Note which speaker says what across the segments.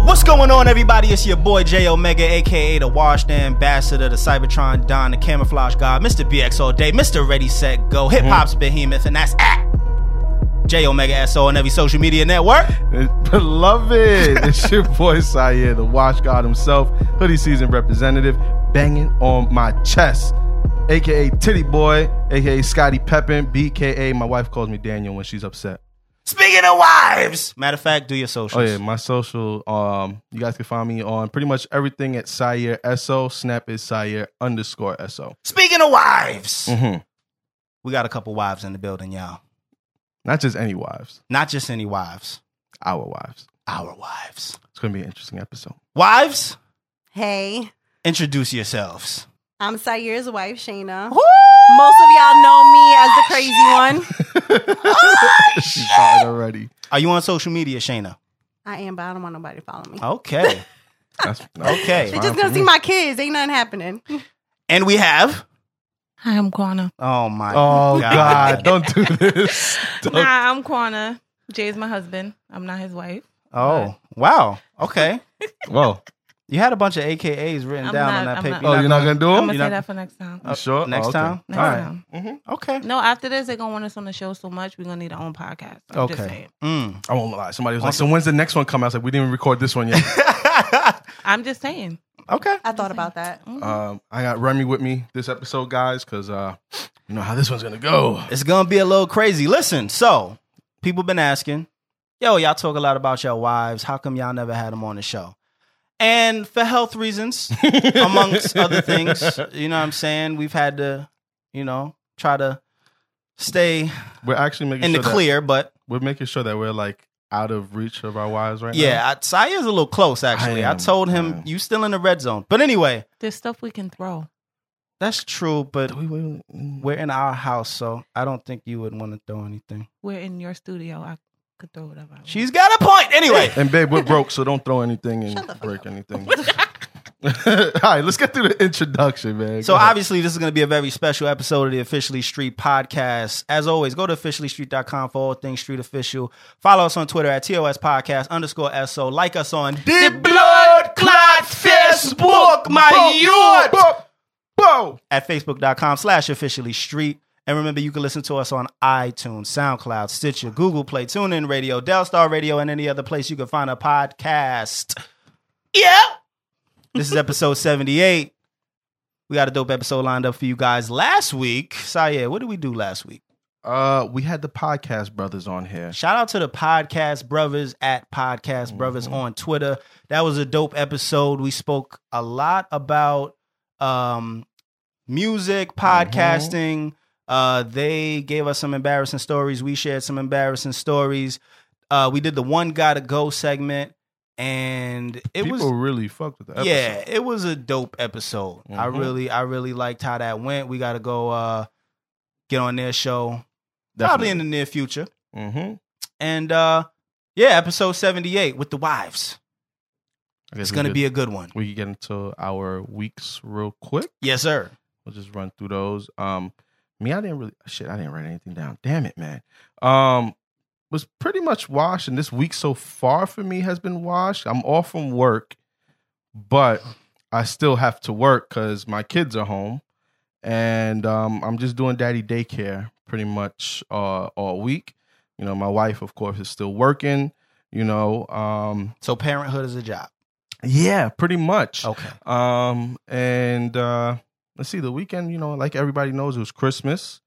Speaker 1: on, everybody? It's your boy J Omega, aka the Washed Ambassador, the Cybertron Don, the Camouflage God, Mr. BX All Day, Mr. Ready Set
Speaker 2: Mhm.
Speaker 1: Go, Hip Hop's Behemoth, and that's at J Omega SO on every social media network.
Speaker 2: Beloved, it's your boy Sayer, the Watch God himself, hoodie season representative, banging on my chest. AKA Titty Boy, AKA Scotty Peppin, BKA. My wife calls me Daniel when she's upset.
Speaker 1: Speaking of wives, matter of fact, do your socials.
Speaker 2: Oh yeah, my social. Um, you guys can find me on pretty much everything at Sayer So. Snap is Sayer underscore So.
Speaker 1: Speaking of wives,
Speaker 2: Mhm.
Speaker 1: we got a couple wives in the building, y'all.
Speaker 2: Not just any wives,
Speaker 1: Not just any wives,
Speaker 2: our wives.
Speaker 1: our wives.
Speaker 2: It's gonna be an interesting episode.
Speaker 1: Wives,
Speaker 3: Hey,
Speaker 1: introduce yourselves.
Speaker 3: I'm Sayir's wife, Shayna. Most of y'all know me as the crazy one.
Speaker 2: She's started already.
Speaker 1: Are you on social media, Shayna?
Speaker 3: I am, but I don't want nobody to follow me.
Speaker 1: Okay.
Speaker 2: That's,
Speaker 1: Okay.
Speaker 2: that's
Speaker 3: They
Speaker 2: fine
Speaker 3: just
Speaker 2: for
Speaker 3: gonna see
Speaker 2: me.
Speaker 3: my kids. Ain't nothing happening.
Speaker 1: and we have.
Speaker 4: Hi, I'm Kwana.
Speaker 1: Oh my.
Speaker 2: Oh
Speaker 1: God.
Speaker 2: God! Don't do this. Don't-
Speaker 4: Nah, I'm Kwana. Jay's my husband. I'm not his wife.
Speaker 1: Oh wow. Okay.
Speaker 2: Whoa!
Speaker 1: You had a bunch of AKAs written down
Speaker 4: I'm not-
Speaker 1: on that
Speaker 4: I'm
Speaker 1: paper.
Speaker 4: not-
Speaker 2: Oh, you're not gonna do them?
Speaker 4: I'm gonna
Speaker 1: you
Speaker 4: say
Speaker 1: not-
Speaker 4: that for next time.
Speaker 2: You sure?
Speaker 1: Next
Speaker 2: Oh, okay.
Speaker 1: time?
Speaker 4: Next
Speaker 1: All right.
Speaker 4: time.
Speaker 1: Okay.
Speaker 4: No, after this, they're gonna want us on the show so much we're gonna need our own podcast. I'm okay. just
Speaker 1: Okay.
Speaker 4: saying.
Speaker 1: Mm.
Speaker 2: I won't lie. Somebody was like, "So when's the next one coming?" I was like, "We didn't record this one yet."
Speaker 4: I'm just saying.
Speaker 1: okay.
Speaker 3: I thought about that.
Speaker 2: um, I got Remy with me this episode, guys, because uh, you know how this one's gonna go.
Speaker 1: It's gonna be a little crazy. Listen. So people been asking, yo, y'all talk a lot about your wives. How come y'all never had them on the show? And for health reasons, amongst other things, you know what I'm saying? We've had to, you know, try to stay
Speaker 2: We're actually making
Speaker 1: in the
Speaker 2: sure
Speaker 1: clear, but
Speaker 2: That we're making sure that we're like out of reach of our wives right now.
Speaker 1: yeah, I, Saya's a little close actually. I,
Speaker 2: am,
Speaker 1: told him
Speaker 2: man.
Speaker 1: you still in the red zone. But anyway,
Speaker 4: There's stuff we can throw.
Speaker 1: that's true, but
Speaker 2: Do we- we- we-
Speaker 1: we're in our house, so I don't think you would want to throw anything.
Speaker 4: We're in your studio. I could throw whatever. I want.
Speaker 1: She's got a point. Anyway,
Speaker 2: And babe, we're broke, so don't throw anything
Speaker 3: Shut the
Speaker 2: and
Speaker 3: fuck
Speaker 2: break anything. All right, let's get through the introduction, man.
Speaker 1: so
Speaker 2: Go ahead.
Speaker 1: obviously this is going to be a very special episode of the Officially Street podcast. As always, go to officiallystreet.com for all things street official. Follow us on Twitter at TOS podcast underscore SO. Like us on
Speaker 2: The blood clot Facebook,
Speaker 1: my
Speaker 2: youth. Bo.
Speaker 1: at facebook.com slash officially street. And remember, you can listen to us on iTunes, SoundCloud, Stitcher, Google Play, TuneIn Radio, Delstar Radio, and any other place you can find a podcast. Yeah. This is episode 78. We got a dope episode lined up for you guys last week. Saye, what did we do last week?
Speaker 2: Uh, we had the podcast brothers on here.
Speaker 1: Shout out to the podcast brothers at podcast brothers on Twitter. That was a dope episode. We spoke a lot about um music, podcasting. Uh they gave us some embarrassing stories. We shared some embarrassing stories. Uh we did the one gotta go segment and it
Speaker 2: People
Speaker 1: was
Speaker 2: really fucked with the episode.
Speaker 1: yeah, it was a dope episode. I
Speaker 2: Mhm.
Speaker 1: really I really liked how that went. We got to go uh get on their show probably in the near future.
Speaker 2: Mm-hmm.
Speaker 1: And uh yeah, episode 78 with the wives. It's going to be a good one.
Speaker 2: We can get into our weeks real quick.
Speaker 1: Yes, sir.
Speaker 2: We'll just run through those. Um, me, I didn't really shit. I didn't write anything down. Damn it, man. Um, was pretty much washed, and this week so far for me has been washed. I'm off from work, but I still have to work because my kids are home, and um, I'm just doing daddy daycare pretty much uh, all week. You know, my wife, of course, is still working. You know, um,
Speaker 1: So parenthood is a job.
Speaker 2: yeah, pretty much.
Speaker 1: Okay.
Speaker 2: Um, and uh, let's see, the weekend, you know, like everybody knows, it was Christmas.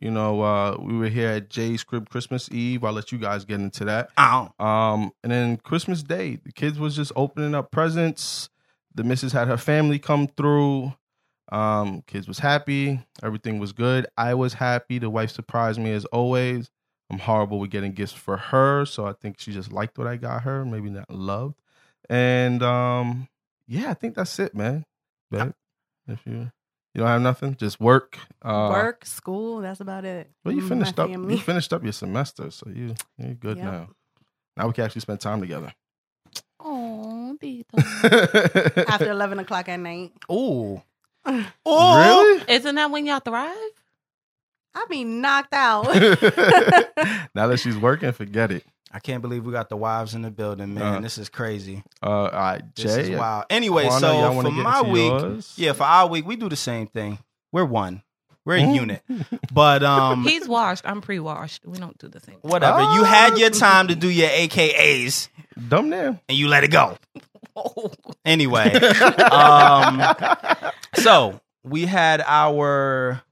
Speaker 2: You know, uh, we were here at Jay's crib Christmas Eve. I'll let you guys get into that.
Speaker 1: Ow.
Speaker 2: Um, and then Christmas Day, the kids was just opening up presents. The missus had her family come through. Um, kids was happy. Everything was good. I was happy. The wife surprised me as always. I'm horrible with getting gifts for her, so I think she just liked what I got her, maybe not loved. And um, yeah, I think that's it, man. But if you you don't have nothing, just work. Uh,
Speaker 3: Work, school, that's about it. Mm,
Speaker 2: Well, you
Speaker 3: My
Speaker 2: finished up.
Speaker 3: family.
Speaker 2: You finished up your semester, so you you're good
Speaker 3: Yep.
Speaker 2: now. Now we can actually spend time together.
Speaker 4: Oh, Tito.
Speaker 3: After eleven o'clock at night.
Speaker 1: Ooh.
Speaker 3: Really?
Speaker 1: Ooh.
Speaker 2: really?
Speaker 4: Isn't that when y'all thrive?
Speaker 3: I be knocked out.
Speaker 2: now that she's working, forget it.
Speaker 1: I can't believe we got the wives in the building, man.
Speaker 2: Uh,
Speaker 1: this is crazy.
Speaker 2: Uh, all right, Jay.
Speaker 1: This is
Speaker 2: uh,
Speaker 1: wild. Anyway,
Speaker 2: Juana, y'all
Speaker 1: so
Speaker 2: wanna
Speaker 1: for
Speaker 2: get
Speaker 1: my
Speaker 2: into
Speaker 1: week,
Speaker 2: yours?
Speaker 1: yeah, for our week, we do the same thing. We're one. We're a
Speaker 2: Mm.
Speaker 1: unit. But um,
Speaker 4: He's washed. I'm pre-washed. We don't do the same. thing.
Speaker 1: whatever. You had
Speaker 2: Oh.
Speaker 1: your time to do your AKAs,
Speaker 2: Dumb there.
Speaker 1: and you let it go.
Speaker 4: Oh.
Speaker 1: Anyway, um, so we had our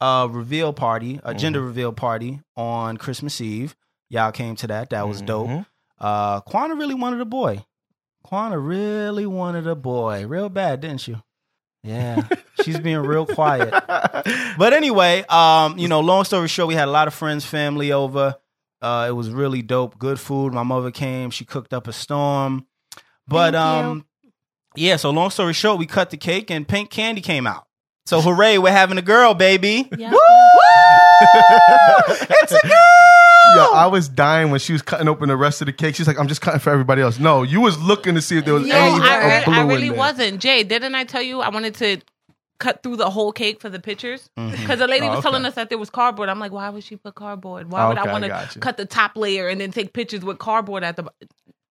Speaker 1: uh, reveal party, a gender reveal party on Christmas Eve. Y'all came to that. That was dope.
Speaker 2: Mhm.
Speaker 1: Uh, Quana really wanted a boy. Quana really wanted a boy, real bad, didn't you? Yeah, she's being real quiet. But anyway, um, you know, long story short, we had a lot of friends, family over. Uh, it was really dope. Good food. My mother came. She cooked up a storm. But
Speaker 3: Thank you.
Speaker 1: um, yeah. So long story short, we cut the cake and pink candy came out. So hooray, we're having a girl, baby.
Speaker 4: Yeah.
Speaker 1: Woo! it's a girl.
Speaker 2: Yo, I was dying when she was cutting open the rest of the cake. She's like, "I'm just cutting for everybody else." No, you was looking to see if there was
Speaker 4: Yo,
Speaker 2: any
Speaker 4: I,
Speaker 2: of
Speaker 4: re-
Speaker 2: blue
Speaker 4: I
Speaker 2: in
Speaker 4: really
Speaker 2: there.
Speaker 4: wasn't. Jay, didn't I tell you I wanted to cut through the whole cake for the pictures?
Speaker 1: Mm-hmm.
Speaker 4: Because the lady
Speaker 2: Oh,
Speaker 4: was telling
Speaker 2: okay.
Speaker 4: us that there was cardboard. I'm like, why would she put cardboard? Why would
Speaker 2: Okay,
Speaker 4: I
Speaker 2: I
Speaker 4: want
Speaker 2: got
Speaker 4: to
Speaker 2: you.
Speaker 4: cut the top layer and then take pictures with cardboard at the? bo-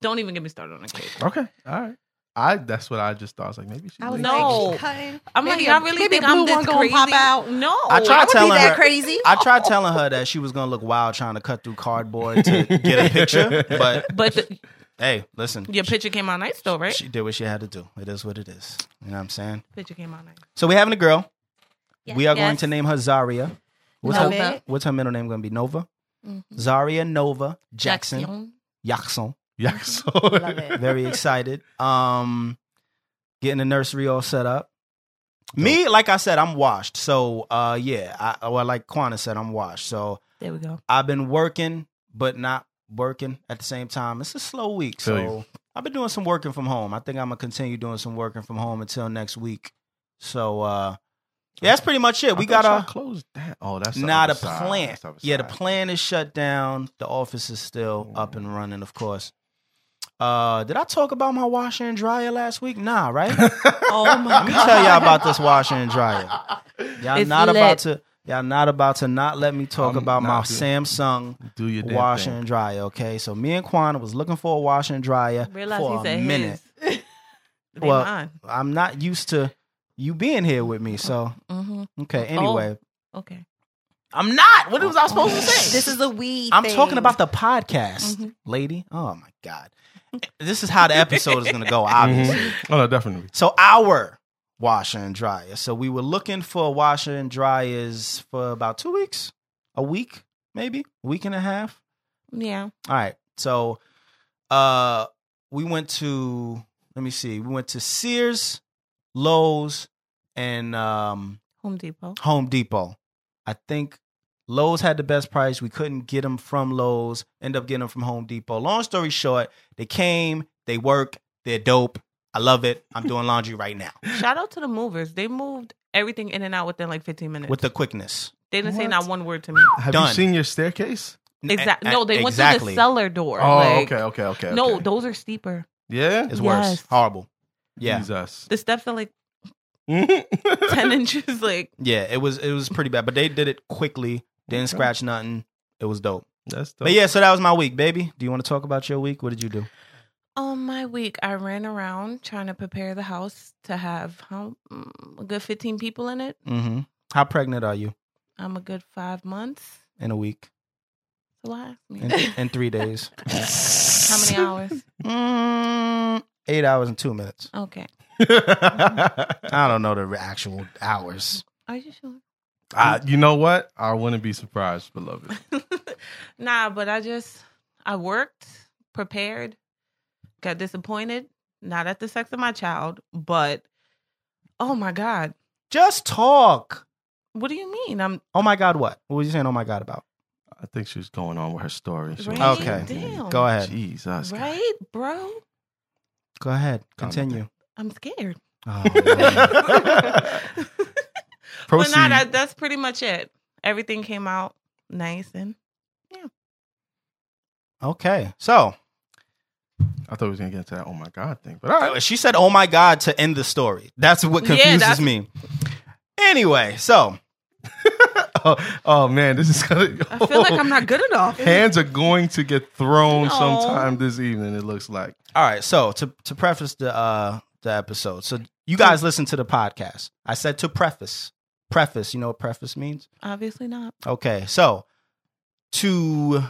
Speaker 4: Don't even get me started on the cake.
Speaker 2: Okay, all right. I that's what I just thought. I was like, maybe she.
Speaker 3: I was
Speaker 2: did.
Speaker 4: No.
Speaker 3: like, cutting.
Speaker 4: I'm
Speaker 3: Maybe a-
Speaker 4: like, I really
Speaker 3: maybe
Speaker 4: think
Speaker 3: a
Speaker 4: I'm
Speaker 3: blue
Speaker 4: this
Speaker 3: one gonna
Speaker 4: crazy.
Speaker 3: pop out.
Speaker 4: No,
Speaker 1: I tried
Speaker 3: Would
Speaker 1: telling
Speaker 3: be that
Speaker 1: her-
Speaker 3: crazy?
Speaker 1: I tried telling her that she was gonna look wild trying to cut through cardboard to get a picture, but
Speaker 4: But the,
Speaker 1: hey, listen,
Speaker 4: your picture came out nice though, right?
Speaker 1: she did what she had to do. It is what it is. You know what I'm saying?
Speaker 4: picture came out nice.
Speaker 1: So we're having a girl.
Speaker 4: Yes.
Speaker 1: we are going
Speaker 4: Yes.
Speaker 1: to name her Zaria. What's
Speaker 4: Love
Speaker 1: her,
Speaker 4: it.
Speaker 1: what's her middle name going to be? Nova? Zaria Nova Jackson Jackson.
Speaker 2: yeah. So
Speaker 3: Love it.
Speaker 1: Very excited. Um, getting the nursery all set up. Me, like I said, I'm washed. So uh, yeah, I, well, like Quana said, I'm washed. So
Speaker 4: There we go.
Speaker 1: I've been working, but not working at the same time. It's a slow week,
Speaker 2: Feel
Speaker 1: so
Speaker 2: you.
Speaker 1: I've been doing some working from home. I think I'm gonna continue doing some working from home until next week. So uh, yeah, that's pretty much it. We
Speaker 2: I
Speaker 1: got
Speaker 2: thought y'all
Speaker 1: a
Speaker 2: closed down. Oh, that's
Speaker 1: not a
Speaker 2: other side.
Speaker 1: plan.
Speaker 2: That's other
Speaker 1: Yeah, the
Speaker 2: side. Mm.
Speaker 1: plan is shut down. The office is still up and running, of course. Uh, did I talk about my washer and dryer last week? Nah, right?
Speaker 4: Oh
Speaker 1: Let
Speaker 4: my
Speaker 1: me
Speaker 4: god.
Speaker 1: tell y'all about this washer and dryer. Y'all
Speaker 4: It's
Speaker 1: not
Speaker 4: lit.
Speaker 1: about to y'all not about to not let me talk
Speaker 2: I'm
Speaker 1: about my
Speaker 2: not good.
Speaker 1: Samsung
Speaker 2: Do your damn
Speaker 1: washer
Speaker 2: thing.
Speaker 1: and dryer, okay? So me and Quan was looking for a washer and dryer
Speaker 4: Realize
Speaker 1: for
Speaker 4: he
Speaker 1: a
Speaker 4: said
Speaker 1: minute.
Speaker 4: his. They
Speaker 1: Well,
Speaker 4: mine.
Speaker 1: I'm not used to you being here with me, so
Speaker 4: Mhm.
Speaker 1: okay, anyway.
Speaker 4: Okay.
Speaker 1: I'm not. What was I supposed to say?
Speaker 3: This is a weed.
Speaker 1: I'm
Speaker 3: thing.
Speaker 1: talking about the podcast,
Speaker 4: Mhm.
Speaker 1: lady. Oh my god, this is how the episode is going to go. Obviously,
Speaker 2: Mhm. Oh no, definitely.
Speaker 1: so our washer and dryer. So we were looking for washer and dryers for about two weeks, a week, maybe a week and a half.
Speaker 4: Yeah.
Speaker 1: All right. So, uh, we went to let me see. We went to Sears, Lowe's, and um,
Speaker 4: Home Depot.
Speaker 1: Home Depot. I think Lowe's had the best price. We couldn't get them from Lowe's. End up getting them from Home Depot. Long story short, they came, they work, they're dope. I love it. I'm doing laundry right now
Speaker 4: Shout out to the movers. They moved everything in and out within like 15 minutes.
Speaker 1: with the quickness.
Speaker 4: they didn't say
Speaker 2: What?
Speaker 4: not one word to me.
Speaker 2: Have
Speaker 1: Done.
Speaker 2: you seen your staircase?
Speaker 4: Exactly.
Speaker 1: A- a-
Speaker 4: No, they went through
Speaker 1: exactly.
Speaker 4: the cellar door.
Speaker 2: Oh,
Speaker 4: Like,
Speaker 2: okay, okay, okay.
Speaker 4: No,
Speaker 2: okay.
Speaker 4: those are steeper.
Speaker 2: yeah,
Speaker 1: It's worse.
Speaker 4: Yes. Mm.
Speaker 1: Horrible. Yeah.
Speaker 2: Jesus.
Speaker 4: The steps are like
Speaker 2: Mhm.
Speaker 4: 10 inches. Like,
Speaker 1: Yeah, it was it was pretty bad. But they did it quickly. Didn't
Speaker 2: Okay.
Speaker 1: scratch nothing. It was dope.
Speaker 2: That's dope.
Speaker 1: But yeah, so that was my week, baby. Do you want to talk about your week? What did you do?
Speaker 4: on my week, I ran around trying to prepare the house to have how, mm, a good 15 people in it.
Speaker 1: Mm-hmm. How pregnant are you
Speaker 4: I'm a good five months.
Speaker 1: in a week?
Speaker 4: So why ask me?
Speaker 1: In, in three days?
Speaker 4: How many hours?
Speaker 1: Mm, eight hours and two minutes.
Speaker 4: Okay.
Speaker 1: I don't know the actual hours.
Speaker 4: Are you sure?
Speaker 2: Uh, you know what? I wouldn't be surprised, beloved.
Speaker 4: nah, but I just I worked, prepared, got disappointed. Not at the sex of my child, but oh my god,
Speaker 1: Just talk.
Speaker 4: what do you mean? I'm
Speaker 1: Oh my God, what? What were you saying? Oh my God, about?
Speaker 2: I think she was going on with her story. She
Speaker 4: Right?
Speaker 2: was-
Speaker 1: Okay.
Speaker 4: Damn.
Speaker 1: Go ahead.
Speaker 2: Jesus. God.
Speaker 4: right, bro.
Speaker 1: Go ahead. Continue.
Speaker 4: I'm scared.
Speaker 1: Oh, man.
Speaker 2: Proceed.
Speaker 4: But nah, that, that's pretty much it. Everything came out nice and
Speaker 1: okay. So
Speaker 2: I thought we was gonna get into that. Oh my god thing, but all right.
Speaker 1: she said, "Oh my God," to end the story. That's what
Speaker 4: Yeah,
Speaker 1: confuses
Speaker 4: that's-
Speaker 1: me. Anyway, so
Speaker 2: oh, oh, man, this is gonna.
Speaker 4: I feel like I'm not good enough.
Speaker 2: Hands are going to get thrown
Speaker 4: No.
Speaker 2: sometime this evening. It looks like.
Speaker 1: All right, so to to preface the uh the episode, so you guys listen to the podcast. I said to preface, preface. You know what preface means?
Speaker 4: Obviously not.
Speaker 1: Okay, so to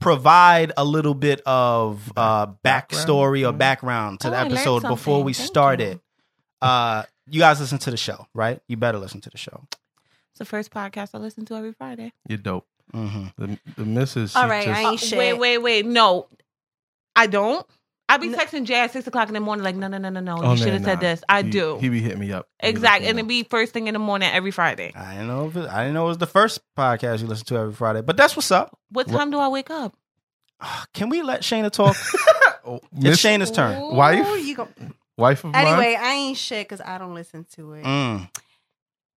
Speaker 1: provide a little bit of uh backstory or
Speaker 2: Background. Mm.
Speaker 1: background to
Speaker 4: Oh,
Speaker 1: the
Speaker 4: I learned
Speaker 1: episode before
Speaker 4: something.
Speaker 1: we
Speaker 4: Thank
Speaker 1: start
Speaker 4: you.
Speaker 1: it, uh, you guys listen to the show, right? You better listen to the show.
Speaker 4: It's the first podcast I listen to every Friday.
Speaker 2: You're dope.
Speaker 1: hmm
Speaker 2: The, the missus.
Speaker 3: All
Speaker 2: she
Speaker 3: right,
Speaker 2: just-
Speaker 3: I ain't Oh, shit.
Speaker 4: Wait, wait, wait. No, I don't. I be
Speaker 3: No.
Speaker 4: texting Jay at six o'clock in the morning, like, no, no, no, no, no.
Speaker 2: Oh,
Speaker 4: you should
Speaker 2: man,
Speaker 4: have said
Speaker 2: nah.
Speaker 4: this. I
Speaker 2: he-
Speaker 4: do.
Speaker 2: He be hitting me up. He be like,
Speaker 4: exactly.
Speaker 2: you
Speaker 4: And
Speaker 2: know.
Speaker 4: it be first thing in the morning every Friday.
Speaker 1: I didn't know if it, I didn't know it was the first podcast you listen to every Friday, but that's what's up. Ah,
Speaker 4: What
Speaker 2: What-
Speaker 4: time do I wake up?
Speaker 1: Can we let Shayna talk?
Speaker 2: Oh,
Speaker 1: it's
Speaker 2: miss,
Speaker 1: Shayna's turn.
Speaker 2: Wife?
Speaker 3: Ooh, you go-
Speaker 2: wife of mine.
Speaker 3: Anyway, I ain't shit because I don't listen to it.
Speaker 1: Mm.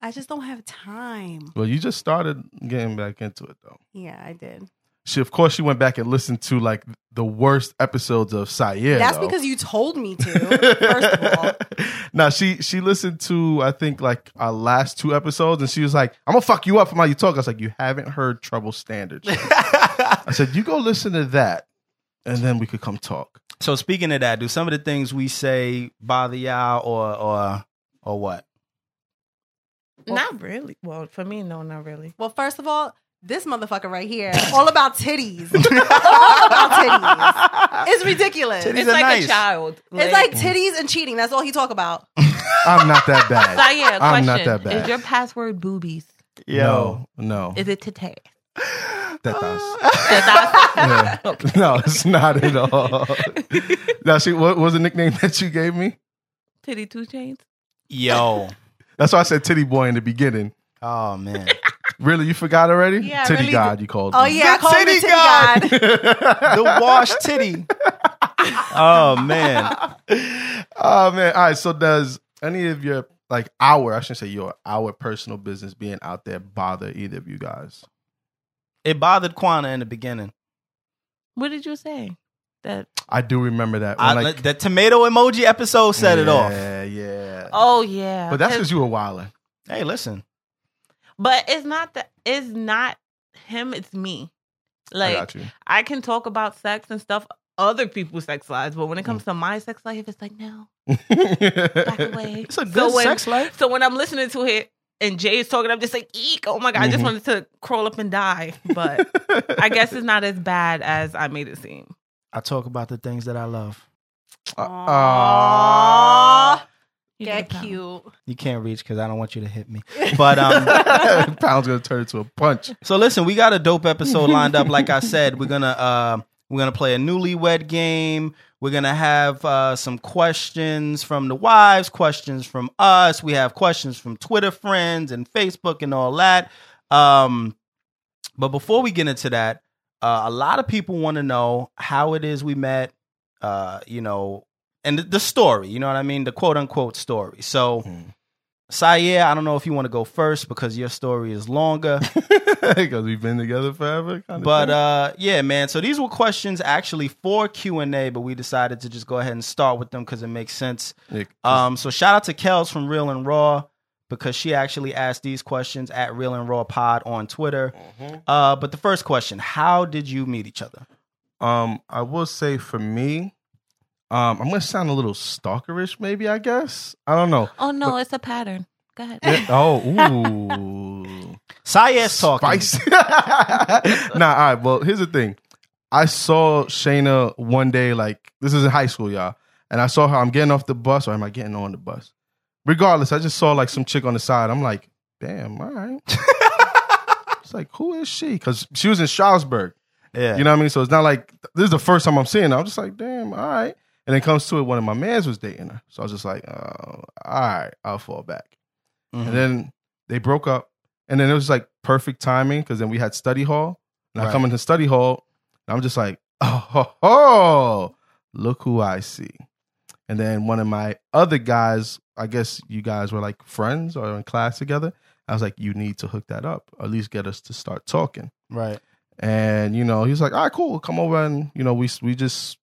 Speaker 3: I just don't have time.
Speaker 2: Well, you just started getting back into it though.
Speaker 3: Yeah, I did.
Speaker 2: She, of course, she went back and listened to like the worst episodes of Sayer.
Speaker 3: That's
Speaker 2: though.
Speaker 3: because you told me to. first of all,
Speaker 2: now she she listened to I think like our last two episodes, and she was like, "I'm gonna fuck you up from how you talk." I was like, "You haven't heard Trouble Standards."
Speaker 1: Mm.
Speaker 2: I said, "You go listen to that, and then we could come talk."
Speaker 1: so speaking of that, do some of the things we say bother y'all or or or what?
Speaker 3: Well-
Speaker 4: not really. Well, for me, no, not really.
Speaker 3: well, first of all, this motherfucker right here, all about titties, all about titties. It's ridiculous.
Speaker 1: Titties
Speaker 4: it's
Speaker 1: are
Speaker 4: like
Speaker 1: nice.
Speaker 4: a child.
Speaker 3: It's like titties and cheating. That's all he talk about.
Speaker 2: I'm not that
Speaker 4: So,
Speaker 2: bad.
Speaker 4: yeah,
Speaker 2: I'm
Speaker 4: question.
Speaker 2: not that bad.
Speaker 4: Is your password boobies?
Speaker 1: Yo.
Speaker 2: No, no,
Speaker 4: Is it today?
Speaker 2: that does.
Speaker 4: That's-
Speaker 2: Yeah.
Speaker 4: Okay.
Speaker 2: No, it's not at all. now, see, what was the nickname that you gave me?
Speaker 4: Titty two chains.
Speaker 1: Yo.
Speaker 2: That's why I said Titty Boy in the beginning.
Speaker 1: Oh man.
Speaker 2: Really, you forgot already?
Speaker 4: Yeah, I
Speaker 2: titty
Speaker 4: really
Speaker 2: God, you called.
Speaker 3: Oh
Speaker 2: me.
Speaker 3: yeah, I
Speaker 1: The
Speaker 3: call
Speaker 1: titty
Speaker 3: him the titty
Speaker 1: god.
Speaker 3: god.
Speaker 1: the wash titty. Oh man.
Speaker 2: oh man. All right. So does any of your like our I shouldn't say your our personal business being out there bother either of you guys?
Speaker 1: It bothered Kwana in the beginning.
Speaker 4: What did you say? That
Speaker 2: I do remember that.
Speaker 1: I,
Speaker 2: When,
Speaker 1: the tomato emoji episode set it off.
Speaker 2: Yeah, yeah.
Speaker 4: oh yeah,
Speaker 2: but that's
Speaker 4: 'Cause-
Speaker 2: because you were wilding.
Speaker 1: Hey, listen.
Speaker 4: but it's not that it's not him. It's me.
Speaker 2: I
Speaker 4: Like
Speaker 2: got you.
Speaker 4: I can talk about sex and stuff, other people's sex lives, but when it
Speaker 2: Mm.
Speaker 4: comes to my sex life, it's like no, back away.
Speaker 1: It's a good
Speaker 4: when,
Speaker 1: sex life.
Speaker 4: So when I'm listening to it and Jay's talking, I'm just like, eek! Oh my god, I
Speaker 2: Mhm.
Speaker 4: just wanted to crawl up and die. But I guess it's not as bad as I made it seem.
Speaker 1: I talk about the things that I love.
Speaker 3: Aww,
Speaker 4: You
Speaker 3: get
Speaker 4: get a pound.
Speaker 3: cute.
Speaker 1: You can't reach because I don't want you to hit me. But um
Speaker 2: Pound's gonna turn into a punch.
Speaker 1: So listen, we got a dope episode lined up. Like I said, we're gonna uh, we're gonna play a newlywed game. We're gonna have uh, some questions from the wives, questions from us. We have questions from Twitter friends and Facebook and all that. Um, but before we get into that, uh, a lot of people want to know how it is we met. Uh, you know, and the, the story. You know what I mean? The quote unquote story. So. Sayer, I don't know if you want to go first because your story is longer.
Speaker 2: Because we've been together forever. kinda
Speaker 1: But
Speaker 2: thing.
Speaker 1: uh, yeah, man. So these were questions actually for Q and A, but we decided to just go ahead and start with them because it makes sense.
Speaker 2: Yeah, 'cause-
Speaker 1: Um, so shout out to Kels from Real and Raw because she actually asked these questions at Real and Raw Pod on Twitter.
Speaker 2: Mm-hmm.
Speaker 1: Uh, but the first question: How did you meet each other?
Speaker 2: Um, I will say for me, um, I'm gonna sound a little stalkerish, maybe. I guess I don't know.
Speaker 4: Oh no, it's a pattern. Go ahead.
Speaker 2: Yeah, oh, ooh,
Speaker 1: Sayer's talking.
Speaker 2: Spicy. nah, all right. Well, here's the thing. I saw Shayna one day, like this is in high school, y'all, and I saw her. I'm getting off the bus, or am I getting on the bus? Regardless, I just saw like some chick on the side. I'm like, damn, all right. it's like, who is she? Because she was in Charlesburg.
Speaker 1: Yeah.
Speaker 2: You know what I mean? So it's not like this is the first time I'm seeing her. I'm just like, damn, all right. And then comes to it, one of my mans was dating her. So I was just like, oh, all right, I'll fall back.
Speaker 1: Mhm.
Speaker 2: And then they broke up. And then it was like perfect timing because then we had study hall. And I
Speaker 1: Right.
Speaker 2: come into study hall and I'm just like, oh, ho, ho, look who I see. And then one of my other guys, I guess you guys were like friends or in class together. I was like, you need to hook that up, or at least get us to start talking.
Speaker 1: right.
Speaker 2: And you know, he was like, "All right, cool, come over." And you know, we we just,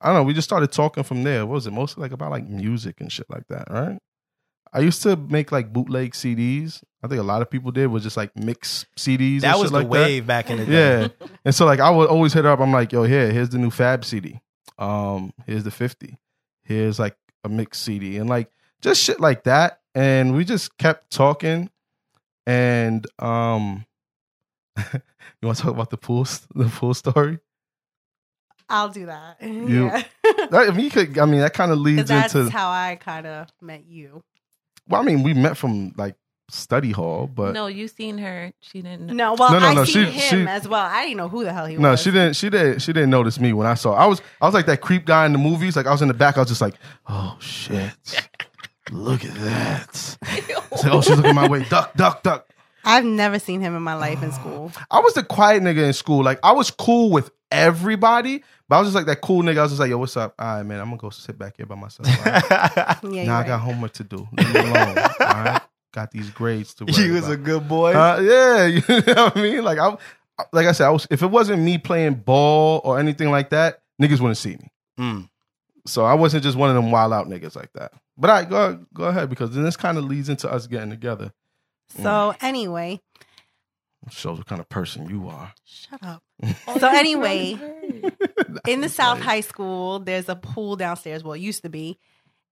Speaker 2: I don't know, we just started talking from there. What was it mostly like about like music and shit like that, right? I used to make like bootleg CDs. I think a lot of people did was just like mix CDs. and
Speaker 1: That was
Speaker 2: shit
Speaker 1: the
Speaker 2: like that.
Speaker 1: wave back in the day.
Speaker 2: Yeah. and so like I would always hit her up. I'm like, yo, here, here's the new Fab CD. Um, here's the 50. Here's like a mix CD and like just shit like that. And we just kept talking. And um, you want to talk about the pool, s- the pool story?
Speaker 3: I'll do that.
Speaker 2: You-
Speaker 3: yeah.
Speaker 2: That- I mean, you could. I mean, that kind of
Speaker 3: 'Cause
Speaker 2: leads
Speaker 3: that's
Speaker 2: into.
Speaker 3: how I kind of met you.
Speaker 2: well, I mean, we met from like study hall, but no,
Speaker 4: no, you seen her. She didn't. know.
Speaker 3: No, well,
Speaker 2: No, no,
Speaker 3: I
Speaker 2: no,
Speaker 3: seen
Speaker 2: she- she-
Speaker 3: him as well. I didn't know who the hell he was.
Speaker 2: she didn't. She didn't. She didn't notice me when I saw. I was. I was like that creep guy in the movies. Like I was in the back. I was just like, oh shit, look at that. I said, oh, she's looking my way. Duck, duck, duck.
Speaker 3: I've never seen him in my life in school.
Speaker 2: I was the quiet nigga in school. Like I was cool with everybody, but I was just like that cool nigga. I was just like, yo, what's up? All right, man. I'm gonna go sit back here by myself. All right?
Speaker 3: Yeah, you're
Speaker 2: now I got
Speaker 3: right.
Speaker 2: homework to do. Leave me alone. All right. Got these grades to. Worry
Speaker 1: you was
Speaker 2: about.
Speaker 1: a good boy.
Speaker 2: Uh, yeah, you know what I mean. Like I, like I said, I was, if it wasn't me playing ball or anything like that, niggas wouldn't see me.
Speaker 1: Mm.
Speaker 2: So I wasn't just one of them wild out niggas like that. But I go go ahead because then this kind of leads into us getting together.
Speaker 3: So anyway,
Speaker 2: Shows what kind of person you are.
Speaker 3: shut up. So anyway, in the South
Speaker 2: Like,
Speaker 3: High School, there's a pool downstairs. Well, it used to be,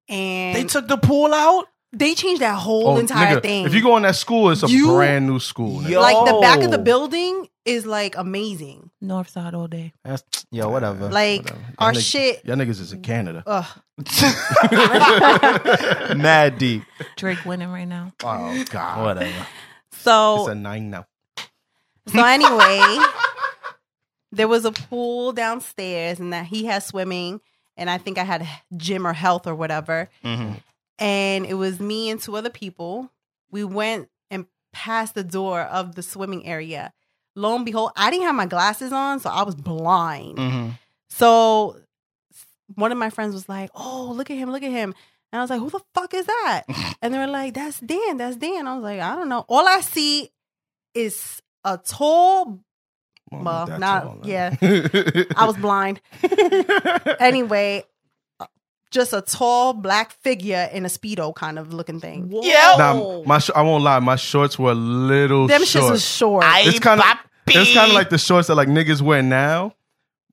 Speaker 3: and
Speaker 1: They took the pool out.
Speaker 3: they changed that whole
Speaker 2: oh,
Speaker 3: entire
Speaker 2: nigga,
Speaker 3: thing.
Speaker 2: If you go in that school, it's a
Speaker 3: You-
Speaker 2: brand new school. nigga.
Speaker 1: Yo.
Speaker 3: like the back of the
Speaker 1: Oh.
Speaker 3: building is like amazing.
Speaker 4: North side all day.
Speaker 1: That's, yo, whatever.
Speaker 3: Like
Speaker 2: Whatever. Y'all
Speaker 3: our
Speaker 2: niggas-
Speaker 3: shit.
Speaker 2: Y'all niggas is in Canada.
Speaker 3: Ugh.
Speaker 1: Mad deep.
Speaker 4: Drake winning right now.
Speaker 2: Oh God,
Speaker 1: Whatever.
Speaker 2: it's a
Speaker 3: So
Speaker 2: nine now.
Speaker 3: so anyway, there was a pool downstairs, and that he had swimming, and I think I had gym or health or whatever.
Speaker 1: hmm
Speaker 3: and it was me and two other people. We went and passed the door of the swimming area. Lo and behold, I didn't have my glasses on, so I was blind.
Speaker 1: hmm
Speaker 3: So s- one of my friends was like, "Oh, look at him, look at him." And I was like, "Who the fuck is that?" and they were like, "That's Dan, that's Dan." I was like, "I don't know. All I see is a tall.
Speaker 2: Well,
Speaker 3: Well,
Speaker 2: that's
Speaker 3: not-
Speaker 2: all,
Speaker 3: yeah.
Speaker 2: nigga.
Speaker 3: I was blind anyway. uh, Just a tall black figure in a speedo kind of looking thing.
Speaker 1: Yeah.
Speaker 2: Nah, my sh- I won't lie, my shorts were a little
Speaker 3: Oh. Them shits
Speaker 2: short.
Speaker 3: was short.
Speaker 2: it's kind of it's kind of like the shorts that like niggas wear now.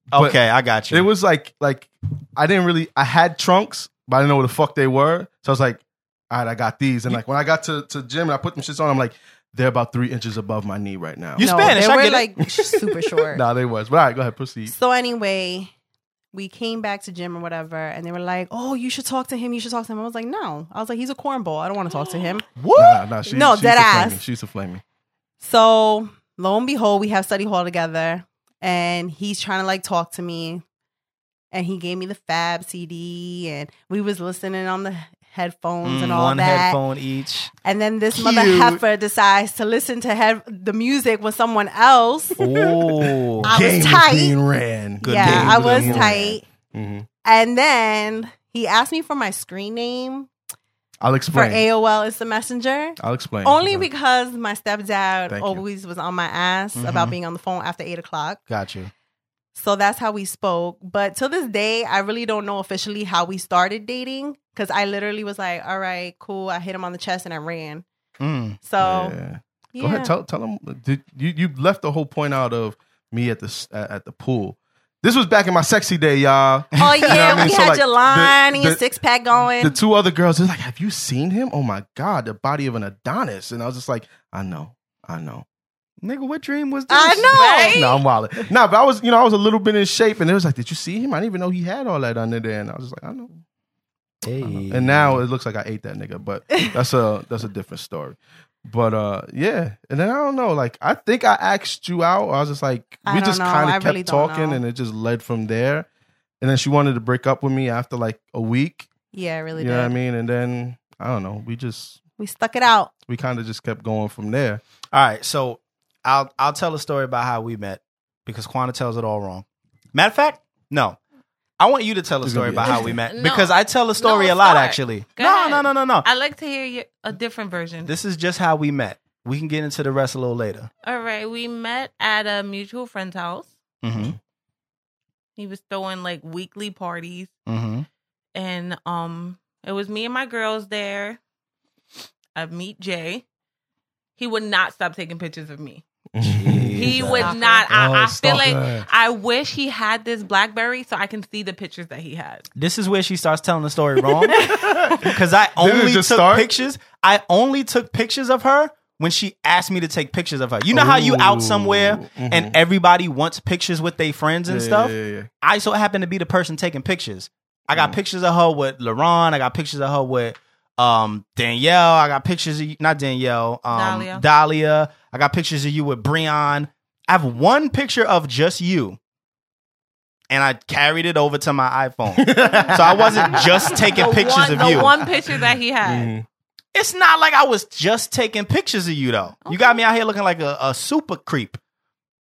Speaker 2: But
Speaker 1: Okay, I got you.
Speaker 2: It was like like I didn't really I had trunks, but I didn't know what the fuck they were. So I was like, all right, I got these. And like when I got to to gym and I put them shits on, I'm like, they're about three inches above my knee right now.
Speaker 1: You Spanish,
Speaker 3: They
Speaker 1: I
Speaker 3: were
Speaker 1: get it.
Speaker 3: like super short.
Speaker 2: nah, they was. But all right, go ahead, proceed.
Speaker 3: So anyway, we came back to gym or whatever, and they were like, "Oh, you should talk to him. You should talk to him." I was like, "No." I was like, "He's a cornball. I don't want to talk to him."
Speaker 2: Nah, nah, she,
Speaker 3: No,
Speaker 2: she's
Speaker 3: dead
Speaker 2: a flaming.
Speaker 3: ass.
Speaker 2: She's a flaming.
Speaker 3: So lo and behold, we have study hall together, and he's trying to like talk to me, and he gave me the Fab CD, and we was listening on the headphones and
Speaker 1: Mm,
Speaker 3: all
Speaker 1: one
Speaker 3: that.
Speaker 1: headphone each.
Speaker 3: And then this mother heifer decides to listen to head- the music with someone else.
Speaker 1: Oh,
Speaker 3: I was tight.
Speaker 2: being ran. Good
Speaker 3: yeah,
Speaker 2: game
Speaker 3: I
Speaker 2: being
Speaker 3: was
Speaker 2: ran.
Speaker 3: tight.
Speaker 2: Mhm.
Speaker 3: And then he asked me for my screen name
Speaker 2: I'll
Speaker 3: for
Speaker 2: explain.
Speaker 3: AOL Instant Messenger.
Speaker 2: I'll explain.
Speaker 3: Only
Speaker 2: Okay.
Speaker 3: because my stepdad
Speaker 2: Thank you. Mm-hmm.
Speaker 3: always was on my ass about being on the phone after eight o'clock.
Speaker 1: got you.
Speaker 3: So that's how we spoke. But till this day, I really don't know officially how we started dating because I literally was like, all right, cool. I hit him on the chest and I ran.
Speaker 1: Mm.
Speaker 3: So, yeah.
Speaker 2: Yeah. Go ahead, tell tell them. Did, you you left the whole point out of me at the s- at at the pool. This was back in my sexy day, y'all.
Speaker 3: Oh, yeah.
Speaker 2: what I mean?
Speaker 3: We
Speaker 2: So,
Speaker 3: had
Speaker 2: like,
Speaker 3: your line
Speaker 2: the-
Speaker 3: and your
Speaker 2: the-
Speaker 3: six pack going.
Speaker 2: The two other girls, they're like, "Have you seen him? Oh my god, the body of an Adonis!" And I was just like, "I know, I know."
Speaker 1: Nigga, what dream was this?
Speaker 3: I know.
Speaker 2: No, I'm wilding. Nah, but I was, you know, I was a little bit in shape, and it was like, "Did you see him? I didn't even know he had all that under there." And I was just like, "I know." I know.
Speaker 1: Hey.
Speaker 2: And now it looks like I ate that nigga, but that's a that's a different story. But uh, yeah. And then I don't know. Like I think I asked you out. I was just like,
Speaker 3: I
Speaker 2: we
Speaker 3: don't
Speaker 2: just
Speaker 3: know.
Speaker 2: kind
Speaker 3: I
Speaker 2: of kept
Speaker 3: really don't
Speaker 2: talking,
Speaker 3: know.
Speaker 2: and it just led from there. And then she wanted to break up with me after like a week.
Speaker 3: Yeah, I really
Speaker 2: you know
Speaker 3: did.
Speaker 2: what I mean? And then I don't know. We just
Speaker 3: We stuck it out.
Speaker 2: we kind of just kept going from there.
Speaker 1: All right, so I'll I'll tell a story about how we met because Quanta tells it all wrong. Matter of fact, no. I want you to tell a
Speaker 2: It's gonna
Speaker 1: story
Speaker 2: be
Speaker 1: about how we
Speaker 2: interesting.
Speaker 1: met
Speaker 4: No.
Speaker 1: because I tell a story
Speaker 4: No,
Speaker 1: a lot
Speaker 4: start.
Speaker 1: actually.
Speaker 4: Go
Speaker 1: no,
Speaker 4: ahead.
Speaker 1: no, no, no, no.
Speaker 4: I like to hear your, a different version.
Speaker 1: This is just how we met. We can get into the rest a little later.
Speaker 4: All right, we met at a mutual friend's house.
Speaker 1: Mm-hmm.
Speaker 4: He was throwing like weekly parties,
Speaker 1: Mm-hmm.
Speaker 4: and um, it was me and my girls there. I meet Jay. He would not stop taking pictures of me. He
Speaker 2: Jesus.
Speaker 4: would
Speaker 3: Stalker.
Speaker 4: not. I, I
Speaker 2: Oh,
Speaker 4: feel like
Speaker 2: stalker.
Speaker 4: I wish he had this BlackBerry so I can see the pictures that he has.
Speaker 1: This is where she starts telling the story wrong. Because I
Speaker 2: Did it
Speaker 1: only took
Speaker 2: just start?
Speaker 1: pictures. I only took pictures of her when she asked me to take pictures of her. You know how you out somewhere
Speaker 2: Ooh, mhm.
Speaker 1: and everybody wants pictures with their friends and
Speaker 2: Yeah,
Speaker 1: stuff.
Speaker 2: yeah, yeah,
Speaker 1: I so happened to be the person taking pictures. I got
Speaker 2: Mm.
Speaker 1: pictures of her with Lauren. I got pictures of her with um, Danielle. I got pictures of you, not Danielle, um, Dahlia.
Speaker 4: Dahlia.
Speaker 1: I got pictures of you with Breon. I have one picture of just you, and I carried it over to my iPhone.
Speaker 2: yeah.
Speaker 1: so I wasn't just taking
Speaker 4: the
Speaker 1: pictures
Speaker 4: one,
Speaker 1: of
Speaker 4: the
Speaker 1: you.
Speaker 4: one picture that he had.
Speaker 2: Mhm.
Speaker 1: It's not like I was just taking pictures of you though. You got
Speaker 4: Okay.
Speaker 1: me out here looking like a, a super creep.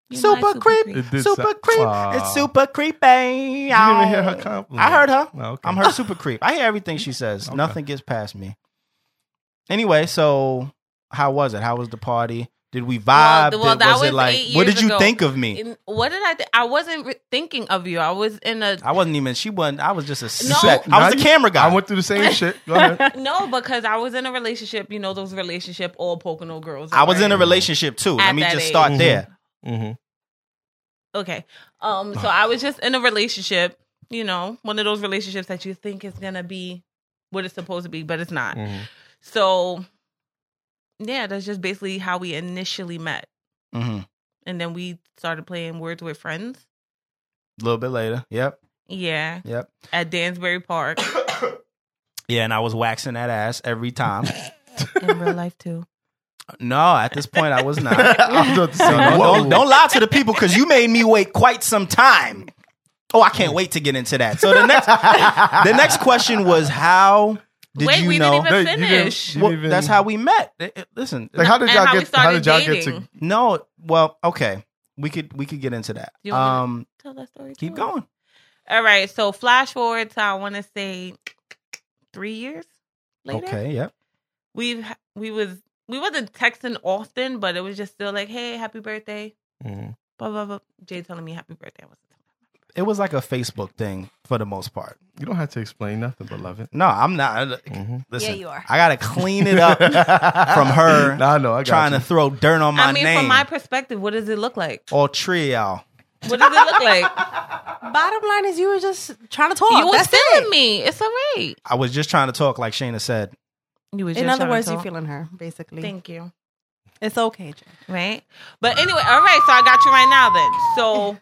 Speaker 4: You're
Speaker 1: Super
Speaker 4: not
Speaker 1: creep.
Speaker 2: It did Ah.
Speaker 1: super
Speaker 2: sound-
Speaker 1: creep.
Speaker 2: uh, Aw.
Speaker 1: It's super creepy.
Speaker 2: You didn't even hear her compliment.
Speaker 1: I heard her.
Speaker 2: Oh, okay.
Speaker 1: I'm her super creep. I hear everything she says.
Speaker 2: Okay.
Speaker 1: Nothing gets past me. Anyway, so how was it? How was the party? Did we vibe?
Speaker 4: Well, well,
Speaker 1: Did-
Speaker 4: that
Speaker 1: was, it
Speaker 4: was
Speaker 1: like
Speaker 4: eight
Speaker 1: what
Speaker 4: years
Speaker 1: did you
Speaker 4: ago.
Speaker 1: think of me?
Speaker 4: And What did I? Th- I wasn't re- thinking of you. I was in a
Speaker 1: I wasn't even she wasn't I was just a
Speaker 4: No.
Speaker 1: set. I
Speaker 2: Now
Speaker 1: was the
Speaker 2: you-
Speaker 1: camera guy.
Speaker 2: I went through the same shit. Go ahead.
Speaker 4: no because I was in a relationship. You know those relationship all Pocono girls.
Speaker 1: I was in a
Speaker 4: right?
Speaker 1: relationship too. Let
Speaker 4: At
Speaker 1: me
Speaker 4: that
Speaker 1: just
Speaker 4: age.
Speaker 1: start
Speaker 2: Mhm.
Speaker 1: there.
Speaker 2: hmm
Speaker 4: okay. Um, so I was just in a relationship. You know, one of those relationships that you think is gonna be what it's supposed to be, but it's not.
Speaker 2: hmm
Speaker 4: So, yeah, that's just basically how we initially met,
Speaker 2: Mm-hmm.
Speaker 1: hmm
Speaker 4: and then we started playing Words with Friends.
Speaker 1: A little bit later. Yep.
Speaker 4: Yeah,
Speaker 1: Yep.
Speaker 4: at Dansbury Park
Speaker 1: Yeah, and I was waxing that ass every time.
Speaker 4: in real life too.
Speaker 1: no, at this point I was not.
Speaker 2: I was about to say,
Speaker 1: So don't,
Speaker 2: whoa.
Speaker 1: don't- don't lie to the people because you made me wait quite some time. Oh, I can't wait to get into that. So the next the next question was how did
Speaker 4: Wait,
Speaker 1: you
Speaker 4: we
Speaker 1: know?
Speaker 4: didn't
Speaker 2: No,
Speaker 4: even
Speaker 2: you didn't-
Speaker 4: finish.
Speaker 2: you
Speaker 1: Well,
Speaker 2: even-
Speaker 1: that's how we met. It- it- listen,
Speaker 2: Like, how did
Speaker 4: And
Speaker 2: y'all
Speaker 4: how we
Speaker 2: get? How
Speaker 4: started
Speaker 2: did y'all get
Speaker 4: dating.
Speaker 2: to?
Speaker 1: no, well, okay, we could we could get into that.
Speaker 4: You wanna-
Speaker 1: Um,
Speaker 4: Tell that story.
Speaker 1: keep
Speaker 4: too.
Speaker 1: going.
Speaker 4: All right. So flash forward to I want to say three years later.
Speaker 1: Okay, yep.
Speaker 4: We've we was we wasn't texting often, but it was just still like, hey, happy birthday.
Speaker 2: Mhm.
Speaker 4: Blah blah blah. Jay telling me happy birthday. I wasn't telling
Speaker 1: It was like a Facebook thing for the most part.
Speaker 2: You don't have to explain nothing, beloved.
Speaker 1: No, I'm not.
Speaker 2: Mhm.
Speaker 1: Listen,
Speaker 3: you are.
Speaker 1: I gotta clean it up. from her
Speaker 2: Nah, no, I got
Speaker 1: trying to throw dirt on my
Speaker 4: I mean,
Speaker 1: name
Speaker 4: from my perspective, what does it look like?
Speaker 3: Oh.
Speaker 1: or trio.
Speaker 4: What does it look like?
Speaker 3: Bottom line is you were just trying to talk.
Speaker 4: you was
Speaker 3: That's
Speaker 4: feeling
Speaker 3: it.
Speaker 4: me. It's all right.
Speaker 1: I was just trying to talk like Shayna said.
Speaker 4: You was
Speaker 3: In
Speaker 4: just
Speaker 3: other
Speaker 4: trying
Speaker 3: words,
Speaker 4: to
Speaker 3: you
Speaker 4: talk.
Speaker 3: feeling her basically.
Speaker 4: Thank you.
Speaker 3: It's okay, Jay.
Speaker 4: right? But anyway, all right. So I got you right now then. So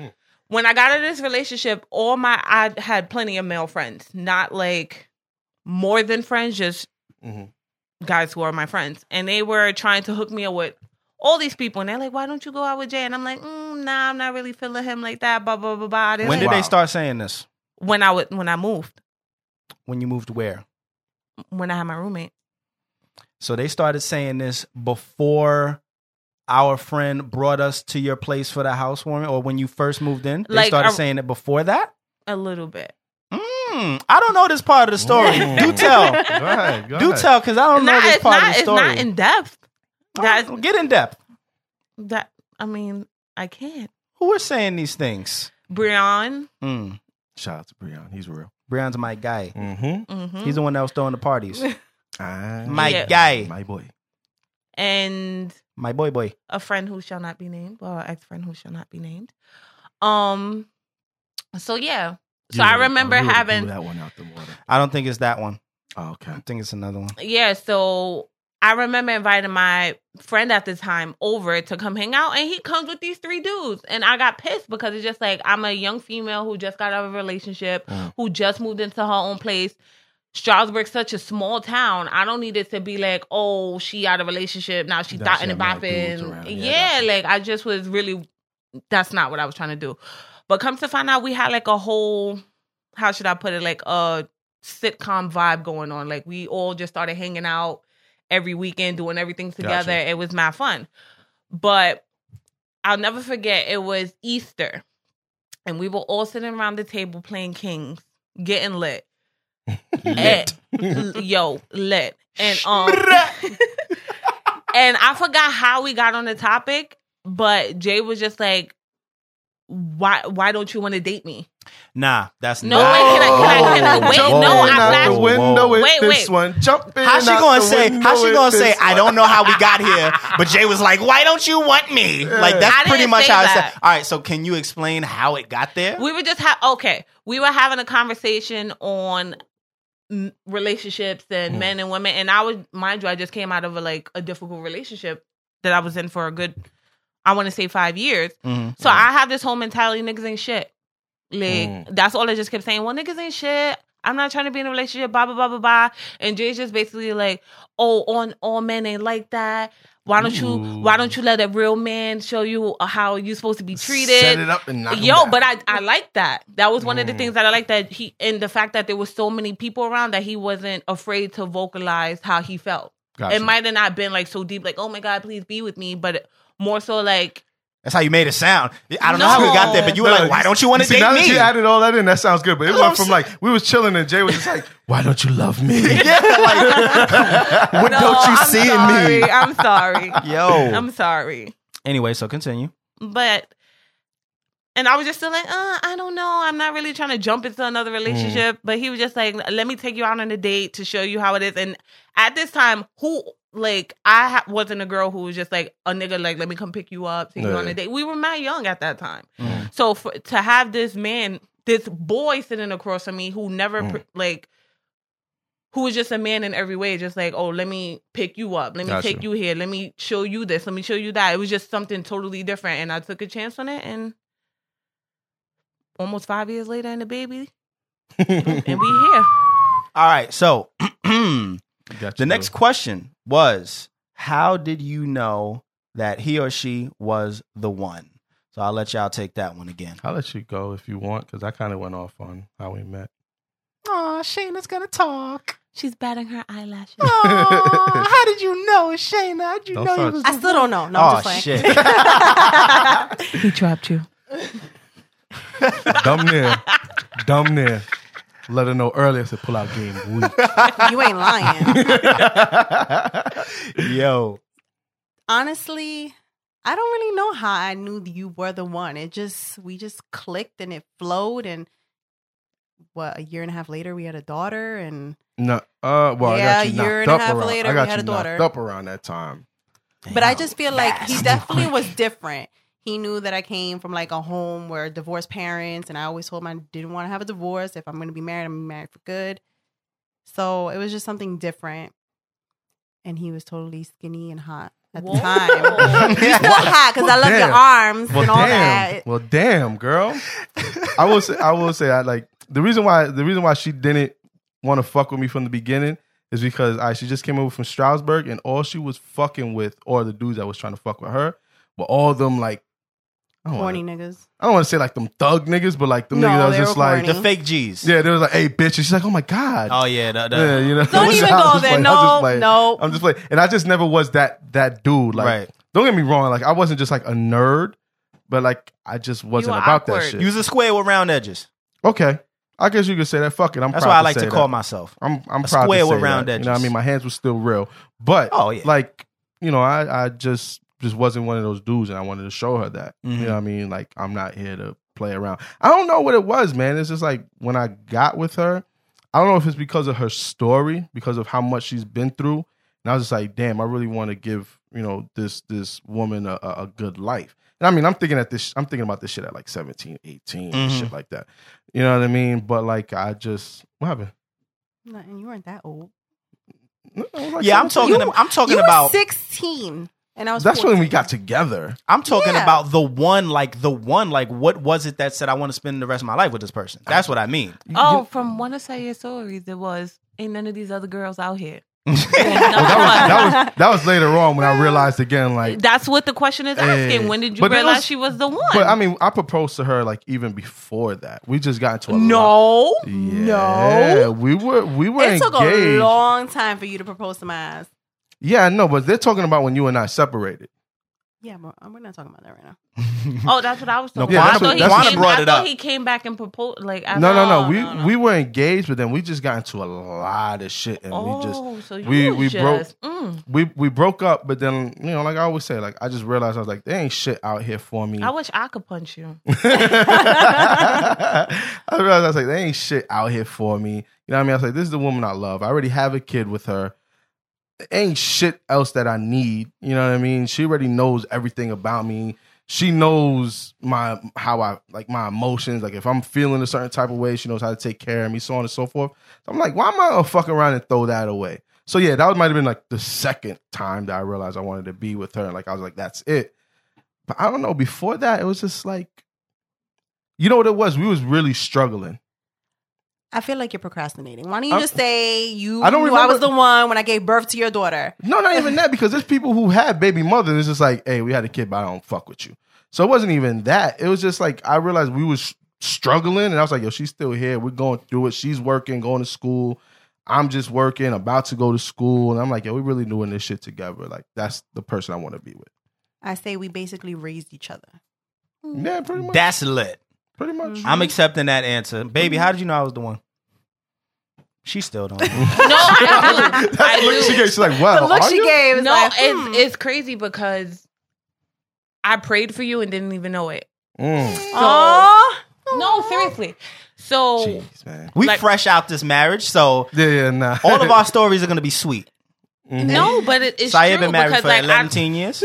Speaker 1: Mm.
Speaker 4: when I got out of this relationship, all my I had plenty of male friends, not like more than friends, just
Speaker 1: Mm-hmm.
Speaker 2: Mhm.
Speaker 4: guys who are my friends, and they were trying to hook me up with all these people, and they're like, "Why don't you go out with Jay?" And I'm like, mm, "Nah, I'm not really feeling him like that." Blah blah blah blah. They
Speaker 1: When did
Speaker 4: like,
Speaker 1: they
Speaker 2: Wow.
Speaker 1: start saying this?
Speaker 4: when I would when I moved
Speaker 1: When you moved where?
Speaker 4: when I had my roommate.
Speaker 1: So they started saying this before our friend brought us to your place for the housewarming, or when you first moved in. They
Speaker 4: Like, uh,
Speaker 1: started
Speaker 4: are-
Speaker 1: saying it before that.
Speaker 4: A little bit.
Speaker 1: Mm, I don't know this part of the story.
Speaker 2: Mm.
Speaker 1: Do tell.
Speaker 2: Go ahead, go
Speaker 1: Do
Speaker 2: ahead.
Speaker 1: tell, because I don't know
Speaker 4: Nah,
Speaker 1: this
Speaker 4: it's
Speaker 1: part of
Speaker 4: not.
Speaker 1: the
Speaker 4: It's
Speaker 1: story.
Speaker 4: not in depth.
Speaker 1: All
Speaker 4: that's-
Speaker 1: right, Get in depth.
Speaker 4: That I mean, I can't.
Speaker 1: Who were saying these things?
Speaker 4: Breon.
Speaker 1: Mm.
Speaker 2: Shout out to Breon. He's real.
Speaker 1: Brown's my guy.
Speaker 2: Mm-hmm.
Speaker 4: Mm-hmm.
Speaker 1: He's the one that was throwing the parties. My
Speaker 4: Yeah.
Speaker 1: guy.
Speaker 2: Ah, My boy.
Speaker 4: and
Speaker 1: My boy, boy.
Speaker 4: a friend who shall not be named, or an ex-friend who shall not be named. Um. So yeah,
Speaker 2: You
Speaker 4: so I
Speaker 2: really-
Speaker 4: remember
Speaker 2: you really
Speaker 4: having
Speaker 2: blew that one out the water.
Speaker 1: I don't think it's that one.
Speaker 2: Oh, okay.
Speaker 1: I think it's another one.
Speaker 4: yeah. So I remember inviting my friend at the time over to come hang out, and he comes with these three dudes, and I got pissed because it's just like I'm a young female who just got out of a relationship,
Speaker 2: Mm.
Speaker 4: who just moved into her own place. Strasbourg's such a small town. I don't need it to be like, oh, she out of relationship now. She's
Speaker 2: Now she
Speaker 4: dotting and
Speaker 2: had, like, dudes
Speaker 4: bopping.
Speaker 2: around. Yeah,
Speaker 4: Yeah, like I just was really. That's not what I was trying to do. But come to find out, we had like a whole. How should I put it? Like a sitcom vibe going on. Like we all just started hanging out every weekend, doing everything together. It was my fun. But I'll never forget. It was Easter, and we were all sitting around the table playing Kings, getting lit. Lit. yo lit and um and i forgot how we got on the topic but jay was just like why why don't you want to date me
Speaker 1: Nah, that's
Speaker 4: No,
Speaker 1: not.
Speaker 4: wait, can I- can I- can I- wait,
Speaker 2: Jump
Speaker 4: no,
Speaker 2: in
Speaker 4: I
Speaker 2: out
Speaker 4: flashed-
Speaker 2: the window with
Speaker 4: Wait,
Speaker 2: this
Speaker 4: wait.
Speaker 2: one. Jump in
Speaker 1: How she
Speaker 2: out
Speaker 1: gonna
Speaker 2: the
Speaker 1: say? How
Speaker 2: window
Speaker 1: she gonna
Speaker 2: with
Speaker 1: say?
Speaker 2: this
Speaker 1: I
Speaker 2: one."
Speaker 1: don't know how we got here, but Jay was like, "Why don't you want me?" Like
Speaker 4: I
Speaker 1: that's
Speaker 4: didn't
Speaker 1: pretty much
Speaker 4: say
Speaker 1: how I
Speaker 4: that.
Speaker 1: said. All right, so can you explain how it got there?
Speaker 4: We were just ha- okay. We were having a conversation on m- relationships and
Speaker 1: Mhm.
Speaker 4: men and women, and I was mind you, I just came out of a, like a difficult relationship that I was in for a good, I want to say five years.
Speaker 1: Mhm.
Speaker 4: So I have this whole mentality: niggas ain't shit. Like
Speaker 2: Mm.
Speaker 4: that's all I just kept saying. Well, niggas ain't shit. I'm not trying to be in a relationship. Blah blah blah blah blah. And Jay's just basically like, oh, on all men ain't like that. Why don't you? Why don't you let a real man show you how you supposed to be treated?
Speaker 2: Set it up and knock 'em
Speaker 4: Yo,
Speaker 2: down.
Speaker 4: but I I like that. That was one of the
Speaker 2: Mm.
Speaker 4: things that I like that he and the fact that there was so many people around that he wasn't afraid to vocalize how he felt.
Speaker 2: Gotcha.
Speaker 4: It might have not been like so deep, like oh my god, please be with me, but more so like
Speaker 1: That's how you made it sound. I don't know how we got there, but you were
Speaker 2: No,
Speaker 1: like, "Why don't you want to
Speaker 2: see,
Speaker 1: date
Speaker 2: now
Speaker 1: me?"
Speaker 2: that you added all that in, that sounds good. But it
Speaker 1: That's what
Speaker 2: went from
Speaker 1: I'm
Speaker 2: like we was chilling and Jay was just like, "Why don't you love me?
Speaker 1: yeah, like,
Speaker 2: what
Speaker 4: no,
Speaker 2: don't you
Speaker 4: I'm
Speaker 2: see
Speaker 4: sorry.
Speaker 2: in me?"
Speaker 4: I'm sorry.
Speaker 1: yo.
Speaker 4: I'm sorry.
Speaker 1: anyway, so continue.
Speaker 4: But and I was just still like, uh, I don't know. I'm not really trying to jump into another
Speaker 2: Mm.
Speaker 4: relationship. But he was just like, let me take you out on a date to show you how it is. And at this time, who like I ha- wasn't a girl who was just like a nigga like let me come pick you up, take you on
Speaker 2: Yeah.
Speaker 4: a date. We were not young at that time.
Speaker 1: Mhm.
Speaker 4: So for, to have this man, this boy sitting across from me who never
Speaker 2: Mm.
Speaker 4: pre- like who was just a man in every way, just like, oh, let me pick you up, let me
Speaker 2: Gotcha.
Speaker 4: take you here, let me show you this, let me show you that. It was just something totally different, and I took a chance on it, and almost five years later, and the baby, and we here.
Speaker 1: All right, so the
Speaker 2: Gotcha.
Speaker 1: next question was, "How did you know that he or she was the one?" So I'll let y'all take that one again.
Speaker 2: I'll let you go if you want because I kind of went off on how we met.
Speaker 3: Oh, Shayna's gonna talk.
Speaker 4: She's batting her eyelashes.
Speaker 3: Aw,
Speaker 1: how did you know, Shayna? How did you
Speaker 2: Don't know you start- was
Speaker 3: I still don't know. No,
Speaker 1: oh
Speaker 3: I'm just
Speaker 1: shit!
Speaker 3: playing.
Speaker 4: he trapped you.
Speaker 2: Dumb near, dumb near. Let her know earlier to pull out game week.
Speaker 3: you ain't lying.
Speaker 1: Yo,
Speaker 3: Honestly, I don't really know how I knew that you were the one. It just we just clicked and it flowed and what a year and a half later we had a daughter and
Speaker 2: no, uh, well,
Speaker 3: Yeah,
Speaker 2: I got you knocked
Speaker 3: year and a
Speaker 2: up
Speaker 3: half
Speaker 2: around.
Speaker 3: later,
Speaker 2: I
Speaker 3: we
Speaker 2: got
Speaker 3: had
Speaker 2: you
Speaker 3: a daughter.
Speaker 2: knocked up around that time.
Speaker 3: but I just feel like he
Speaker 1: fast.
Speaker 3: definitely was different. He knew that I came from like a home where divorced parents, and I always told him I didn't want to have a divorce. If I'm going to be married, I'm married for good. So it was just something different. And he was totally skinny and hot at
Speaker 4: Whoa.
Speaker 3: the time. You still hot because I
Speaker 2: Well,
Speaker 3: love
Speaker 2: damn.
Speaker 3: your arms
Speaker 2: Well,
Speaker 3: and all
Speaker 2: damn.
Speaker 3: that.
Speaker 2: Well, damn, girl. I will say, I will say, I like the reason why the reason why she didn't want to fuck with me from the beginning is because I she just came over from Strasbourg and all she was fucking with, or the dudes that was trying to fuck with her, were all them like. I don't wanna-
Speaker 3: Horny niggas.
Speaker 2: I don't want to say like them thug niggas, but like them
Speaker 3: No,
Speaker 2: niggas that was
Speaker 3: they were
Speaker 2: just like,
Speaker 1: the
Speaker 3: horny.
Speaker 1: fake G's.
Speaker 2: yeah, they was like, hey, bitch. And she's like, oh my God.
Speaker 1: Oh yeah. The, the,
Speaker 2: yeah, you know?
Speaker 3: Don't even
Speaker 2: I was
Speaker 3: go
Speaker 2: just
Speaker 3: there.
Speaker 2: like- I was just
Speaker 3: no,
Speaker 2: like- uh,
Speaker 3: no.
Speaker 2: I'm just like, and I just never was that that dude. Like,
Speaker 1: right.
Speaker 2: don't get me wrong. Like, I wasn't just like a nerd, but like, I just wasn't
Speaker 4: were
Speaker 2: about that
Speaker 4: awkward.
Speaker 2: shit.
Speaker 1: Use a square with round edges.
Speaker 2: okay. I guess you could say that. Fuck it. I'm
Speaker 1: That's
Speaker 2: proud
Speaker 1: why I
Speaker 2: to
Speaker 1: like
Speaker 2: say
Speaker 1: to call
Speaker 2: that.
Speaker 1: myself.
Speaker 2: I'm, I'm
Speaker 1: a
Speaker 2: proud
Speaker 1: square
Speaker 2: to
Speaker 1: with
Speaker 2: say
Speaker 1: round
Speaker 2: that. You know what I
Speaker 1: edges.
Speaker 2: mean? My hands were still real. But,
Speaker 1: Oh, yeah.
Speaker 2: like, you know, I, I just just wasn't one of those dudes and I wanted to show her that.
Speaker 1: Mhm.
Speaker 2: You know what I mean? Like, I'm not here to play around. I don't know what it was, man. It's just like when I got with her, I don't know if it's because of her story, because of how much she's been through. And I was just like, damn, I really want to give, you know, this this woman a, a, a good life. And I mean, I'm thinking at this I'm thinking about this shit at like 17, 18, and
Speaker 1: Mhm.
Speaker 2: shit like that. You know what I mean? But like I just what happened?
Speaker 3: No, And you weren't that old.
Speaker 2: No, I was like
Speaker 1: Yeah, I'm
Speaker 2: 17.
Speaker 1: talking. I'm talking
Speaker 3: you
Speaker 1: about.
Speaker 3: were 16. And I was
Speaker 2: That's
Speaker 3: 14.
Speaker 2: when we got together.
Speaker 1: I'm talking
Speaker 3: Yeah.
Speaker 1: about the one, like the one, like what was it that said I want to spend the rest of my life with this person? That's what I mean.
Speaker 4: Oh, from one of Saya's stories, it was ain't none of these other girls out here.
Speaker 2: Well, that, was, that was that was later on when I realized again, like,
Speaker 4: That's what the question is asking.
Speaker 2: Hey.
Speaker 4: when did you
Speaker 2: Eh. But it
Speaker 4: realize
Speaker 2: was-
Speaker 4: she was the one?
Speaker 2: but I mean, I proposed to her like even before that. We just got into a lot-
Speaker 4: no.
Speaker 2: yeah, we were we were
Speaker 3: It took a
Speaker 2: engaged.
Speaker 3: long time for you to propose to my ass.
Speaker 2: yeah, I know, but they're talking about when you and I separated.
Speaker 3: Yeah, but um, we're not talking about that right now.
Speaker 4: Oh, that's what I was
Speaker 1: No,
Speaker 4: talking about. I
Speaker 2: Quanta-
Speaker 4: thought he
Speaker 2: that's what-
Speaker 4: came,
Speaker 1: brought
Speaker 4: I
Speaker 1: it
Speaker 4: thought
Speaker 1: up.
Speaker 4: he came back and proposed. Like um,
Speaker 2: No, no, no. We we were engaged, but then we just got into a lot of shit, and
Speaker 4: oh,
Speaker 2: we just
Speaker 4: so you
Speaker 2: we-
Speaker 4: was
Speaker 2: we broke-
Speaker 4: just, mm.
Speaker 2: we we broke up. But then you know, like I always say, like I just realized I was like, there ain't shit out here for me.
Speaker 4: I wish I could punch you.
Speaker 2: I realized I was like, there ain't shit out here for me. You know what I mean? I was like, this is the woman I love. I already have a kid with her. There ain't shit else that I need. You know what I mean? She already knows everything about me. She knows my how I like my emotions. Like if I'm feeling a certain type of way, she knows how to take care of me, so on and so forth. I'm like, why am I gonna fuck around and throw that away? So yeah, that might have been like the second time that I realized I wanted to be with her. Like I was like, that's it. But I don't know. Before that, it was just like, you know what it was? We was really struggling.
Speaker 3: I feel like you're procrastinating. Why don't you
Speaker 2: I'm-
Speaker 3: just say you
Speaker 2: I don't
Speaker 3: knew I
Speaker 2: remember-
Speaker 3: was the one when I gave birth to your daughter?
Speaker 2: No, not even that because there's people who had baby mothers. It's just like, hey, we had a kid, but I don't fuck with you. So it wasn't even that. It was just like I realized we was struggling, and I was like, yo, she's still here. We're going through it. She's working, going to school. I'm just working, about to go to school, and I'm like, yo, we really doing this shit together. Like that's the person I want to be with.
Speaker 3: I say we basically raised each other.
Speaker 2: Yeah, pretty much.
Speaker 1: That's lit.
Speaker 2: pretty much.
Speaker 1: I'm accepting that answer. Baby, how did you know I was the one? She still don't. know.
Speaker 4: No, I
Speaker 2: That's
Speaker 4: do. I
Speaker 2: the look
Speaker 4: do.
Speaker 2: she gave. She's like, wow,
Speaker 3: the look
Speaker 2: Oh, are
Speaker 3: she
Speaker 2: you?
Speaker 3: gave is
Speaker 4: no,
Speaker 3: like, hmm.
Speaker 4: it's it's crazy because I prayed for you and didn't even know it.
Speaker 2: Mm.
Speaker 3: Aw.
Speaker 4: No, seriously. So
Speaker 2: Jeez, man.
Speaker 1: we
Speaker 4: Like-
Speaker 1: fresh out this marriage, so
Speaker 2: Yeah, yeah, nah.
Speaker 1: all of our stories are gonna be sweet.
Speaker 2: Mhm.
Speaker 4: no, but it, it's
Speaker 1: Saya
Speaker 4: true
Speaker 1: been married
Speaker 4: because
Speaker 1: for
Speaker 4: like I,
Speaker 1: 11 years.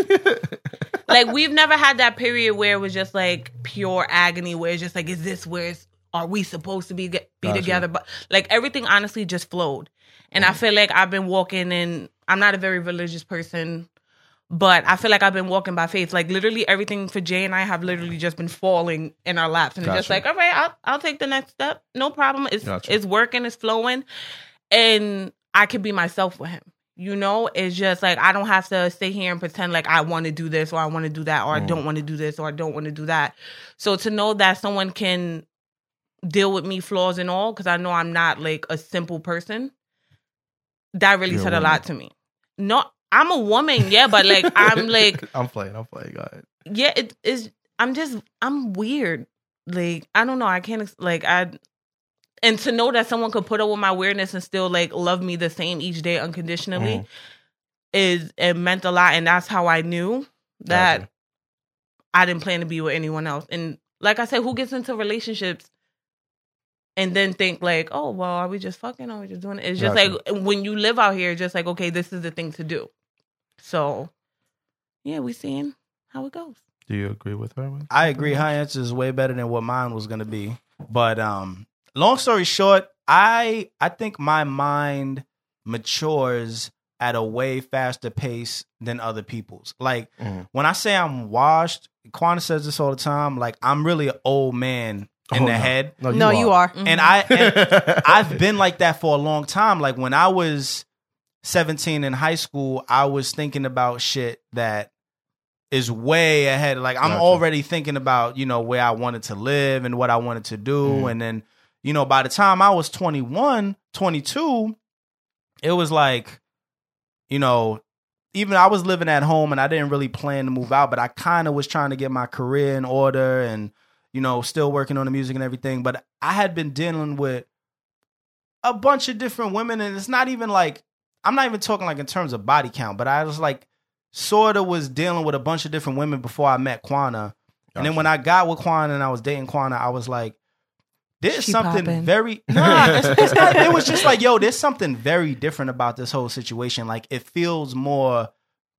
Speaker 4: like we've never had that period where it was just like pure agony where it's just like is this where it's, are we supposed to be get, be
Speaker 2: Gotcha.
Speaker 4: together but like everything honestly just flowed and i feel like i've been walking in i'm not a very religious person but i feel like i've been walking by faith like literally everything for jay and i have literally just been falling in our laps and it's just
Speaker 2: Gotcha.
Speaker 4: like all right i'll, I'll take the next step no problem it's,
Speaker 2: Gotcha.
Speaker 4: it's working it's flowing and I could be myself with him. You know, it's just like I don't have to sit here and pretend like I want to do this or I want to do that or I
Speaker 2: Mm.
Speaker 4: don't want to do this or I don't want to do that. So to know that someone can deal with me flaws and all because I know I'm not like a simple person, that really
Speaker 2: You're a
Speaker 4: said a
Speaker 2: woman.
Speaker 4: lot to me. No, I'm a woman, yeah, but like I'm like
Speaker 2: I'm playing. I'm playing. Go ahead.
Speaker 4: yeah, it is. I'm just, I'm weird. Like, I don't know. I can't, ex- like, I, and to know that someone could put up with my weirdness and still, like, love me the same each day unconditionally is, it meant a lot. And that's how I knew that
Speaker 2: Gotcha.
Speaker 4: I didn't plan to be with anyone else. And like I said, who gets into relationships and then think, like, oh, well, are we just fucking? Are we just doing it? It's just
Speaker 2: Gotcha.
Speaker 4: like when you live out here, it's just like, okay, this is the thing to do. So, yeah, we seeing how it goes.
Speaker 2: Do you agree with her? man?
Speaker 1: I agree. Her answer is way better than what mine was gonna be. But um, long story short, I I think my mind matures at a way faster pace than other people's. Like
Speaker 2: Mhm.
Speaker 1: when I say I'm washed, Quanta says this all the time. Like I'm really an old man in
Speaker 2: Oh,
Speaker 1: the
Speaker 2: no.
Speaker 1: head,
Speaker 3: no, you are.
Speaker 1: and I and I've
Speaker 2: I've
Speaker 1: been like that for a long time. Like when I was 17 in high school, I was thinking about shit that is way ahead. Like I'm
Speaker 2: Gotcha.
Speaker 1: already thinking about, you know, where I wanted to live and what I wanted to do.
Speaker 2: Mhm.
Speaker 1: And then, you know, by the time I was 21, 22, it was like, you know, even I was living at home and I didn't really plan to move out, but I kind of was trying to get my career in order and, you know, still working on the music and everything. But I had been dealing with a bunch of different women, and it's not even like I'm not even talking like in terms of body count, but I was like sort of was dealing with a bunch of different women before I met Kwana. And then when I got with Kwana and I was dating Kwana, I was like, there's
Speaker 4: She
Speaker 1: something
Speaker 4: poppin'.
Speaker 1: very nah. It's, it's not, it was just like, yo, there's something very different about this whole situation. Like it feels more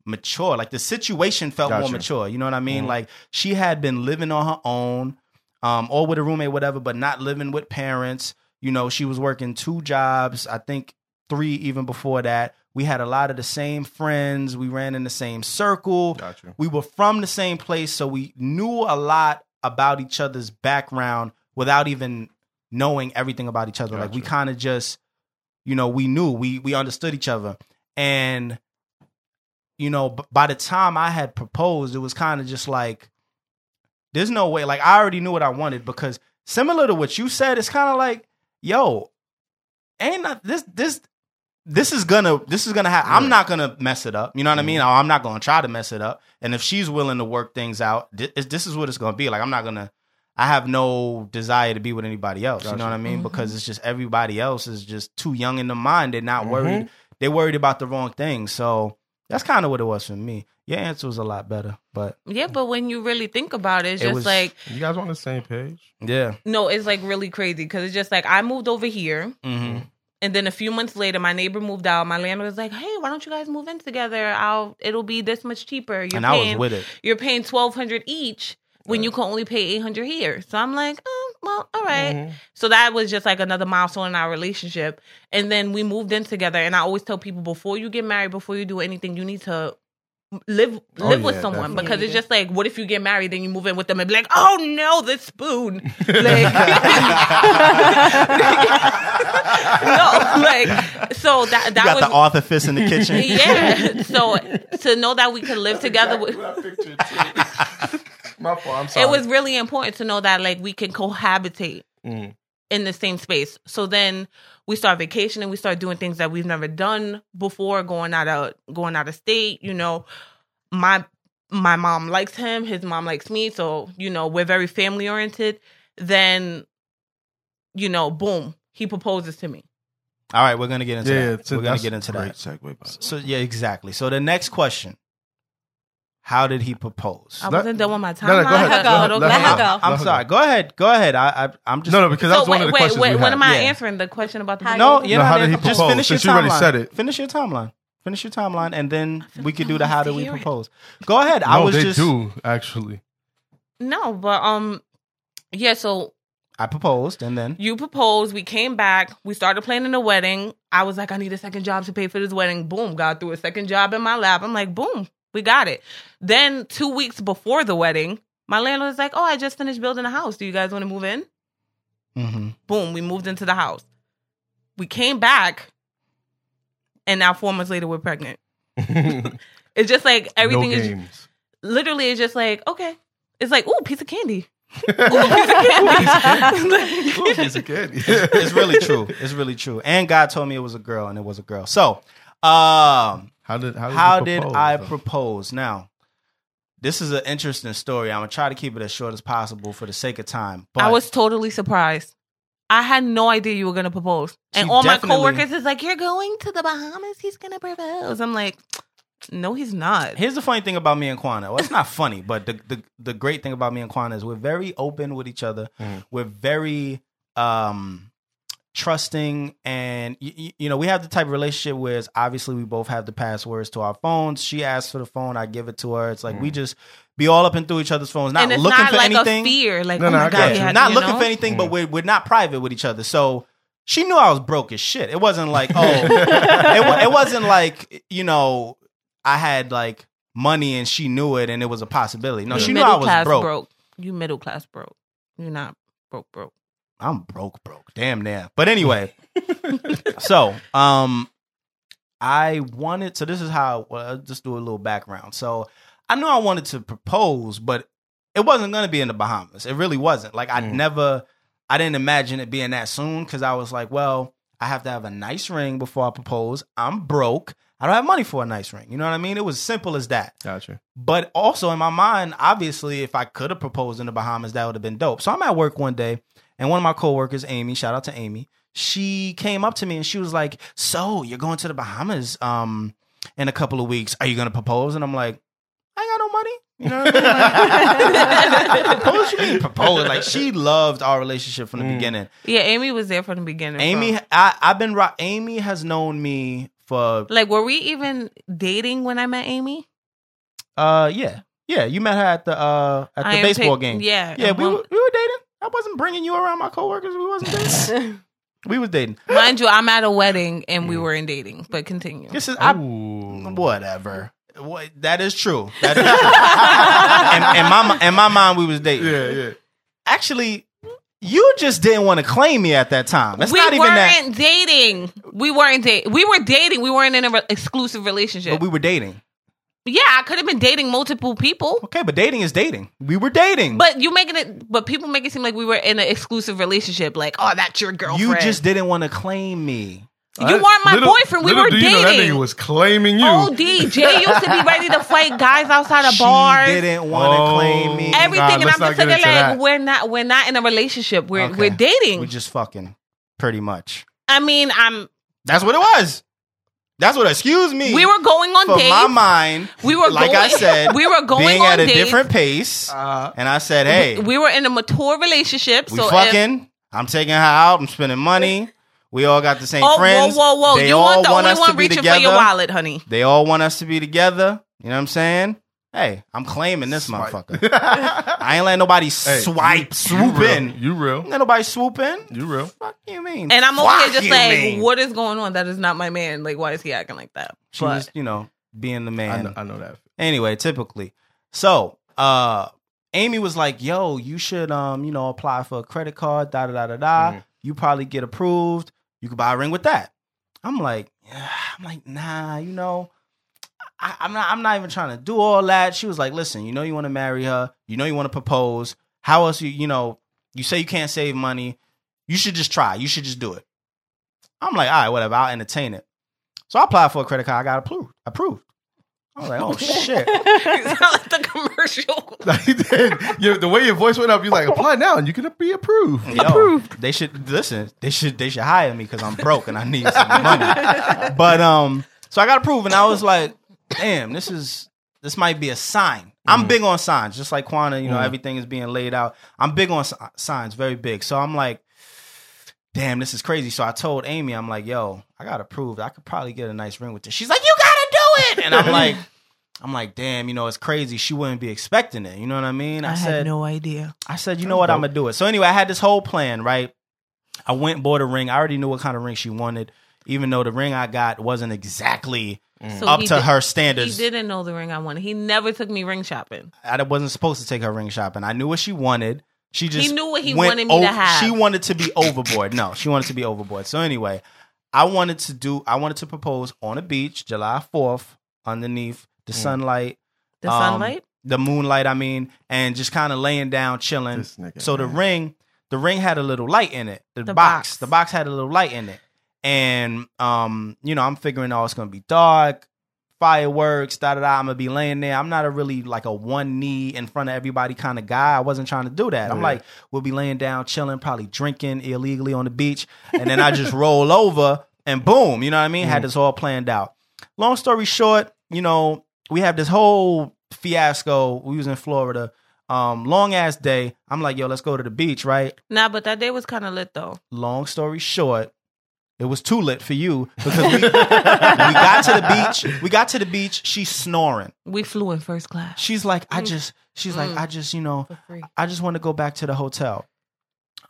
Speaker 1: mature. Like the situation felt more
Speaker 2: Gotcha.
Speaker 1: mature. You know what I mean?
Speaker 2: Mhm.
Speaker 1: Like she had been living on her own, um, or with a roommate, whatever, but not living with parents. You know, she was working two jobs. I think three even before that. We had a lot of the same friends. We ran in the same circle
Speaker 2: got you.
Speaker 1: we were from the same place, so we knew a lot about each other's background without even knowing everything about each other. Like we
Speaker 2: Gotcha.
Speaker 1: kind of just, you know, we knew we we understood each other, and you know, b- by the time I had proposed, it was kind of just like, there's no way. Like I already knew what I wanted because similar to what you said, it's kind of like, yo, ain't not this this this is gonna this is gonna happen. I'm
Speaker 2: Right. Mm-hmm.
Speaker 1: not gonna mess it up. You know what I mean? I'm not gonna try to mess it up. And if she's willing to work things out, thi- it's- this is what it's gonna be. Like I'm not gonna. I have no desire to be with anybody else. You know
Speaker 2: Gotcha. Mm-hmm.
Speaker 1: what I mean?
Speaker 4: Mhm.
Speaker 1: Because it's just everybody else is just too young in the mind. They're not
Speaker 2: Mm-hmm.
Speaker 1: worried. They worried about the wrong thing. So that's kind of what it was for me. Your answer was a lot better, but
Speaker 4: Yeah, but when you really think about it, it's
Speaker 1: It
Speaker 4: just
Speaker 1: was-
Speaker 4: like
Speaker 2: You guys on the same page?
Speaker 1: yeah.
Speaker 4: no, it's like really crazy because it's just like I moved over here,
Speaker 1: Mm-hmm.
Speaker 4: and then a few months later, my neighbor moved out. My landlord was like, "Hey, why don't you guys move in together? I'll it'll be this much cheaper. You're
Speaker 1: And I
Speaker 4: paying
Speaker 1: was with it.
Speaker 4: you're paying twelve hundred each when
Speaker 2: Right.
Speaker 4: you can only pay eight hundred here." So I'm like, oh, "Well, all right."
Speaker 2: Mhm.
Speaker 4: So that was just like another milestone in our relationship. And then we moved in together. And I always tell people before you get married, before you do anything, you need to live live
Speaker 2: Oh,
Speaker 4: with
Speaker 2: yeah,
Speaker 4: someone
Speaker 2: definitely.
Speaker 4: because it's just like, what if you get married, then you move in with them and be like, oh no, this spoon. Like, no, like so that
Speaker 1: you
Speaker 4: that
Speaker 1: got
Speaker 4: was
Speaker 1: the author fist in the kitchen.
Speaker 4: yeah. So to know that we could live together with
Speaker 2: My fault. I'm sorry.
Speaker 4: it was really important to know that like we can cohabitate
Speaker 2: Mm.
Speaker 4: in the same space. So then we start vacationing, we start doing things that we've never done before, going out of going out of state, you know. My my mom likes him, his mom likes me, so you know, we're very family oriented. Then you know, boom, he proposes to me.
Speaker 1: All right, we're gonna get into
Speaker 2: yeah,
Speaker 1: that. we're gonna get into
Speaker 2: great
Speaker 1: that.
Speaker 2: Segue, by the
Speaker 1: So yeah, exactly. So the next question: How did he propose?
Speaker 4: I
Speaker 2: Let-
Speaker 4: wasn't done with my time.
Speaker 2: no, go ahead,
Speaker 3: Let her go.
Speaker 2: let her- let
Speaker 3: Let her
Speaker 1: I'm,
Speaker 3: go.
Speaker 1: I'm
Speaker 2: Let her
Speaker 1: sorry. Go ahead. Go ahead. I, I I'm just
Speaker 2: no, no, because that
Speaker 4: So
Speaker 2: was one
Speaker 4: wait,
Speaker 2: of the
Speaker 4: wait,
Speaker 2: questions
Speaker 4: wait.
Speaker 2: we
Speaker 4: When
Speaker 2: had.
Speaker 4: am I
Speaker 1: Yeah.
Speaker 4: answering the question about the
Speaker 3: How
Speaker 1: No,
Speaker 3: you-
Speaker 1: you
Speaker 2: No,
Speaker 1: know
Speaker 2: how did he
Speaker 1: Just
Speaker 2: propose?
Speaker 1: finish your
Speaker 2: Since you already
Speaker 1: timeline.
Speaker 2: said it.
Speaker 1: Finish your timeline. Finish your timeline, and then
Speaker 4: feel
Speaker 1: we
Speaker 4: like
Speaker 1: could
Speaker 4: I
Speaker 1: do the
Speaker 4: want
Speaker 1: how
Speaker 4: to
Speaker 1: do we
Speaker 4: hear it.
Speaker 1: propose. Go ahead. I
Speaker 2: no,
Speaker 1: was
Speaker 2: they
Speaker 1: just
Speaker 2: do actually.
Speaker 4: No, but um yeah, so
Speaker 1: I proposed, and then
Speaker 4: You proposed. We came back. We started planning the wedding. I was like, I need a second job to pay for this wedding. Boom, God threw a second job in my lap. I'm like, boom, we got it. Then two weeks before the wedding, my landlord was like, Oh, I just finished building a house. Do you guys want to move in?
Speaker 1: hmm
Speaker 4: Boom, we moved into the house. We came back, and now four months later, we're pregnant. It's just like everything
Speaker 2: no
Speaker 4: is
Speaker 2: games.
Speaker 4: literally it's just like okay. It's like ooh, piece of candy. Ooh, piece of candy. Like-
Speaker 2: He's a kid.
Speaker 1: it's really true. It's really true. And God told me it was a girl, and it was a girl. So, um,
Speaker 2: How did how did,
Speaker 1: how
Speaker 2: you
Speaker 1: did
Speaker 2: propose,
Speaker 1: I
Speaker 2: though?
Speaker 1: propose? Now, this is an interesting story. I'm gonna try to keep it as short as possible for the sake of time. But
Speaker 4: I was totally surprised. I had no idea you were gonna propose. And
Speaker 1: She
Speaker 4: all my
Speaker 1: definitely-
Speaker 4: coworkers is like, You're going to the Bahamas, he's gonna propose. I'm like, No, he's not.
Speaker 1: here's the funny thing about me and Kwana. Well, it's not funny, but the, the the great thing about me and Kwana is we're very open with each other.
Speaker 2: Mhm.
Speaker 1: We're very um trusting and y- y- you know we have the type of relationship where it's obviously we both have the passwords to our phones she asks for the phone i give it to her it's like we
Speaker 2: Mhm.
Speaker 1: just be all up and through each other's phones not
Speaker 4: and it's
Speaker 1: looking
Speaker 4: not
Speaker 1: for
Speaker 4: like
Speaker 1: anything
Speaker 4: a fear, like
Speaker 2: No,
Speaker 4: oh
Speaker 2: no,
Speaker 4: my
Speaker 2: I got
Speaker 4: God,
Speaker 2: you.
Speaker 4: yeah,
Speaker 1: not
Speaker 4: you
Speaker 1: looking
Speaker 4: know?
Speaker 1: for anything, but
Speaker 2: Mm.
Speaker 1: we're, we're not private with each other. So she knew I was broke as shit. It wasn't like, oh, it, wa- it wasn't like, you know, I had like money and she knew it and it was a possibility. No,
Speaker 4: You
Speaker 1: she knew I was
Speaker 4: middle-class
Speaker 1: broke.
Speaker 4: You middle class broke. You're not broke broke.
Speaker 1: I'm broke, broke. Damn near. But anyway, so um, I wanted. So this is how. Well, I'll just do a little background. So I knew I wanted to propose, but it wasn't going to be in the Bahamas. It really wasn't. Like I
Speaker 2: Mm.
Speaker 1: never. I didn't imagine it being that soon because I was like, well, I have to have a nice ring before I propose. I'm broke. I don't have money for a nice ring. You know what I mean? It was simple as that.
Speaker 2: Gotcha.
Speaker 1: But also in my mind, obviously, if I could have proposed in the Bahamas, that would have been dope. So I'm at work one day, and one of my coworkers, Amy, shout out to Amy, she came up to me and she was like, "So you're going to the Bahamas um in a couple of weeks? Are you gonna propose?" And I'm like, "I ain't got no money." You know what I mean? Like, propose? You mean propose? Like she loved our relationship from the
Speaker 2: Mm.
Speaker 1: beginning.
Speaker 4: Yeah, Amy was there from the beginning.
Speaker 1: Amy,
Speaker 4: from-
Speaker 1: I, I've been. ro- Amy has known me for
Speaker 4: like were we even dating when I met Amy?
Speaker 1: uh yeah yeah. You met her at the uh at the
Speaker 4: I am
Speaker 1: baseball
Speaker 4: ta-
Speaker 1: game.
Speaker 4: Yeah.
Speaker 1: Yeah,
Speaker 4: and
Speaker 1: we
Speaker 4: one-
Speaker 1: were, we were dating. I wasn't bringing you around my coworkers. We wasn't dating. we was dating.
Speaker 4: mind you, I'm at a wedding and we
Speaker 2: Mm.
Speaker 4: were in dating, but continue.
Speaker 1: This is I, Oh,
Speaker 2: Ooh.
Speaker 1: whatever. What, that is true. That is true. in, in my mi- in my mind, we was dating.
Speaker 2: Yeah, yeah.
Speaker 1: Actually, you just didn't want to claim me at that time. It's
Speaker 4: we
Speaker 1: not even
Speaker 4: weren't
Speaker 1: that.
Speaker 4: dating. We weren't dating. We were dating. We weren't in an exclusive relationship.
Speaker 1: But we were dating.
Speaker 4: yeah, I could have been dating multiple people,
Speaker 1: Okay, but dating is dating. We were dating.
Speaker 4: but you making it. But people make it seem like we were in an exclusive relationship. Like, oh, that's your girlfriend.
Speaker 1: you just didn't want to claim me.
Speaker 4: You weren't my
Speaker 2: little,
Speaker 4: boyfriend. We
Speaker 2: little
Speaker 4: were
Speaker 2: do you know that
Speaker 4: dating.
Speaker 2: nigga was claiming you.
Speaker 4: OD, Oh, Jay used to be ready to fight guys outside of bars.
Speaker 1: She didn't want to
Speaker 2: Oh.
Speaker 1: claim me.
Speaker 2: Every-
Speaker 4: Everything,
Speaker 2: Nah,
Speaker 4: and I'm
Speaker 2: let's
Speaker 4: just
Speaker 2: not get
Speaker 4: looking like,
Speaker 2: into that.
Speaker 4: we're not, we're not in a relationship. We're,
Speaker 1: Okay.
Speaker 4: we're dating.
Speaker 1: We're just fucking, pretty much.
Speaker 4: I mean, I'm.
Speaker 1: That's what it was. That's what. Excuse me.
Speaker 4: We were going on
Speaker 1: for
Speaker 4: dates.
Speaker 1: my mind.
Speaker 4: we were
Speaker 1: like
Speaker 4: going,
Speaker 1: I said,
Speaker 4: we were going
Speaker 1: being
Speaker 4: on
Speaker 1: at a
Speaker 4: dates.
Speaker 1: different pace,
Speaker 2: Uh,
Speaker 1: and I said, "Hey,
Speaker 4: We were in a mature relationship.
Speaker 1: we
Speaker 4: so if-
Speaker 1: fucking. I'm taking her out. I'm spending money. We all got the same
Speaker 4: oh,
Speaker 1: friends.
Speaker 4: whoa, whoa, whoa!
Speaker 1: They
Speaker 4: you
Speaker 1: all
Speaker 4: want the
Speaker 1: want
Speaker 4: only
Speaker 1: us to
Speaker 4: one
Speaker 1: be
Speaker 4: reaching for your
Speaker 1: together.
Speaker 4: wallet, honey.
Speaker 1: They all want us to be together. You know what I'm saying? Hey, I'm claiming this
Speaker 2: Swipe.
Speaker 1: motherfucker. I ain't letting nobody
Speaker 2: Hey,
Speaker 1: swipe, swoop
Speaker 2: you real.
Speaker 1: in.
Speaker 2: You
Speaker 1: Ain't
Speaker 2: real.
Speaker 1: let nobody swoop in.
Speaker 2: You real.
Speaker 1: Fuck you mean?
Speaker 4: And I'm
Speaker 1: Fuck
Speaker 4: over here just
Speaker 1: you
Speaker 4: like,
Speaker 1: mean.
Speaker 4: what is going on? That is not my man. Like, why is he acting like that?
Speaker 1: She
Speaker 4: But
Speaker 1: was, you know, being the man.
Speaker 2: I know, I know that.
Speaker 1: anyway typically so uh amy was like yo you should um you know apply for a credit card da da da da da
Speaker 2: Mhm.
Speaker 1: you probably get approved you could buy a ring with that i'm like yeah. i'm like nah you know I, i'm not i'm not even trying to do all that she was like listen you know you want to marry her you know you want to propose how else you you know you say you can't save money you should just try you should just do it i'm like all right whatever i'll entertain it so i applied for a credit card i got approved approved i was like oh shit
Speaker 4: it's not like the commercial.
Speaker 2: Like, you- the way your voice went up, you're like, apply now and you can be approved.
Speaker 1: Yo, They should listen. They should they should hire me because I'm broke and I need some money. But um, so I got approved, and I was like, damn, this is this might be a sign. I'm
Speaker 2: Mhm.
Speaker 1: big on signs, just like Quana. You know,
Speaker 2: Mhm.
Speaker 1: everything is being laid out. I'm big on si- signs, very big. So I'm like, damn, this is crazy. So I told Amy, I'm like, yo, I got approved. I could probably get a nice ring with this. She's like, you gotta do it, and I'm like. I'm like, damn, you know, it's crazy. She wouldn't be expecting it. You know what I mean? I, said,
Speaker 4: no idea.
Speaker 1: I said, you know what, I'm gonna do it. So anyway, I had this whole plan, right? I went and bought a ring. I already knew what kind of ring she wanted, even though the ring I got wasn't exactly
Speaker 4: So
Speaker 1: mm, up
Speaker 4: he
Speaker 1: to
Speaker 4: did-
Speaker 1: her
Speaker 4: He
Speaker 1: standards.
Speaker 4: didn't know the ring I wanted. He never took me ring shopping.
Speaker 1: I wasn't supposed to take her ring shopping. I knew what she wanted. She just
Speaker 4: knew what he
Speaker 1: went
Speaker 4: wanted me to have.
Speaker 1: She wanted to be overboard. No, she wanted to be overboard. So anyway, I wanted to do. I wanted to propose on a beach, July fourth, underneath the
Speaker 2: Mm.
Speaker 1: sunlight,
Speaker 4: The
Speaker 1: Um,
Speaker 4: sunlight.
Speaker 1: the moonlight. I mean, and just kind of laying down, chilling.
Speaker 2: This nigga,
Speaker 1: So the
Speaker 2: man.
Speaker 1: ring, the ring had a little light in it. The,
Speaker 4: The
Speaker 1: box,
Speaker 4: box.
Speaker 1: the box had a little light in it. And um, you know, I'm figuring oh, it's gonna be dark, fireworks, da da da. I'm gonna be laying there. I'm not a really like a one knee in front of everybody kind of guy. I wasn't trying to do that. I'm
Speaker 2: Yeah.
Speaker 1: like, we'll be laying down, chilling, probably drinking illegally on the beach, and then I just roll over and boom, you know what I mean? Had this all planned out. Long story short, you know, we have this whole fiasco. We was in Florida. Um, long ass day. I'm like, yo, let's go to the beach, right?
Speaker 4: Nah, but that day was kind of lit though.
Speaker 1: Long story short, it was too lit for you because we, we got to the beach. We got to the beach. She's snoring.
Speaker 4: We flew in first class
Speaker 1: She's like, I just. She's like,
Speaker 4: Mm.
Speaker 1: I just, you know,
Speaker 4: for free.
Speaker 1: I just want to go back to the hotel.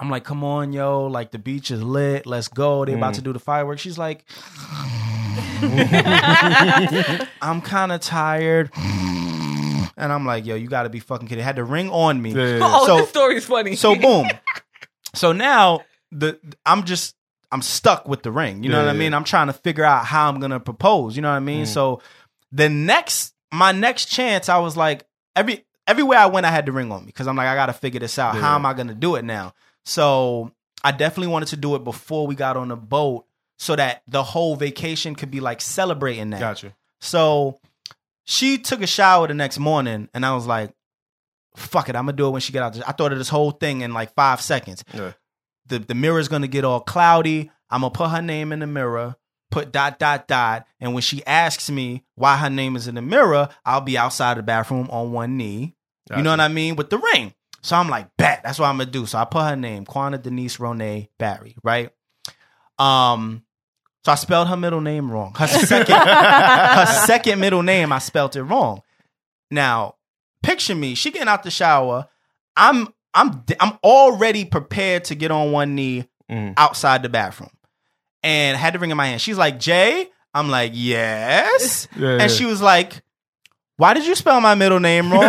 Speaker 1: I'm like, come on, yo, like the beach is lit. Let's go. They about
Speaker 2: Mm.
Speaker 1: to do the fireworks. She's like, I'm kind of tired. And I'm like, yo, you got to be fucking kidding. Had the ring on me.
Speaker 2: Yeah, yeah, yeah.
Speaker 4: oh,
Speaker 1: So-
Speaker 4: this story's funny.
Speaker 1: So boom. so now the I'm just I'm stuck with the ring. You know what I
Speaker 2: Yeah.
Speaker 1: mean? I'm trying to figure out how I'm gonna propose. You know what I mean?
Speaker 2: Mm.
Speaker 1: So the next my next chance, I was like every everywhere I went, I had the ring on me because I'm like I gotta figure this out. How
Speaker 2: Yeah.
Speaker 1: am I gonna do it now? So I definitely wanted to do it before we got on the boat so that the whole vacation could be like celebrating that.
Speaker 2: Gotcha.
Speaker 1: So she took a shower the next morning, and I was like, "Fuck it, I'm gonna do it when she get out." I thought of this whole thing in like five seconds.
Speaker 2: Yeah.
Speaker 1: The the mirror's gonna get all cloudy. I'm gonna put her name in the mirror, put dot dot dot, and when she asks me why her name is in the mirror, I'll be outside the bathroom on one knee. You know what I mean? With the ring. So I'm like, bet. That's what I'm gonna do. So I put her name, Quana Denise Renee Barry, right? Um, so I spelled her middle name wrong. Her second her second middle name, I spelt it wrong. Now, picture me. She getting out the shower. I'm I'm I'm already prepared to get on one knee
Speaker 2: Mm.
Speaker 1: outside the bathroom, and had the ring in my hand. She's like, Jay. I'm like, yes.
Speaker 2: Yeah, yeah.
Speaker 1: And she was like, Why did you spell my middle name wrong?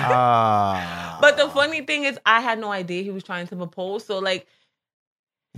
Speaker 1: Ah.
Speaker 4: but the funny thing is, I had no idea he was trying to propose. So like,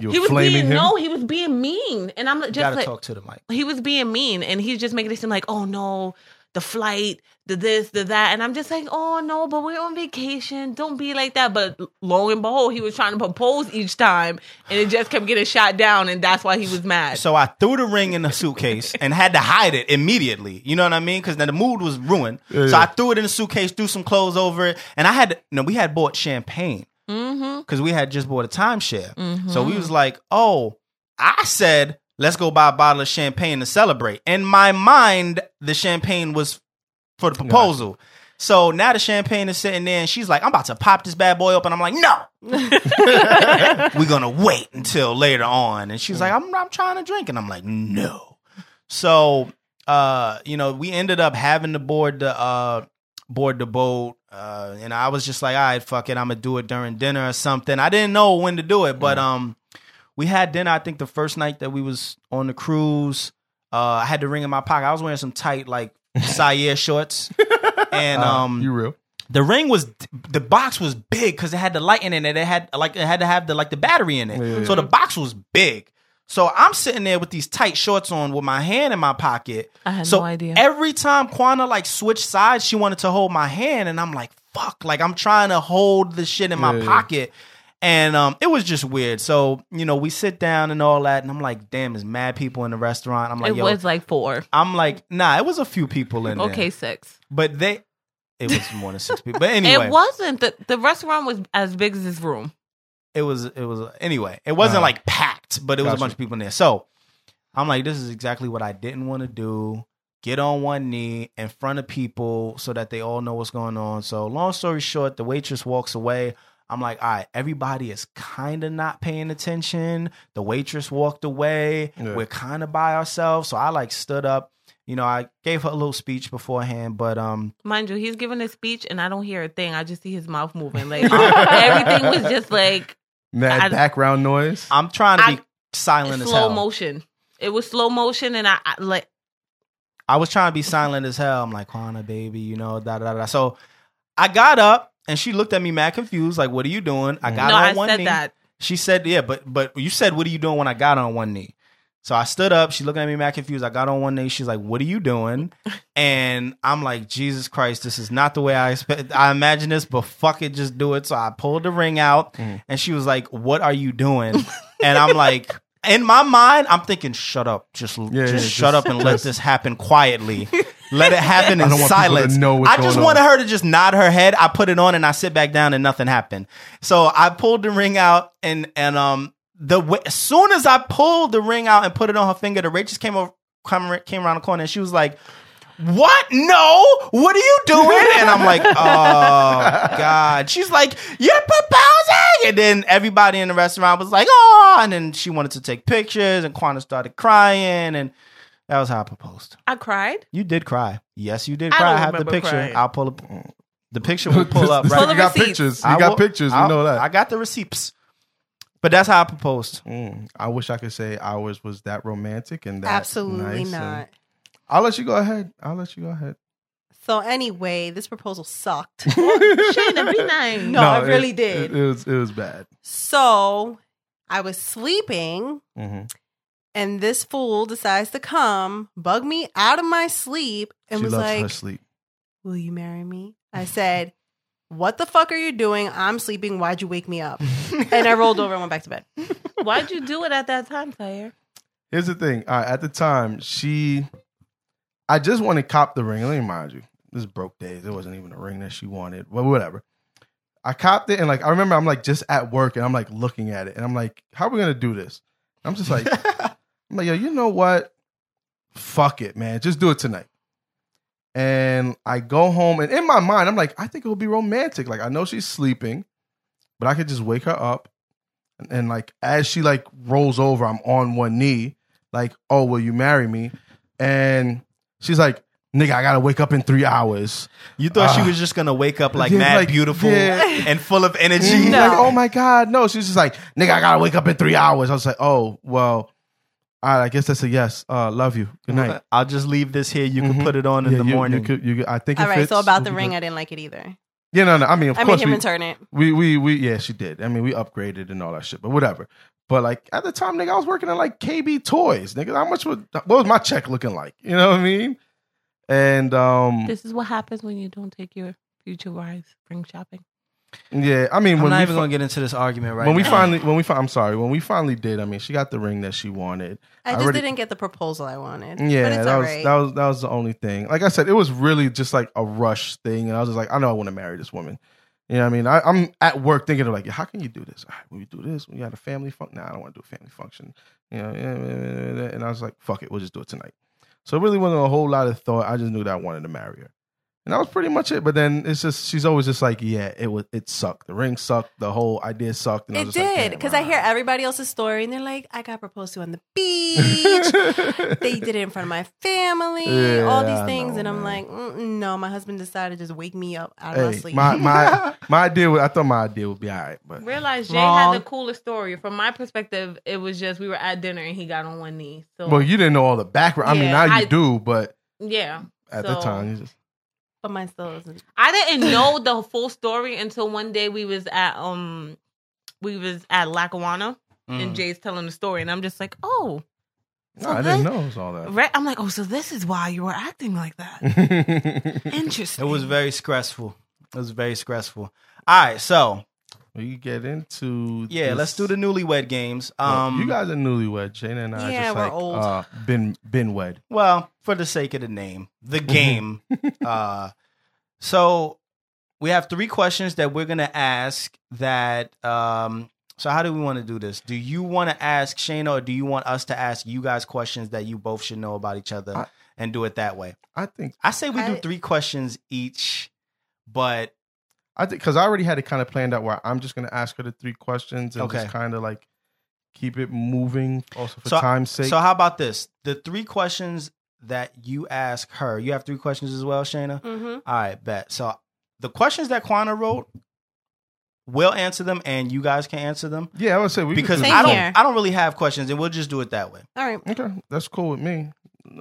Speaker 2: You
Speaker 4: he
Speaker 2: were
Speaker 4: was
Speaker 2: flaming
Speaker 4: being
Speaker 2: him.
Speaker 4: no, he was being mean, and I'm
Speaker 1: gotta
Speaker 4: just like,
Speaker 1: talk to the mic.
Speaker 4: he was being mean, and he's just making it seem like, oh no, the flight, the this, the that. And I'm just like, oh no, but we're on vacation. Don't be like that. But lo and behold, he was trying to propose each time and it just kept getting shot down. And that's why he was mad.
Speaker 1: So I threw the ring in the suitcase and had to hide it immediately. You know what I mean? Because now the mood was ruined. So I threw it in the suitcase, threw some clothes over it, and I had no. We had bought champagne
Speaker 4: Mm-hmm.
Speaker 1: because we had just bought a timeshare. So we was like, oh, I said let's go buy a bottle of champagne to celebrate. In my mind, the champagne was for the proposal. So now the champagne is sitting there, and she's like, "I'm about to pop this bad boy open." I'm like, "No, we're gonna wait until later on. And she's like, I'm, I'm trying to drink. And I'm like, no. So, uh, you know, we ended up having to board the, uh, board the boat. Uh, and I was just like, all right, fuck it. I'm gonna do it during dinner or something. I didn't know when to do it, but, um, we had dinner, I think the first night that we was on the cruise, uh, I had the ring in my pocket. I was wearing some tight, like, Sayer shorts. And, um,
Speaker 2: you real?
Speaker 1: the ring was the box was big because it had the light in it. and It had like it had to have the like the battery in it.
Speaker 2: Yeah, yeah,
Speaker 1: So the box was big. So I'm sitting there with these tight shorts on with my hand in my pocket.
Speaker 4: I had
Speaker 1: so
Speaker 4: no idea.
Speaker 1: Every time Kwana like switched sides, she wanted to hold my hand, and I'm like, fuck, like I'm trying to hold the shit in my
Speaker 2: Yeah, yeah.
Speaker 1: pocket. And um, it was just weird. So, you know, we sit down and all that, and I'm like, damn, there's mad people in the restaurant. I'm like,
Speaker 4: it
Speaker 1: yo,
Speaker 4: was like four.
Speaker 1: I'm like, nah, it was a few people in there.
Speaker 4: Okay, six.
Speaker 1: But they it was more than six people. But anyway.
Speaker 4: It wasn't. The, the restaurant was as big as this room.
Speaker 1: it was it was anyway it wasn't
Speaker 2: Uh-huh.
Speaker 1: like packed but it was a
Speaker 2: Gotcha.
Speaker 1: bunch of people in there so i'm like this is exactly what i didn't want to do get on one knee in front of people so that they all know what's going on so long story short the waitress walks away i'm like all right everybody is kind of not paying attention the waitress walked away
Speaker 2: Yeah.
Speaker 1: we're kind of by ourselves so i like stood up you know i gave her a little speech beforehand but um
Speaker 4: Mind you, he's giving a speech and I don't hear a thing. I just see his mouth moving. Like everything was just like
Speaker 2: Mad
Speaker 4: I-
Speaker 2: background noise.
Speaker 1: i'm trying to
Speaker 4: I-
Speaker 1: be silent as
Speaker 4: slow
Speaker 1: hell
Speaker 4: motion. It was slow motion, and I, I like
Speaker 1: I was trying to be silent as hell. I'm like, Kwana, baby, you know, da da da, da. So I got up and she looked at me mad confused, like, what are you doing? I got
Speaker 4: Mm. no,
Speaker 1: on
Speaker 4: I
Speaker 1: one
Speaker 4: said
Speaker 1: knee.
Speaker 4: that.
Speaker 1: She said, yeah, but but you said, what are you doing when I got on one knee? So I stood up. She looking at me mad confused. I got on one knee. She's like, what are you doing? And I'm like, Jesus Christ, this is not the way I expect. I imagined this, but fuck it, just do it. So I pulled the ring out
Speaker 2: Mhm.
Speaker 1: and she was like, what are you doing? And I'm like, in my mind, I'm thinking, shut up. Just,
Speaker 2: yeah,
Speaker 1: just
Speaker 2: just-
Speaker 1: shut up and let this happen quietly. Let it happen in
Speaker 2: don't want people to
Speaker 1: silence.
Speaker 2: know what's
Speaker 1: I just
Speaker 2: going
Speaker 1: wanted
Speaker 2: on.
Speaker 1: her to just nod her head. I put it on and I sit back down and nothing happened. So I pulled the ring out and and um the wa- as soon as I pulled the ring out and put it on her finger, the waitress came over come, came around the corner and she was like, "What? No! What are you doing?" And I'm like, "Oh God!" She's like, "You're proposing!" And then everybody in the restaurant was like, "Oh!" And then she wanted to take pictures, and Quanta started crying, and that was how I proposed.
Speaker 4: I cried.
Speaker 1: You did cry. Yes, you did
Speaker 4: I
Speaker 1: cry. I,
Speaker 4: don't
Speaker 1: have the
Speaker 4: remember
Speaker 1: picture.
Speaker 4: crying.
Speaker 1: I'll pull up. mm, The picture will pull up
Speaker 2: This
Speaker 1: right.
Speaker 4: Pull
Speaker 2: nigga
Speaker 4: the
Speaker 2: got
Speaker 4: receipts.
Speaker 2: pictures.
Speaker 1: I
Speaker 2: He got
Speaker 1: will-
Speaker 2: pictures.
Speaker 1: I'll-
Speaker 2: You know that.
Speaker 1: I got the receipts. But that's how I proposed.
Speaker 2: Mm, I wish I could say ours was that romantic and that
Speaker 3: Absolutely
Speaker 2: nice and-
Speaker 3: not.
Speaker 2: I'll let you go ahead. I'll let you go ahead.
Speaker 3: So anyway, this proposal sucked.
Speaker 4: Shayna, be nice.
Speaker 3: No, I really
Speaker 2: it-
Speaker 3: did.
Speaker 2: It, it was it was bad.
Speaker 3: so I was sleeping,
Speaker 2: Mm-hmm.
Speaker 3: and this fool decides to come, bug me out of my sleep, and
Speaker 2: she
Speaker 3: was
Speaker 2: loves
Speaker 3: like,
Speaker 2: her sleep.
Speaker 3: Will you marry me? I said, What the fuck are you doing? I'm sleeping. Why'd you wake me up? and I rolled over and went back to bed.
Speaker 4: Why'd you do it at that time, Tyre?
Speaker 2: Here's the thing. All right, at the time, she, I just wanted to cop the ring. Let me mind you, this is broke days. It wasn't even a ring that she wanted. Well, whatever. I copped it, and like I remember, I'm like just at work, and I'm like looking at it, and I'm like, how are we gonna do this? I'm just like, I'm like, yo, you know what? Fuck it, man. Just do it tonight. And I go home, and in my mind, I'm like, I think it would be romantic. Like, I know she's sleeping, but I could just wake her up. And, and, like, as she like rolls over, I'm on one knee, like, oh, will you marry me? And she's like, nigga, I gotta wake up in three hours.
Speaker 1: You thought
Speaker 2: Ah.
Speaker 1: she was just gonna wake up like
Speaker 2: Yeah,
Speaker 1: mad
Speaker 2: like,
Speaker 1: beautiful
Speaker 2: yeah.
Speaker 1: and full of energy.
Speaker 2: She's like, oh my God, no. She's just like, nigga, I gotta wake up in three hours. I was like, oh, well, all right, I guess that's a yes. Uh, love you. Good night.
Speaker 1: I'll just leave this here. You can
Speaker 2: Mhm.
Speaker 1: put it on in
Speaker 2: Yeah,
Speaker 1: the
Speaker 2: you- you
Speaker 1: morning.
Speaker 2: could- you could- I think.
Speaker 3: All
Speaker 2: it
Speaker 3: right.
Speaker 2: fits.
Speaker 3: So about the
Speaker 2: We'll be
Speaker 3: ring,
Speaker 2: good.
Speaker 3: I didn't like it either.
Speaker 2: Yeah, no, no. I mean, of
Speaker 3: I made
Speaker 2: course,
Speaker 3: him
Speaker 2: we,
Speaker 3: return it.
Speaker 2: we, we, we, yeah, she did. I mean, we upgraded and all that shit, but whatever. But like at the time, nigga, I was working at like KB Toys, nigga. How much was what was my check looking like? You know what I mean? And um,
Speaker 4: This is what happens when you don't take your future wife spring shopping.
Speaker 2: yeah, I mean,
Speaker 1: I'm
Speaker 2: when
Speaker 1: not
Speaker 2: we
Speaker 1: even
Speaker 2: fi-
Speaker 1: gonna get into this argument right
Speaker 2: when we
Speaker 1: now.
Speaker 2: finally when we fi- I'm sorry when we finally did. I mean, she got the ring that she wanted.
Speaker 3: I
Speaker 2: I
Speaker 3: just
Speaker 2: already-
Speaker 3: didn't get the proposal I wanted. but
Speaker 2: Yeah,
Speaker 3: it's
Speaker 2: that
Speaker 3: all
Speaker 2: was
Speaker 3: right.
Speaker 2: that was that was the only thing. Like I said, it was really just like a rush thing, and I was just like, I know I want to marry this woman. You know what I mean? I, I'm at work thinking of like, how can you do this? All right, when we do this, we got a family function. Nah, I don't want to do a family function. You know, yeah, yeah, yeah, yeah. and I was like, fuck it, we'll just do it tonight. So it really wasn't a whole lot of thought. I just knew that I wanted to marry her, and that was pretty much it. But then it's just she's always just like, yeah, it was it sucked. The ring sucked. The whole idea sucked. And I
Speaker 3: it
Speaker 2: was just like, damn,
Speaker 3: did because I
Speaker 2: all
Speaker 3: hear
Speaker 2: right.
Speaker 3: everybody else's story and they're like, I got proposed to on the beach. they did it in front of my family,
Speaker 2: Yeah,
Speaker 3: all
Speaker 2: I
Speaker 3: these things,
Speaker 2: know,
Speaker 3: and I'm
Speaker 2: man.
Speaker 3: like, mm, no. My husband decided to just wake me up out of my
Speaker 2: Hey,
Speaker 3: sleep.
Speaker 2: my my my idea. Was, I thought my idea would be all right, but
Speaker 4: Realize Jay
Speaker 3: Wrong.
Speaker 4: had the coolest story. From my perspective, it was just we were at dinner and he got on one knee. So
Speaker 2: well, you didn't know all the background. I mean,
Speaker 4: Yeah,
Speaker 2: now you
Speaker 4: I-
Speaker 2: do, but
Speaker 4: yeah,
Speaker 2: at the
Speaker 4: So-
Speaker 2: time, you just,
Speaker 3: but mine still isn't.
Speaker 4: I didn't know the full story until one day we was at um we was at Lackawanna and
Speaker 1: Mm.
Speaker 4: Jay's telling the story and I'm just like, oh,
Speaker 2: no, I didn't know it was all that.
Speaker 4: right. I'm like, oh, so this is why you were acting like that.
Speaker 2: Mm.
Speaker 1: It
Speaker 4: Interesting.
Speaker 1: was very stressful. It was very stressful. All right, so
Speaker 2: we get into
Speaker 1: yeah,
Speaker 2: this-
Speaker 1: let's do the newlywed games.
Speaker 2: Well,
Speaker 1: Um,
Speaker 2: you guys are newlywed. Shana and I
Speaker 3: Yeah,
Speaker 2: just
Speaker 3: we're
Speaker 2: like
Speaker 3: old.
Speaker 2: uh, been been wed.
Speaker 1: Well, for the sake of the name, the game. uh, so we have three questions that we're gonna ask. That um, so how do we want to do this? Do you want to ask Shayna, or do you want us to ask you guys questions that you both should know about each other
Speaker 2: I-
Speaker 1: and do it that way?
Speaker 2: I think
Speaker 1: I say we do
Speaker 3: I-
Speaker 1: three questions each, but
Speaker 2: I think because I already had it kind of planned out where I'm just gonna ask her the three questions and
Speaker 1: Okay.
Speaker 2: just kind of like keep it moving. Also for
Speaker 1: So-
Speaker 2: time's sake.
Speaker 1: so how about this? The three questions that you ask her, you have three questions as well, Shayna.
Speaker 3: Mm-hmm.
Speaker 1: All right, bet. So the questions that Quana wrote, we'll answer them, and you guys can answer them
Speaker 2: yeah, I would say we could
Speaker 1: because
Speaker 2: do
Speaker 3: Same
Speaker 1: I don't.
Speaker 3: here.
Speaker 1: I don't really have questions, and we'll just do it that way.
Speaker 3: All right.
Speaker 2: Okay, that's cool with me.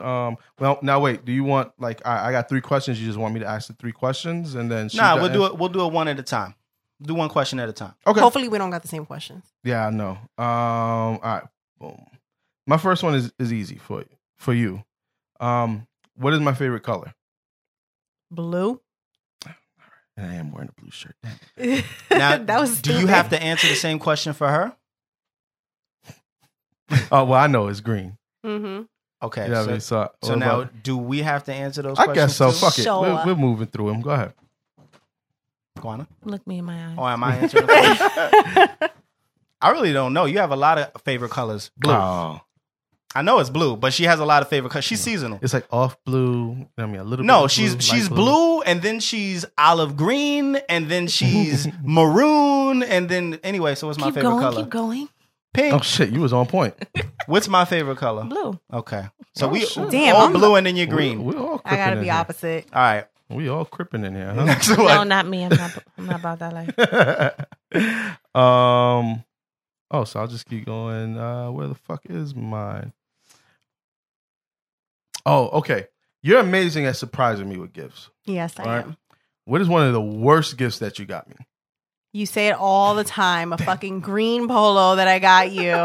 Speaker 2: Um, well, now wait. Do you want like I, I got three questions? You just want me to ask the three questions and then she
Speaker 1: nah,
Speaker 2: does-
Speaker 1: we'll do it. We'll do it one at a time. Do one question at a time.
Speaker 2: Okay.
Speaker 3: Hopefully, we don't got the same questions.
Speaker 2: Yeah, I know. Um, all right, boom. My first one is is easy for for you. Um, what is my favorite color?
Speaker 3: Blue.
Speaker 2: And I am wearing a blue shirt.
Speaker 1: Now,
Speaker 3: that was.
Speaker 1: do you
Speaker 3: stupid.
Speaker 1: have to answer the same question for her?
Speaker 2: Oh well, I know it's green.
Speaker 3: Mhm.
Speaker 1: Okay.
Speaker 2: You know what I
Speaker 1: so
Speaker 2: mean? So,
Speaker 1: so
Speaker 2: what
Speaker 1: now,
Speaker 2: about-
Speaker 1: do we have to answer those?
Speaker 2: I
Speaker 1: questions
Speaker 2: guess so.
Speaker 1: too,
Speaker 2: Fuck it.
Speaker 3: Show
Speaker 2: We're,
Speaker 3: up.
Speaker 2: we're moving through them. Go ahead.
Speaker 1: Quana?
Speaker 4: Look me in my eyes.
Speaker 1: Or am I answering? the question? I really don't know. You have a lot of favorite colors. Blue.
Speaker 2: Oh,
Speaker 1: I know it's blue, but she has a lot of favorite colors. She's seasonal.
Speaker 2: it's like off blue. You know what I mean, a little. bit
Speaker 1: No,
Speaker 2: of
Speaker 1: she's
Speaker 2: blue,
Speaker 1: she's
Speaker 2: light
Speaker 1: blue. and then she's olive green, and then she's maroon, and then anyway. So what's my
Speaker 4: keep
Speaker 1: favorite
Speaker 4: going,
Speaker 1: color?
Speaker 4: keep going.
Speaker 1: Pink.
Speaker 2: Oh shit, you was on point.
Speaker 1: What's my favorite color?
Speaker 4: Blue.
Speaker 1: Okay, so
Speaker 2: Oh,
Speaker 1: we
Speaker 2: shit.
Speaker 3: Damn,
Speaker 1: all
Speaker 3: I'm-
Speaker 1: blue, and then you're green.
Speaker 2: We, we all.
Speaker 3: I
Speaker 2: crippin'
Speaker 3: gotta
Speaker 2: in
Speaker 3: be
Speaker 2: here.
Speaker 3: opposite.
Speaker 1: all right,
Speaker 2: We all cripping in here. Huh?
Speaker 1: next
Speaker 4: No,
Speaker 1: one.
Speaker 4: not me. I'm not I'm not about that life.
Speaker 2: um oh so i'll just keep going uh where the fuck is mine oh okay you're amazing at surprising me with gifts
Speaker 3: Yes, I
Speaker 2: All right.
Speaker 3: am.
Speaker 2: what is one of the worst gifts that you got me
Speaker 3: You say it all the time. A fucking green polo that I got you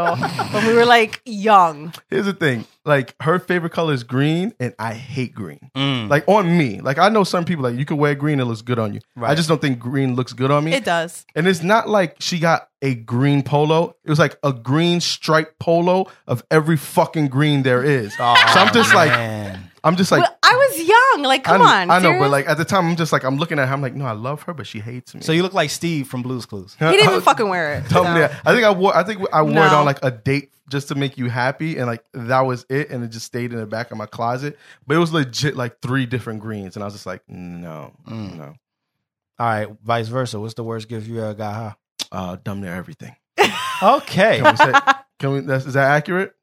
Speaker 3: when we were like young.
Speaker 2: here's the thing like her favorite color is green and i hate green
Speaker 1: Mm,
Speaker 2: like on me like i know some people like you can wear green it looks good on you i
Speaker 1: Right.
Speaker 2: just don't think green looks good on me
Speaker 3: It does.
Speaker 2: And it's not like she got a green polo. It was like a green striped polo of every fucking green there is. so I'm just like,
Speaker 1: man.
Speaker 2: I'm just like,
Speaker 3: Well, I was young. Like, come
Speaker 2: I,
Speaker 3: on.
Speaker 2: I know, but
Speaker 3: serious?
Speaker 2: like at the time, I'm just like, I'm looking at her. I'm like, no, I love her, but she hates me.
Speaker 1: So you look like Steve from Blue's Clues.
Speaker 3: he didn't even fucking wear it.
Speaker 2: Tell
Speaker 3: so.
Speaker 2: me that. I think I wore. I think I wore it
Speaker 3: No.
Speaker 2: on like a date just to make you happy, and like that was it. And it just stayed in the back of my closet. But it was legit like three different greens, and I was just like, no,
Speaker 1: Mm.
Speaker 2: no,
Speaker 1: All right, vice versa. What's the worst gift you ever got?
Speaker 2: uh, dumb near everything.
Speaker 1: Huh? Okay.
Speaker 2: Can we say? Can we? That's, is that accurate?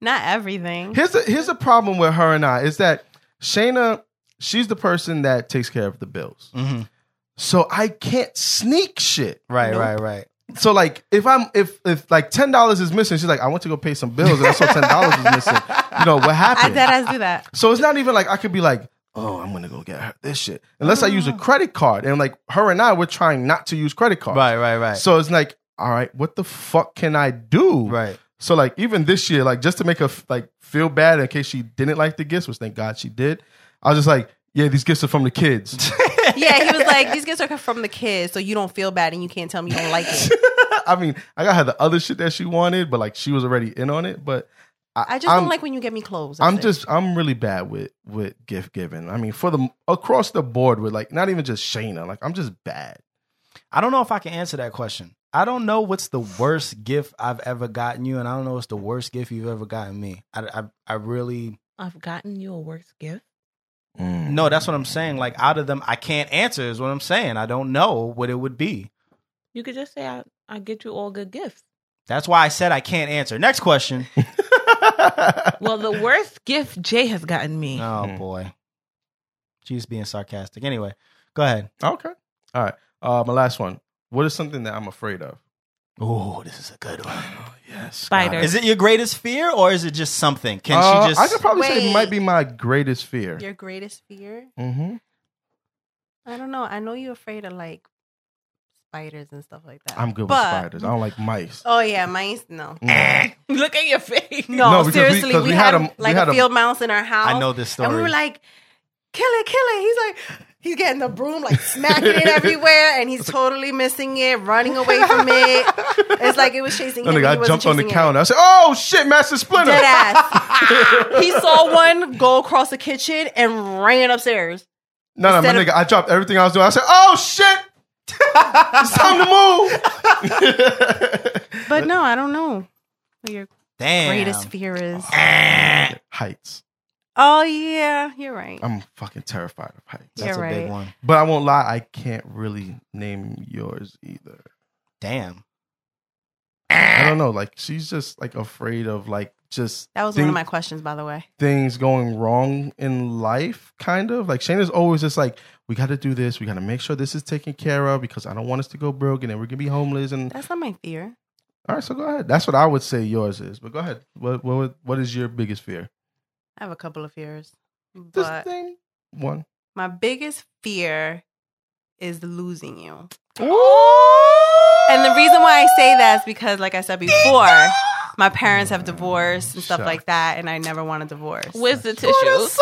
Speaker 3: Not everything.
Speaker 2: Here's the here's the problem with her and I is that Shayna, she's the person that takes care of the bills.
Speaker 1: Mhm.
Speaker 2: So I can't sneak shit.
Speaker 1: Right,
Speaker 3: Nope.
Speaker 1: right, right.
Speaker 2: So like if I'm if if like ten dollars is missing, she's like, I went to go pay some bills and I saw ten dollars is missing. You know what
Speaker 3: I
Speaker 2: happened?
Speaker 3: dead ass do that.
Speaker 2: so it's not even like I could be like, oh, I'm gonna go get her this shit. Unless I use a credit card. And like her and I we're trying not to use credit cards.
Speaker 1: Right, right, right.
Speaker 2: So it's like, all right, what the fuck can I do?
Speaker 1: right.
Speaker 2: So like even this year, like just to make her like feel bad in case she didn't like the gifts, which thank God she did, I was just like, yeah, these gifts are from the kids.
Speaker 3: Yeah, he was like, these gifts are from the kids, so you don't feel bad and you can't tell me you don't like it.
Speaker 2: I mean, I got her the other shit that she wanted, but like she was already in on it. But I,
Speaker 3: I just
Speaker 2: I'm,
Speaker 3: don't like when you get me clothes. That's
Speaker 2: I'm
Speaker 3: it.
Speaker 2: just I'm really bad with with gift giving. I mean, for the across the board with like not even just Shayna, like I'm just bad.
Speaker 1: I don't know if I can answer that question. I don't know what's the worst gift I've ever gotten you, and I don't know what's the worst gift you've ever gotten me. I, I, I really
Speaker 4: I've gotten you a worse gift.
Speaker 2: Mm.
Speaker 1: no. That's what I'm saying. Like out of them, I can't answer. Is what I'm saying. I don't know what it would be.
Speaker 4: You could just say I, I get you all good gifts.
Speaker 1: That's why I said I can't answer. Next question.
Speaker 4: Well, the worst gift Jay has gotten me.
Speaker 1: Oh boy, she's being sarcastic. Anyway, go ahead.
Speaker 2: okay. All right. Uh, my last one. What is something that I'm afraid of? Oh,
Speaker 1: Oh, this is a good one.
Speaker 2: yes.
Speaker 4: Spider.
Speaker 1: Is it your greatest fear, or is it just something? Can
Speaker 2: Uh,
Speaker 1: she just?
Speaker 2: I could probably say it
Speaker 3: Wait.
Speaker 2: might be my greatest fear.
Speaker 3: your greatest fear.
Speaker 2: Mm-hmm.
Speaker 3: I don't know. I know you're afraid of like spiders and stuff like that.
Speaker 2: I'm good with
Speaker 3: But-
Speaker 2: spiders. I don't like mice.
Speaker 3: Oh yeah, mine's no.
Speaker 2: Mm.
Speaker 4: Look at your face.
Speaker 2: No,
Speaker 3: No,
Speaker 2: because we-
Speaker 3: seriously, we,
Speaker 2: 'cause we had
Speaker 3: had,
Speaker 2: a- we
Speaker 3: like
Speaker 2: had a-
Speaker 3: a field mouse in our house.
Speaker 1: I know this story.
Speaker 3: And we were like, kill it, kill it. He's like, he's getting the broom, like smacking it everywhere, and he's totally missing it, running away from it. It's like it was chasing
Speaker 2: That
Speaker 3: him.
Speaker 2: nigga,
Speaker 3: and he
Speaker 2: I
Speaker 3: wasn't
Speaker 2: jumped on the
Speaker 3: chasing it.
Speaker 2: counter. I said, "Oh shit, Master Splinter!"
Speaker 3: Dead ass. he saw one go across the kitchen and ran upstairs.
Speaker 2: No, no, my
Speaker 3: Instead
Speaker 2: nigga, I dropped everything I was doing. I said, "Oh shit, it's time to move."
Speaker 3: But no, I don't know what your
Speaker 1: Damn.
Speaker 3: greatest fear is.
Speaker 2: heights.
Speaker 3: Oh yeah, you're right.
Speaker 2: I'm fucking terrified of heights.
Speaker 3: Yeah.
Speaker 1: That's a
Speaker 3: You're
Speaker 1: big
Speaker 3: right.
Speaker 1: one.
Speaker 2: But I won't lie, I can't really name yours either.
Speaker 1: Damn.
Speaker 2: I don't know. Like she's just like afraid of like just
Speaker 3: that was
Speaker 2: thing-
Speaker 3: one of my questions, by the way.
Speaker 2: things going wrong in life, kind of. Like Shayna's always just like, we got to do this. We got to make sure this is taken care of because I don't want us to go broke and then we're gonna be homeless. And
Speaker 3: That's not my fear.
Speaker 2: all right, so go ahead. That's what I would say yours is. But go ahead. What what would- what is your biggest fear?
Speaker 3: I have a couple of fears,
Speaker 2: This
Speaker 3: but
Speaker 2: thing one.
Speaker 3: my biggest fear is losing you. And the reason why I say that is because, like I said before, my parents have divorced and stuff
Speaker 2: Shock.
Speaker 3: like that, and I never want a divorce.
Speaker 4: Where's the tissues?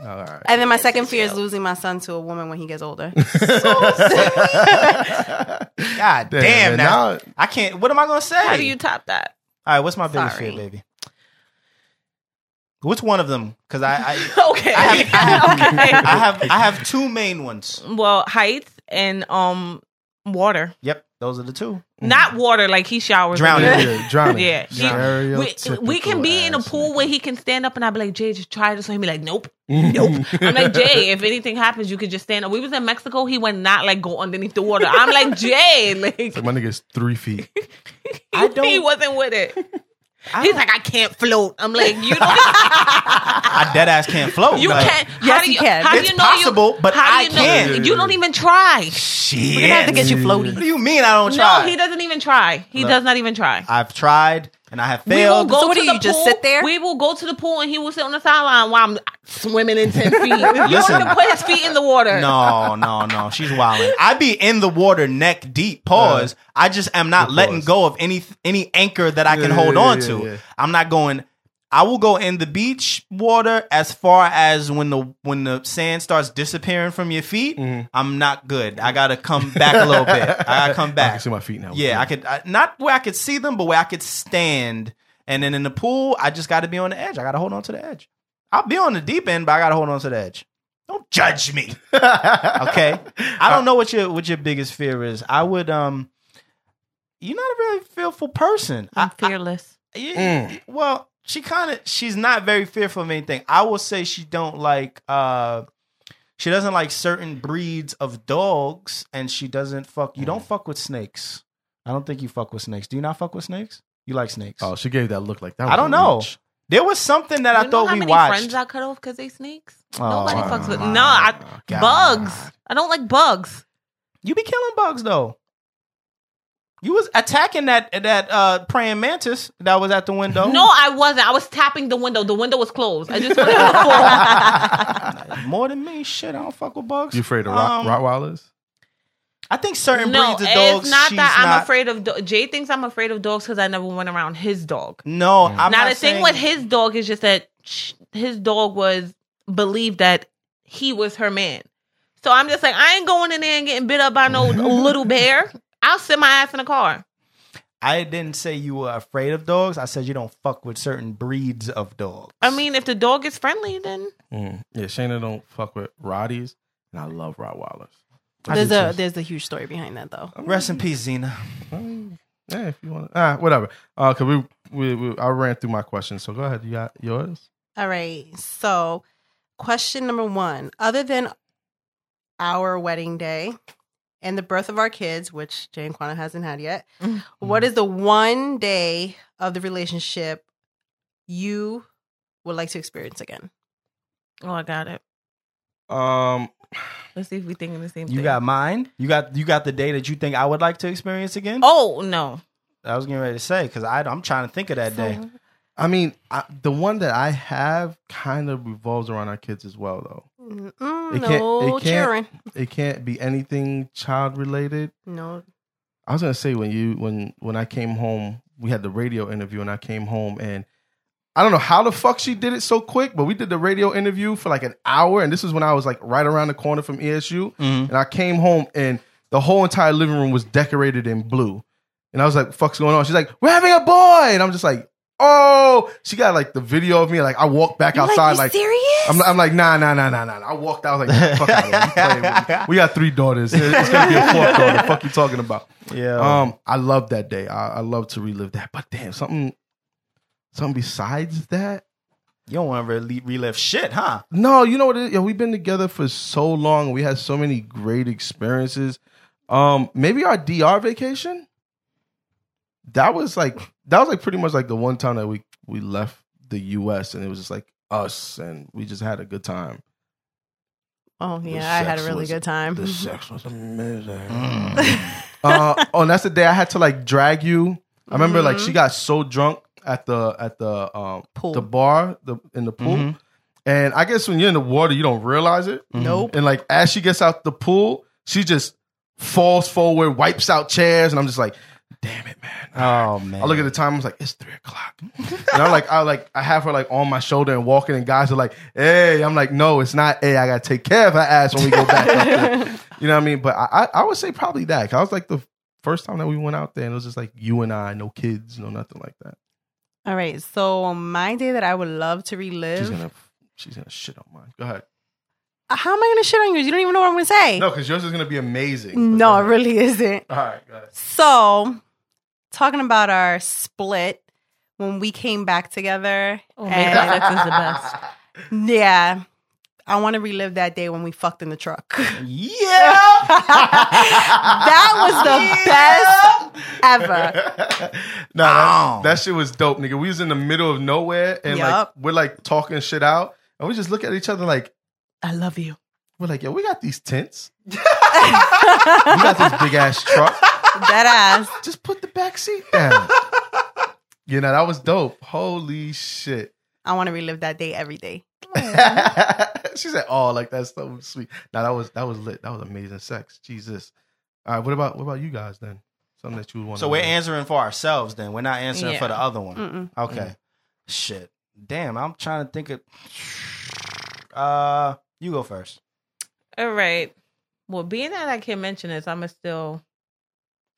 Speaker 2: All right.
Speaker 3: and then my second fear is losing my son to a woman when he gets older.
Speaker 1: God damn.
Speaker 2: man,
Speaker 1: that's-
Speaker 2: now-
Speaker 1: I can't. What am I gonna say?
Speaker 4: How do you top that?
Speaker 1: All right. What's my biggest
Speaker 3: Sorry.
Speaker 1: fear, baby? What's one of them? Because I, I,
Speaker 4: Okay.
Speaker 1: I have-
Speaker 4: okay.
Speaker 1: I have, I have two main ones.
Speaker 4: well, heights and um water.
Speaker 1: Yep, those are the two.
Speaker 4: Not water like he showers. in
Speaker 1: Mm. Drowning.
Speaker 4: it.
Speaker 2: Yeah, drowning.
Speaker 4: Yeah, she- We,
Speaker 2: Stereotypical
Speaker 4: we can be in a
Speaker 2: ass
Speaker 4: pool
Speaker 2: nigga.
Speaker 4: where he can stand up and I'd be like, Jay, just try this. And he'd be like, nope. Nope. I'm like, Jay, if anything happens, you could just stand up. We was in Mexico. He would not like go underneath the water. I'm like, Jay, like,
Speaker 2: So my nigga's three feet.
Speaker 1: I
Speaker 4: he
Speaker 1: don't-
Speaker 4: wasn't with it.
Speaker 1: I
Speaker 4: He's
Speaker 1: don't-
Speaker 4: like, I can't float. I'm like, you don't.
Speaker 1: I dead ass can't float.
Speaker 4: You
Speaker 1: like,
Speaker 4: can't.
Speaker 3: Yes,
Speaker 4: how do
Speaker 3: Ah. you
Speaker 4: you,
Speaker 3: can.
Speaker 4: How
Speaker 1: It's
Speaker 4: do you know
Speaker 1: possible,
Speaker 4: you,
Speaker 1: but
Speaker 4: how
Speaker 1: I
Speaker 4: do you know
Speaker 1: can.
Speaker 4: You, you don't even try.
Speaker 1: Shit.
Speaker 3: We're gonna have to get you floaty.
Speaker 1: What do you mean I don't try?
Speaker 4: No, he doesn't even try. He
Speaker 1: Look.
Speaker 4: does not even try.
Speaker 1: I've tried and I have
Speaker 4: We will
Speaker 1: failed.
Speaker 4: go
Speaker 3: So what
Speaker 4: to
Speaker 3: do
Speaker 4: the
Speaker 3: you, just
Speaker 4: pool.
Speaker 3: sit there?
Speaker 4: We will go to the pool and he will sit on the sideline while I'm swimming in ten feet. You're
Speaker 1: Listen.
Speaker 4: gonna put his feet in the water.
Speaker 1: No, no, no. She's wilding. I be in the water neck deep. Pause. I just am not
Speaker 2: Good
Speaker 1: letting
Speaker 2: Uh, pause.
Speaker 1: go of any any anchor that I
Speaker 2: Yeah,
Speaker 1: can
Speaker 2: yeah,
Speaker 1: hold
Speaker 2: yeah,
Speaker 1: on
Speaker 2: yeah,
Speaker 1: to.
Speaker 2: yeah.
Speaker 1: I'm not going. I will go in the beach water as far as when the when the sand starts disappearing from your feet.
Speaker 2: Mm-hmm.
Speaker 1: I'm not good. I gotta come back a little bit. I gotta come
Speaker 2: I can
Speaker 1: back.
Speaker 2: see my feet now.
Speaker 1: Yeah, I could I, not where I could see them, but where I could stand. And then in the pool, I just got to be on the edge. I got to hold on to the edge. I'll be on the deep end, but I got to hold on to the edge. Don't judge me. Okay. I don't know what your what your biggest fear is. I would um you're not a very fearful person. I,
Speaker 4: I'm fearless.
Speaker 1: you-
Speaker 2: Mm.
Speaker 1: Well, she kind of she's not very fearful of anything. I will say she don't like uh she doesn't like certain breeds of dogs and she doesn't fuck you
Speaker 2: Mm.
Speaker 1: don't fuck with snakes. I don't think you fuck with snakes. Do you not fuck with snakes? You like snakes.
Speaker 2: Oh, she gave that look like that.
Speaker 1: I
Speaker 2: was
Speaker 1: don't
Speaker 2: a
Speaker 1: know.
Speaker 2: reach.
Speaker 1: There was something that
Speaker 4: you
Speaker 1: I
Speaker 4: know
Speaker 1: thought
Speaker 4: how
Speaker 1: we
Speaker 4: many
Speaker 1: watched.
Speaker 4: friends I cut off because they snakes?
Speaker 1: Oh,
Speaker 4: Nobody
Speaker 1: my
Speaker 4: fucks with
Speaker 1: God.
Speaker 4: no I,
Speaker 1: God.
Speaker 4: bugs. I don't like bugs.
Speaker 1: You be killing bugs though. You was attacking that that uh praying mantis that was at the window.
Speaker 4: No, I wasn't. I was tapping the window. The window was closed. I just wanted to look for.
Speaker 1: more than me. Shit, I don't fuck with bugs.
Speaker 2: You afraid of Rock
Speaker 1: Um,
Speaker 2: Rottweilers?
Speaker 1: I think certain
Speaker 4: no,
Speaker 1: breeds of dogs.
Speaker 4: it's not
Speaker 1: she's
Speaker 4: that I'm
Speaker 1: not-
Speaker 4: afraid of. Do- Jay thinks I'm afraid of dogs because I never went around his dog.
Speaker 1: No, I'm
Speaker 2: Mm.
Speaker 4: now
Speaker 1: not
Speaker 4: the thing
Speaker 1: saying-
Speaker 4: with his dog is just that sh- his dog was believed that he was her man. So I'm just like, I ain't going in there and getting bit up by no little bear. I'll sit my ass in the car.
Speaker 1: I didn't say you were afraid of dogs. I said you don't fuck with certain breeds of dogs.
Speaker 4: I mean, if the dog is friendly, then
Speaker 2: Mm. Yeah, Shayna don't fuck with Roddies, and I love Rottweilers.
Speaker 1: I
Speaker 3: There's
Speaker 1: do
Speaker 3: a
Speaker 1: too.
Speaker 3: there's a huge story behind that though.
Speaker 1: Rest in peace, Xena.
Speaker 2: Mm. Yeah, if you want, ah, whatever. Uh, cause we, we, we, I ran through my questions, so go ahead. You got yours.
Speaker 3: All right. So, question number one other than our wedding day and the birth of our kids, which Jane Quana hasn't had yet,
Speaker 4: Mhm.
Speaker 3: what is the one day of the relationship you would like to experience again?
Speaker 4: oh, I got it.
Speaker 2: Um,
Speaker 4: Let's see if we thinking the same thing.
Speaker 1: You got mine. You got you got the day that you think I would like to experience again.
Speaker 4: oh no,
Speaker 1: I was getting ready to say because I'm trying to think of that day.
Speaker 2: I mean, I, the one that I have kind of revolves around our kids as well, though.
Speaker 3: Mm,
Speaker 2: It can't-
Speaker 3: no
Speaker 2: it can't-
Speaker 3: cheering.
Speaker 2: It can't be anything child related.
Speaker 3: No.
Speaker 2: I was gonna say when you when when I came home, we had the radio interview, and I came home and I don't know how the fuck she did it so quick, but we did the radio interview for like an hour, and this is when I was like right around the corner from ESU,
Speaker 1: Mm-hmm.
Speaker 2: and I came home and the whole entire living room was decorated in blue, and I was like, "Fuck's going on?" She's like, "We're having a boy," and I'm just like, "Oh!" She got like the video of me, like I walked back
Speaker 3: You're
Speaker 2: outside,
Speaker 3: you
Speaker 2: like
Speaker 3: serious?
Speaker 2: I'm, I'm like, nah, nah, nah, nah, nah. I walked out. I was like, nah, fuck out of here. You playing with me. We got three daughters. It's gonna be a fourth daughter. The fuck you talking about?
Speaker 1: Yeah.
Speaker 2: Um, I love that day. I, I love to relive that. But damn, something, something besides that.
Speaker 1: you don't want to relive, relive shit, huh?
Speaker 2: No, you know what? It is? Yeah, we've been together for so long. We had so many great experiences. Um, maybe our DR vacation. That was like that was like pretty much like the one time that we we left the U.S. and it was just like us and we just had a good time.
Speaker 3: oh,
Speaker 2: the
Speaker 3: yeah. I had a
Speaker 2: sex
Speaker 3: really
Speaker 2: was-
Speaker 3: good time. Mm-hmm.
Speaker 2: The sex was amazing.
Speaker 1: Mm.
Speaker 2: uh, oh, and that's the day I had to like drag you. I remember like
Speaker 3: Mhm.
Speaker 2: she got so drunk at the at the um
Speaker 3: Pool. Mm-hmm.
Speaker 2: the bar the in the pool,
Speaker 1: Mhm.
Speaker 2: and I guess when you're in the water you don't realize it.
Speaker 3: nope.
Speaker 2: And like as she gets out the pool, she just falls forward, wipes out chairs, and I'm just like, damn it, man.
Speaker 1: Oh man.
Speaker 2: I look at the time. I was like, it's three o'clock, and I'm like, I like, I have her like on my shoulder and walking, and guys are like, hey, I'm like, no, it's not. Hey, I gotta take care of her ass when we go back. up there." You know what I mean? But I, I, I would say probably that. 'Cause I was like the first time that we went out there, and it was just like you and I, no kids, no nothing like that.
Speaker 3: All right. So, my day that I would love to
Speaker 2: She's
Speaker 3: relive.
Speaker 2: gonna, she's gonna shit on mine. Go ahead.
Speaker 3: How am I going to shit on you? You don't even know what I'm going to say.
Speaker 2: No, because yours is gonna be amazing. but go
Speaker 3: no it
Speaker 2: ahead.
Speaker 3: really isn't.
Speaker 2: All right, go ahead.
Speaker 3: So, talking about our split when we came back together,
Speaker 4: Oh,
Speaker 3: and-
Speaker 4: man, this is the best.
Speaker 3: yeah, I want to relive that day when we fucked in the truck.
Speaker 1: Yeah.
Speaker 3: that was the best ever.
Speaker 2: no,
Speaker 1: Oh.
Speaker 2: that, that shit was dope, nigga. We was in the middle of nowhere and like
Speaker 3: Yup.
Speaker 2: we're like talking shit out, and we just look at each other like
Speaker 4: I love you.
Speaker 2: we're like, yo, we got these tents, we got this big ass truck.
Speaker 3: that ass.
Speaker 2: Just put the back seat down. you know that was dope. Holy shit.
Speaker 3: I want to relive that day every day.
Speaker 2: she said, "Oh, like that's so sweet." Now that was that was lit. That was amazing sex. Jesus. All right, what about what about you guys then? Something that you would want.
Speaker 1: So we're answering for ourselves then. We're not answering for
Speaker 4: Yeah. Mm.
Speaker 1: the other one.
Speaker 3: Mm-mm.
Speaker 1: Okay. Shit. Damn, I'm trying to think of uh you go first.
Speaker 4: All right. Well, being that I can't mention this, I'ma still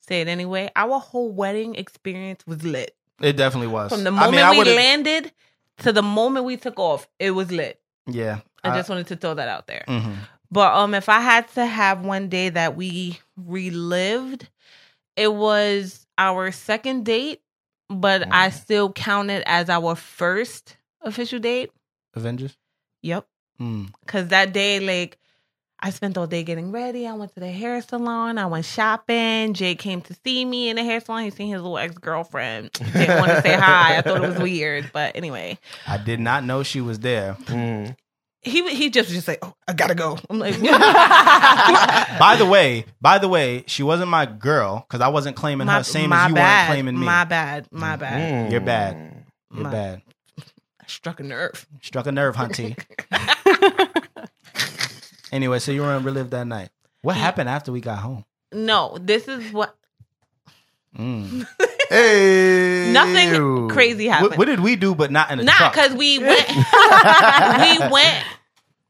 Speaker 4: say it anyway. Our whole wedding experience was lit.
Speaker 1: It definitely was.
Speaker 4: From the
Speaker 1: I
Speaker 4: moment
Speaker 1: mean, I
Speaker 4: we
Speaker 1: would've-
Speaker 4: landed to the moment we took off, it was lit.
Speaker 1: Yeah.
Speaker 4: I
Speaker 1: I-
Speaker 4: just wanted to throw that out there.
Speaker 1: mhm.
Speaker 4: But um if I had to have one day that we relived, it was our second date, but I
Speaker 1: Mm.
Speaker 4: still count it as our first official date.
Speaker 1: Avengers?
Speaker 4: Yep.
Speaker 1: Mm.
Speaker 4: Cause that day, like, I spent all day getting ready. I went to the hair salon. I went shopping. Jay came to see me in the hair salon. He seen his little ex girlfriend. Didn't want to say hi. I thought it was weird, but anyway,
Speaker 1: I did not know she was there.
Speaker 2: Mm.
Speaker 4: he he just was just like, oh, I gotta go. I'm like,
Speaker 1: by the way, by the way, she wasn't my girl because I wasn't claiming her same as you
Speaker 4: bad,
Speaker 1: weren't claiming me.
Speaker 4: My bad. My bad.
Speaker 2: Mm.
Speaker 1: You're bad. You're
Speaker 4: My-
Speaker 1: bad.
Speaker 4: I struck a nerve.
Speaker 1: Struck a nerve, hunty. anyway, so you want to relive that night. What happened after we got home?
Speaker 4: No, this is what
Speaker 1: Mm.
Speaker 2: Hey,
Speaker 4: nothing crazy
Speaker 1: What,
Speaker 4: happened.
Speaker 1: what did we do, but not in a
Speaker 4: Not
Speaker 1: truck?
Speaker 4: because we went. we went.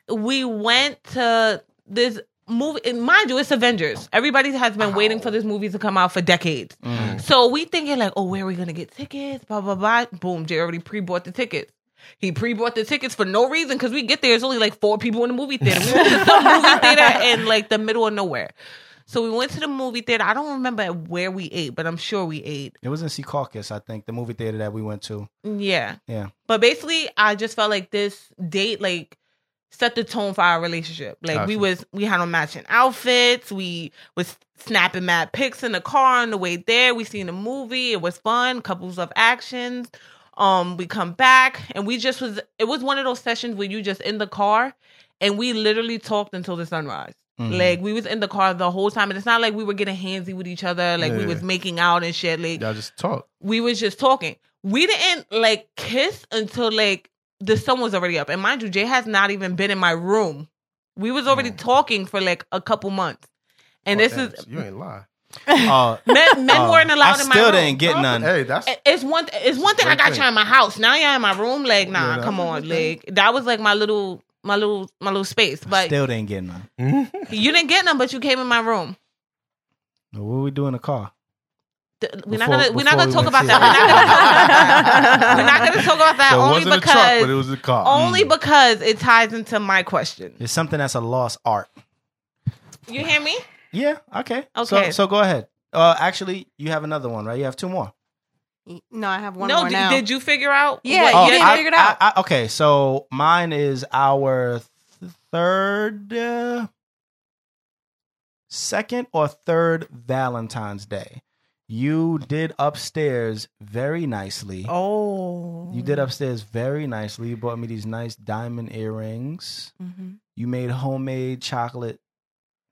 Speaker 4: we went to this movie. And mind you, it's Avengers. Everybody has been waiting for this movie to come out for decades. So we thinking like, oh, where are we gonna get tickets? Blah blah blah. Boom, Jay already pre-bought the tickets. He pre-bought the tickets for no reason because we get there. It's only like four people in the movie theater. We went to some movie theater in like the middle of nowhere. So we went to the movie theater. I don't remember where we ate, but I'm sure we ate.
Speaker 1: It was in Sea Caucus, I think, the movie theater that we went to.
Speaker 4: Yeah.
Speaker 1: Yeah.
Speaker 4: But basically, I just felt like this date like set the tone for our relationship. Like we
Speaker 2: Gotcha.
Speaker 4: was we had on matching outfits. We was snapping mad pics in the car on the way there. We seen a movie. It was fun. Couples of actions. Um, we come back and we just was it was one of those sessions where you just in the car and we literally talked until the sunrise.
Speaker 2: Mm-hmm.
Speaker 1: Mhm.
Speaker 4: Like we was in the car the whole time, and it's not like we were getting handsy with each other. Like we
Speaker 2: Yeah.
Speaker 4: was making out and shit. Like
Speaker 2: Y'all just talk.
Speaker 4: we was just talking. We didn't like kiss until like the sun was already up. And mind you, Jay has not even been in my room. We was already
Speaker 2: Mm.
Speaker 4: talking for like a couple months. And
Speaker 2: Oh,
Speaker 4: this
Speaker 2: damn,
Speaker 4: is
Speaker 2: you ain't lie.
Speaker 1: Uh,
Speaker 4: men, men
Speaker 2: Oh,
Speaker 1: uh,
Speaker 4: weren't allowed
Speaker 1: I
Speaker 4: in my
Speaker 1: still
Speaker 4: room.
Speaker 1: didn't get none.
Speaker 2: Hey, that's
Speaker 4: It- It's one. It's one thing I
Speaker 2: Great
Speaker 4: got
Speaker 2: thing.
Speaker 4: you in my house. Now you're in my room. Like, nah,
Speaker 2: Yeah, that-
Speaker 4: come on. Like, that was like my little, my little, my little space. But
Speaker 1: still didn't get none.
Speaker 4: you didn't get none. But you came in my room.
Speaker 1: What were we doing in the car?
Speaker 4: Th- We're not
Speaker 2: Before-
Speaker 4: gonna. We're
Speaker 2: before
Speaker 4: not gonna
Speaker 2: we
Speaker 4: talk
Speaker 2: went
Speaker 4: about
Speaker 2: to-
Speaker 4: that. We're not gonna talk about that.
Speaker 2: So
Speaker 4: We're not
Speaker 2: it
Speaker 4: gonna talk about that only
Speaker 2: wasn't a truck,
Speaker 4: because
Speaker 2: but it was a car.
Speaker 1: Mm.
Speaker 4: Only because it ties into my question.
Speaker 1: It's something that's a lost art.
Speaker 4: You hear me?
Speaker 1: Yeah. Okay. So,
Speaker 4: Okay.
Speaker 1: so go ahead. Uh, actually, you have another one, right? You have two more.
Speaker 3: No, I have one
Speaker 4: no,
Speaker 3: more
Speaker 4: did,
Speaker 3: now.
Speaker 4: did you figure out?
Speaker 3: Yeah,
Speaker 4: what-
Speaker 3: you didn't
Speaker 1: Oh, I,
Speaker 3: figure it out.
Speaker 1: I- I- okay, so mine is our th- third, uh, second or third Valentine's Day. You did upstairs very nicely.
Speaker 4: Oh.
Speaker 1: You did upstairs very nicely. You bought me these nice diamond earrings.
Speaker 4: Mhm.
Speaker 1: You made homemade chocolate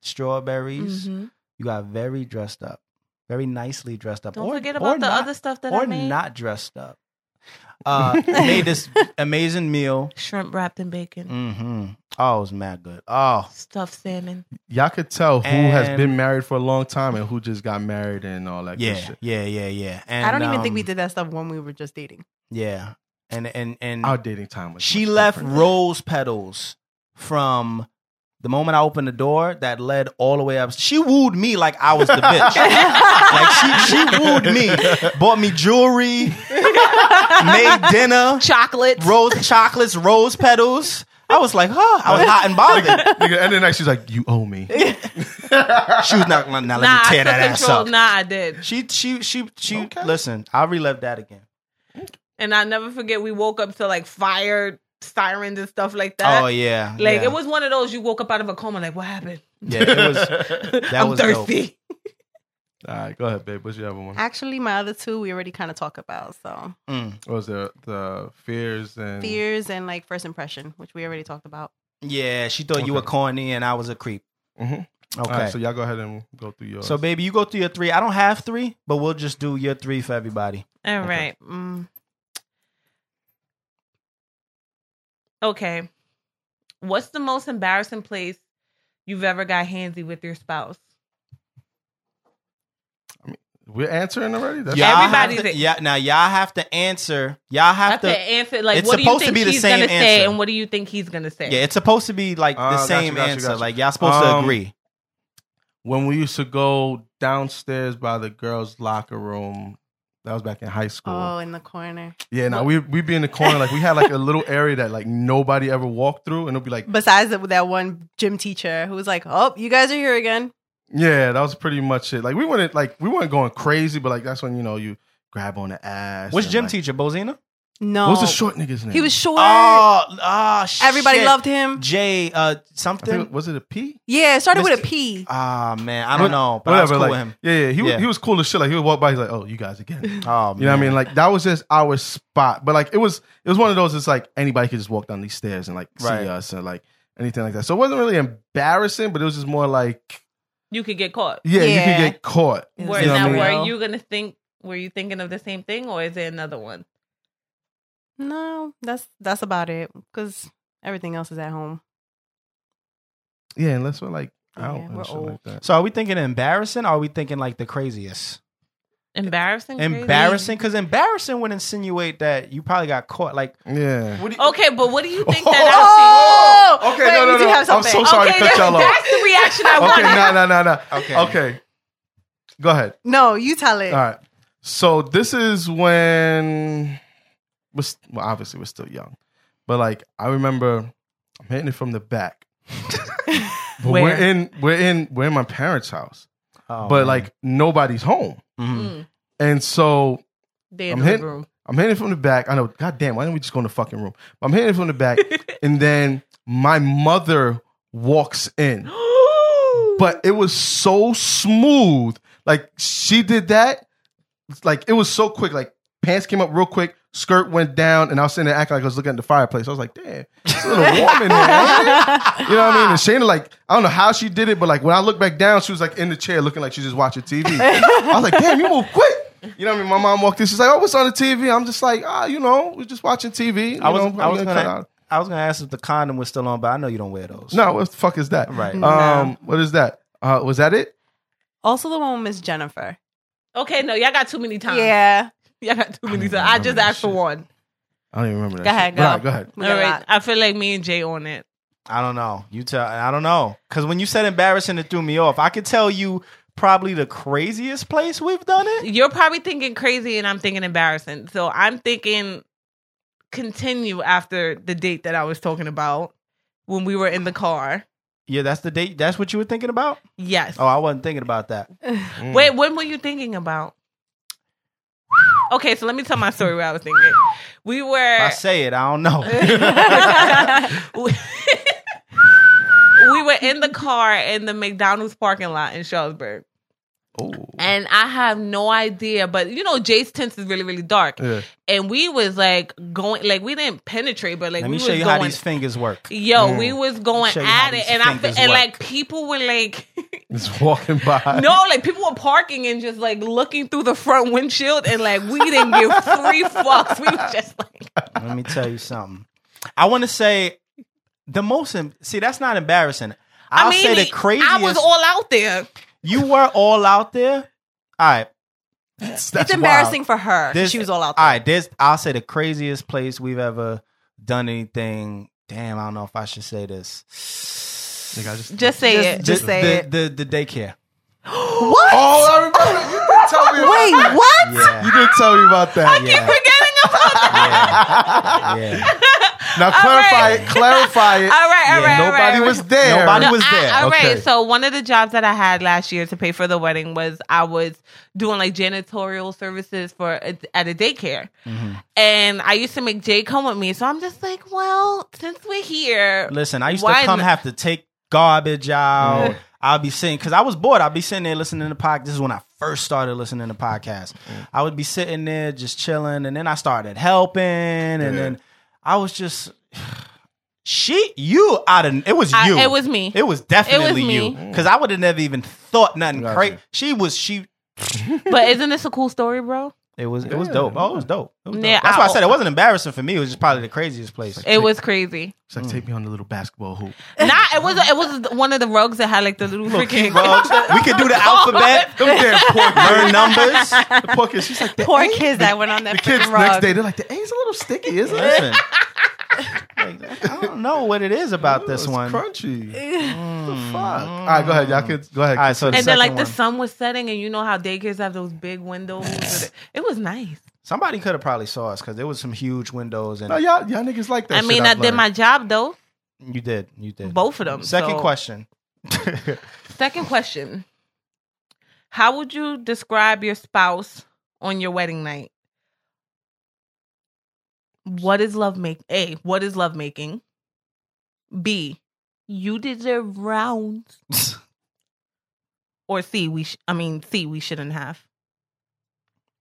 Speaker 1: strawberries.
Speaker 3: Mm-hmm.
Speaker 4: Mhm.
Speaker 1: You got very dressed up, very nicely dressed up.
Speaker 4: Don't
Speaker 1: Or-
Speaker 4: forget
Speaker 1: or
Speaker 4: about the
Speaker 1: not-
Speaker 4: other stuff that
Speaker 1: or
Speaker 4: I made.
Speaker 1: not dressed up. Uh, made this amazing meal.
Speaker 4: Shrimp wrapped in bacon,
Speaker 1: Mm-hmm. Oh, it was mad good. Oh,
Speaker 4: stuffed salmon.
Speaker 2: Y'all could tell who has
Speaker 1: And-
Speaker 2: been married for a long time and who just got married and all that good
Speaker 1: yeah,
Speaker 2: shit.
Speaker 1: yeah, yeah, yeah. And
Speaker 3: I don't even think
Speaker 1: um,
Speaker 3: we did that stuff when we were just dating.
Speaker 1: Yeah, and and and
Speaker 2: Our dating time was
Speaker 1: she
Speaker 2: much
Speaker 1: left
Speaker 2: different.
Speaker 1: rose petals from the moment I opened the door that led all the way up. She wooed me like I was the bitch. like she she wooed me, bought me jewelry, made dinner,
Speaker 4: Chocolate.
Speaker 1: rose chocolates, rose petals. I was like, huh. I was hot and bothered.
Speaker 2: Nigga, and then like, she's like, "You owe me."
Speaker 1: She was not. Now let me
Speaker 4: nah,
Speaker 1: tear
Speaker 4: I took
Speaker 1: that ass
Speaker 4: control.
Speaker 1: up.
Speaker 4: Nah, I did.
Speaker 1: She she she she.
Speaker 2: Okay.
Speaker 1: Listen, I relived that again.
Speaker 4: And I never forget we woke up to like fire sirens and stuff like that.
Speaker 1: oh yeah,
Speaker 4: Like
Speaker 1: yeah.
Speaker 4: it was one of those you woke up out of a coma like what happened?
Speaker 1: Yeah, it was. That
Speaker 4: I'm
Speaker 1: was dope.
Speaker 4: thirsty.
Speaker 2: all right, go ahead, babe. What's your other one?
Speaker 3: Actually, my other two we already kind of talk about. So
Speaker 1: Mm.
Speaker 2: What was the the fears and
Speaker 3: fears and like first impression, which we already talked about.
Speaker 1: Yeah, she thought you were
Speaker 2: Okay.
Speaker 1: corny and I was a creep. Okay.
Speaker 2: Mhm. All right, so
Speaker 1: so,
Speaker 2: y'all go ahead and go through yours.
Speaker 1: baby, you go through your three. I don't have three, but we'll just do your three for everybody.
Speaker 4: All
Speaker 2: Okay.
Speaker 4: Oh, right. Mm. Okay. What's the most embarrassing place you've ever got handsy with your spouse?
Speaker 2: we're answering already. That's
Speaker 4: Yeah.
Speaker 1: have
Speaker 4: Everybody's
Speaker 1: to-
Speaker 4: it.
Speaker 1: yeah. Now y'all have to answer. Y'all
Speaker 4: I
Speaker 1: have
Speaker 4: have to
Speaker 1: to.
Speaker 4: answer like
Speaker 1: it's
Speaker 4: what do you
Speaker 1: supposed to
Speaker 4: think
Speaker 1: be the
Speaker 4: she's
Speaker 1: same
Speaker 4: gonna say
Speaker 1: answer.
Speaker 4: and what do you think he's gonna say?
Speaker 1: Yeah, it's supposed to be like
Speaker 2: Uh,
Speaker 1: the
Speaker 2: gotcha,
Speaker 1: same
Speaker 2: gotcha,
Speaker 1: answer.
Speaker 2: gotcha.
Speaker 1: Like y'all supposed to
Speaker 2: Um,
Speaker 1: agree.
Speaker 2: when we used to go downstairs by the girls' locker room. That was back in high school.
Speaker 3: Oh, in the corner.
Speaker 2: yeah, now we we be in the corner like we had like a little area that like nobody ever walked through, and it'll be like,
Speaker 3: Besides the, that one gym teacher who was like, "Oh, you guys are here again."
Speaker 2: yeah, that was pretty much it. Like we weren't like we weren't going crazy, but like that's when you know you grab on the ass.
Speaker 1: Which
Speaker 2: and,
Speaker 1: gym
Speaker 2: like-
Speaker 1: teacher, Bozina?
Speaker 3: No,
Speaker 2: What was the short nigga's name?
Speaker 3: He was short.
Speaker 1: Oh, ah, shit.
Speaker 3: Everybody loved him.
Speaker 1: Jay. Uh,
Speaker 2: I think,
Speaker 1: something.
Speaker 2: was it a P?
Speaker 3: Yeah, it started with a
Speaker 1: Mr.
Speaker 3: P.
Speaker 1: Ah, man, I don't know, but I was cool
Speaker 2: like,
Speaker 1: with him.
Speaker 2: Yeah, yeah. He, was
Speaker 1: Yeah.
Speaker 2: he was cool as shit. Like he would walk by, he's like, "Oh, you guys again." You
Speaker 1: Oh, man.
Speaker 2: know what I mean? Like that was just our spot. But like it was, it was one of those. It's like anybody could just walk down these stairs and like
Speaker 1: Right.
Speaker 2: see us and like anything like that. So it wasn't really embarrassing, but it was just more like,
Speaker 4: You could get caught.
Speaker 2: yeah, you
Speaker 3: Yeah.
Speaker 2: could get caught.
Speaker 4: Where
Speaker 2: You know what I
Speaker 4: now
Speaker 2: mean?
Speaker 4: were you gonna think were you thinking of the same thing or is there another one?
Speaker 3: No, that's that's about it. Because everything else is at home.
Speaker 2: Yeah, unless we're like out
Speaker 3: Yeah,
Speaker 2: and
Speaker 3: we're
Speaker 2: shit
Speaker 3: old.
Speaker 2: like that.
Speaker 1: So are we thinking embarrassing? Or are we thinking like the craziest?
Speaker 4: Embarrassing. crazy.
Speaker 1: Embarrassing, because embarrassing would insinuate that you probably got caught. Like,
Speaker 2: Yeah.
Speaker 1: what do you,
Speaker 4: Okay, but what do you think
Speaker 2: Oh!
Speaker 4: that
Speaker 3: Oh,
Speaker 2: Okay,
Speaker 3: wait,
Speaker 2: no, no,
Speaker 3: we do
Speaker 2: no.
Speaker 3: have
Speaker 2: I'm
Speaker 3: something.
Speaker 2: so
Speaker 4: I see?
Speaker 2: sorry
Speaker 4: okay,
Speaker 2: to cut
Speaker 4: that-
Speaker 2: y'all off.
Speaker 4: that's the reaction I
Speaker 2: Okay,
Speaker 4: wanted.
Speaker 2: no, no, no, no.
Speaker 1: Okay.
Speaker 2: Okay. Go ahead.
Speaker 3: No, you tell it.
Speaker 2: All right. So this is when we're st- well, obviously we're still young, but like I remember, I'm hitting it from the back. but
Speaker 4: Where?
Speaker 2: we're in we're in we're in my parents' house,
Speaker 1: Oh,
Speaker 2: but
Speaker 1: man.
Speaker 2: like nobody's home,
Speaker 1: Mhm.
Speaker 4: Mm,
Speaker 2: and so
Speaker 4: they
Speaker 2: I'm
Speaker 4: in the
Speaker 2: hit-
Speaker 4: room.
Speaker 2: I'm hitting it from the back. I know, goddamn, why didn't we just go in the fucking room? But I'm hitting it from the back, and then my mother walks in, but it was so smooth. Like she did that, like it was so quick. Like pants came up real quick, skirt went down, and I was sitting there acting like I was looking at the fireplace. I was like, damn, it's a little warm in here. ain't it?" You know what I mean? And Shayna, like, I don't know how she did it, but like when I look back down, she was like in the chair looking like she just watching TV. I was like, damn, you move quick. You know what I mean? My mom walked in. She's like, "Oh, what's on the TV?" I'm just like, "Ah, you know, we're just watching TV." you
Speaker 1: I was,
Speaker 2: know,
Speaker 1: I was
Speaker 2: I'm cut
Speaker 1: gonna,
Speaker 2: out.
Speaker 1: I was gonna ask if the condom was still on, but I know you don't wear those.
Speaker 2: No, what the fuck is that?
Speaker 1: right?
Speaker 3: No.
Speaker 2: Um, what is that? Uh, was that it?
Speaker 3: Also, the one with Miss Jennifer.
Speaker 4: Okay, no, y'all got too many times.
Speaker 3: Yeah.
Speaker 4: Y'all got too many
Speaker 2: even
Speaker 4: times. I
Speaker 2: remember
Speaker 4: just
Speaker 2: that
Speaker 4: asked for
Speaker 2: shit.
Speaker 4: one.
Speaker 2: I don't even remember that.
Speaker 3: Go ahead,
Speaker 2: shit.
Speaker 3: go.
Speaker 2: Nah, go ahead.
Speaker 3: We
Speaker 4: All
Speaker 3: got a
Speaker 4: right.
Speaker 3: lot.
Speaker 4: I feel like me and Jay on it.
Speaker 1: I don't know. You tell. I don't know because when you said embarrassing, it threw me off. I could tell you probably the craziest place we've done it.
Speaker 4: You're probably thinking crazy and I'm thinking embarrassing. So I'm thinking continue after the date that I was talking about when we were in the car.
Speaker 1: Yeah, that's the date. That's what you were thinking about.
Speaker 4: Yes.
Speaker 1: Oh, I wasn't thinking about that.
Speaker 2: Mm.
Speaker 4: Wait, when were you thinking about? Okay, so let me tell my story what I was thinking. We
Speaker 1: If I
Speaker 4: were
Speaker 1: say it, I don't know.
Speaker 4: we we were in the car in the McDonald's parking lot in Shelburne.
Speaker 2: Ooh.
Speaker 4: And I have no idea, but you know, Jay's tints is really, really dark.
Speaker 2: Yeah.
Speaker 4: And we was like going, like we didn't penetrate, but like
Speaker 1: Let
Speaker 4: we
Speaker 1: me
Speaker 4: was
Speaker 1: show you
Speaker 4: going.
Speaker 1: how these fingers work.
Speaker 4: yo,
Speaker 2: Mm.
Speaker 4: we was going
Speaker 1: show you how
Speaker 4: at
Speaker 1: these
Speaker 4: it, and I
Speaker 1: fingers
Speaker 4: fe- and
Speaker 1: work.
Speaker 4: like people were like,
Speaker 2: Just walking by.
Speaker 4: no, like people were parking and just like looking through the front windshield, and like we didn't give three fucks. We was just like,
Speaker 1: Let me tell you something. I want to say the most. em- See, that's not embarrassing. I'll
Speaker 4: mean,
Speaker 1: say the craziest.
Speaker 4: I was all out there.
Speaker 1: you were all out there. All right.
Speaker 2: That's,
Speaker 3: it's
Speaker 2: that's
Speaker 3: embarrassing for her.
Speaker 1: This-
Speaker 3: she was all out
Speaker 1: All
Speaker 3: there.
Speaker 1: right, this I'll say the craziest place we've ever done anything. Damn, I don't know if I should say this.
Speaker 2: wild. Nigga, I just,
Speaker 4: Just say it.
Speaker 3: Just
Speaker 1: the,
Speaker 3: say
Speaker 1: the,
Speaker 3: it.
Speaker 1: The, the daycare.
Speaker 3: What?
Speaker 2: oh, I remember. You did tell me.
Speaker 3: Wait,
Speaker 2: About that.
Speaker 3: what?
Speaker 1: Yeah,
Speaker 2: You did tell me about that.
Speaker 4: Keep
Speaker 1: yeah,
Speaker 4: forgetting about that.
Speaker 1: yeah, yeah.
Speaker 2: Now clarify it. Clarify it.
Speaker 4: All right,
Speaker 1: Yeah,
Speaker 4: all right, all right,
Speaker 2: Nobody
Speaker 4: all right.
Speaker 2: was there.
Speaker 1: Nobody was
Speaker 4: I-
Speaker 1: there.
Speaker 4: I- all right.
Speaker 2: Okay.
Speaker 4: So one of the jobs that I had last year to pay for the wedding was I was doing like janitorial services for a, at a daycare,
Speaker 1: Mhm.
Speaker 4: and I used to make Jay come with me. So I'm just like, well, since we're here,
Speaker 1: Listen, I used
Speaker 4: Why
Speaker 1: to come
Speaker 4: n-
Speaker 1: have to take garbage out.
Speaker 2: Mm.
Speaker 1: I'll be sitting because I was bored. I'd be sitting there listening to podcast. This is when I first started listening to podcasts. I would be sitting there just chilling, and then I started helping, and
Speaker 2: Yeah.
Speaker 1: then I was just she you out of it was
Speaker 4: I-
Speaker 1: you.
Speaker 4: it was me.
Speaker 1: It was definitely you.
Speaker 4: me.
Speaker 1: Because I would have never even thought nothing
Speaker 2: Gotcha.
Speaker 1: crazy. She was she.
Speaker 4: but isn't this a cool story, bro?
Speaker 1: It was it was
Speaker 2: Yeah.
Speaker 1: dope. Oh, it was dope. It was dope.
Speaker 4: Yeah,
Speaker 1: That's why I
Speaker 4: I-
Speaker 1: said it wasn't embarrassing for me. It was just probably the craziest place.
Speaker 4: It was crazy.
Speaker 2: It's like take me on the little basketball hoop.
Speaker 4: Not it was it was one of the rugs that had like the little freaking
Speaker 1: Bugs, we could do the alphabet.
Speaker 2: Them damn poor
Speaker 1: Learn numbers.
Speaker 2: the poor kids. She's like the,
Speaker 3: Poor kids that went on that
Speaker 2: kids
Speaker 3: freaking rug.
Speaker 2: next day. They're like the A's a little sticky, isn't it?
Speaker 1: Listen, like, I don't know what it is about this
Speaker 2: It's
Speaker 1: one.
Speaker 2: crunchy. Fuck. All right, go ahead. Y'all kids. Go ahead.
Speaker 1: All right, so the
Speaker 4: and then
Speaker 1: second
Speaker 4: like
Speaker 1: one,
Speaker 4: the sun was setting, and you know how daycares have those big windows. It- it was nice.
Speaker 1: somebody could have probably saw us because there was some huge windows and
Speaker 2: no, y'all, y'all niggas like that.
Speaker 4: I mean, I
Speaker 2: shit
Speaker 4: did my job though.
Speaker 1: you did, you did.
Speaker 4: Both of them.
Speaker 1: Second
Speaker 4: so-
Speaker 1: question.
Speaker 4: Second question. How would you describe your spouse on your wedding night? What is love make? A. What is love making? B. You deserve rounds. Or C. We. Sh- I mean C. We shouldn't have.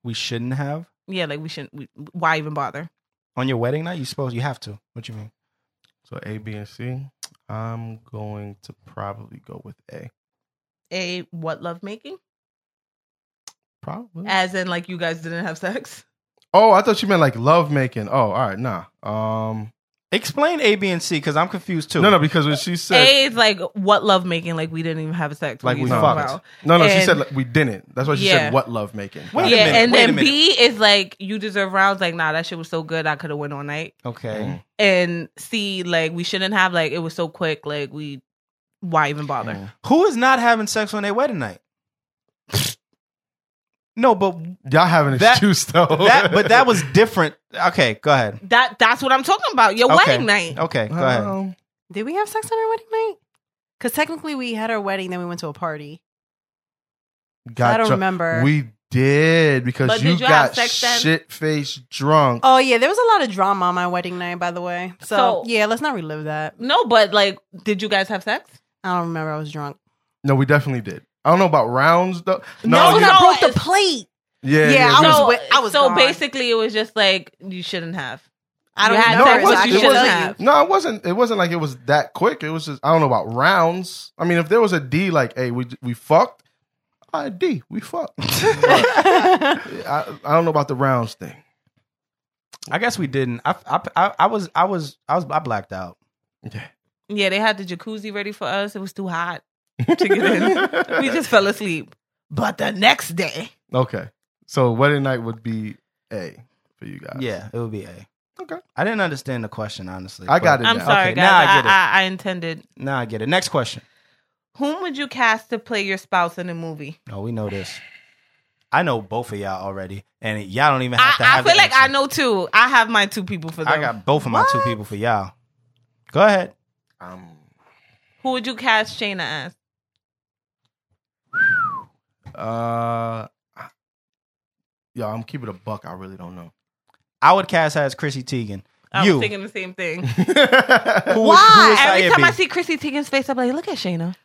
Speaker 1: we shouldn't have
Speaker 4: Yeah, like we shouldn't. We, why even bother?
Speaker 1: on your wedding night. You suppose you have to. What you mean?
Speaker 2: So A, B, and C. I'm going to probably go with A.
Speaker 4: A. What love making?
Speaker 2: Probably.
Speaker 4: As in, like you guys didn't have sex.
Speaker 2: Oh, I thought you meant like love making. Oh, all right, nah. Um,
Speaker 1: Explain A, B, and C because I'm confused too.
Speaker 2: No, no, because when she said
Speaker 4: A is like what love making, like we didn't even have sex. What
Speaker 2: like
Speaker 4: are you
Speaker 2: we
Speaker 4: talking
Speaker 2: fucked.
Speaker 4: about?
Speaker 2: No, no, she
Speaker 4: And-
Speaker 2: said like, we didn't. That's why she
Speaker 4: Yeah.
Speaker 2: said what love making.
Speaker 1: Wait a
Speaker 4: yeah,
Speaker 1: minute,
Speaker 4: and
Speaker 1: wait a
Speaker 4: then
Speaker 1: minute.
Speaker 4: B is like you deserve rounds. Like nah, that shit was so good I could have went all night. Mm.
Speaker 1: Okay.
Speaker 4: And C like we shouldn't have like it was so quick. Like we why even bother?
Speaker 1: Who is not having sex on their wedding night? No, but
Speaker 2: Y'all have an
Speaker 1: That-
Speaker 2: excuse though.
Speaker 1: that but that was different. Okay, go ahead.
Speaker 4: That that's what I'm talking about. Your
Speaker 1: Okay. Oh.
Speaker 4: wedding night.
Speaker 1: Okay, go ahead.
Speaker 2: Um,
Speaker 3: Did we have sex on our wedding night? Because technically, we had our wedding, then we went to a party. So I
Speaker 2: got
Speaker 3: don't
Speaker 2: drunk.
Speaker 3: remember.
Speaker 2: We did because
Speaker 4: But
Speaker 2: you
Speaker 4: did you have
Speaker 2: got
Speaker 4: sex then?
Speaker 2: shit face drunk.
Speaker 3: oh yeah, there was a lot of drama on my wedding night, by the way. So,
Speaker 4: So-
Speaker 3: yeah, let's not relive that.
Speaker 4: No, but like, did you guys have sex?
Speaker 3: I don't remember. I was drunk.
Speaker 2: No, we definitely did. I don't know about rounds though.
Speaker 4: No,
Speaker 2: you-
Speaker 4: no,
Speaker 3: I broke
Speaker 4: it's-
Speaker 3: the plate.
Speaker 2: yeah,
Speaker 3: yeah, I
Speaker 2: we-
Speaker 3: was
Speaker 4: no,
Speaker 3: wi- I was
Speaker 4: so
Speaker 3: gone.
Speaker 4: basically it was just like you shouldn't have.
Speaker 3: I don't
Speaker 4: You had
Speaker 3: remember.
Speaker 4: sex,
Speaker 3: so
Speaker 4: but
Speaker 3: I
Speaker 4: you
Speaker 3: can't
Speaker 4: shouldn't
Speaker 3: tell
Speaker 4: have.
Speaker 2: No, it wasn't. It wasn't like it was that quick. It was just I don't know about rounds. I mean, if there was a D, like, hey, we we fucked. I D, we fucked. But
Speaker 3: you.
Speaker 2: I, I don't know about the rounds thing.
Speaker 1: I guess we didn't. I, I, I, I was I was I was I blacked out.
Speaker 2: Yeah.
Speaker 4: Yeah, they had the jacuzzi ready for us. It was too hot to get in. we just fell asleep. But the next day,
Speaker 2: okay. So wedding night would be A for you guys.
Speaker 1: Yeah, it would be A.
Speaker 2: Okay.
Speaker 1: I didn't understand the question honestly.
Speaker 2: I got
Speaker 1: but
Speaker 2: it.
Speaker 4: I'm
Speaker 2: now.
Speaker 4: sorry,
Speaker 1: Okay,
Speaker 4: guys.
Speaker 1: now I
Speaker 4: I,
Speaker 1: get it.
Speaker 4: I, I intended.
Speaker 1: Now I get it. Next question.
Speaker 4: Whom would you cast to play your spouse in a movie?
Speaker 1: Oh, we know this. I know both of y'all already, and y'all don't even
Speaker 4: I,
Speaker 1: have to
Speaker 4: I
Speaker 1: have.
Speaker 4: feel
Speaker 1: the
Speaker 4: like I
Speaker 1: answer.
Speaker 4: know two. I have my two people for them.
Speaker 1: I got both of my two people for y'all. Go ahead.
Speaker 2: Um,
Speaker 4: Who would you cast Shayna as?
Speaker 2: uh, I- yo, I'm keeping a buck. I really don't know.
Speaker 1: I would cast her as Chrissy Teigen.
Speaker 4: I
Speaker 1: you.
Speaker 4: was thinking the same thing.
Speaker 1: Who
Speaker 2: I
Speaker 1: would- who would
Speaker 4: Every
Speaker 1: Saya
Speaker 4: time
Speaker 1: be?
Speaker 4: I see Chrissy Teigen's face, I'm like, look at Shayna.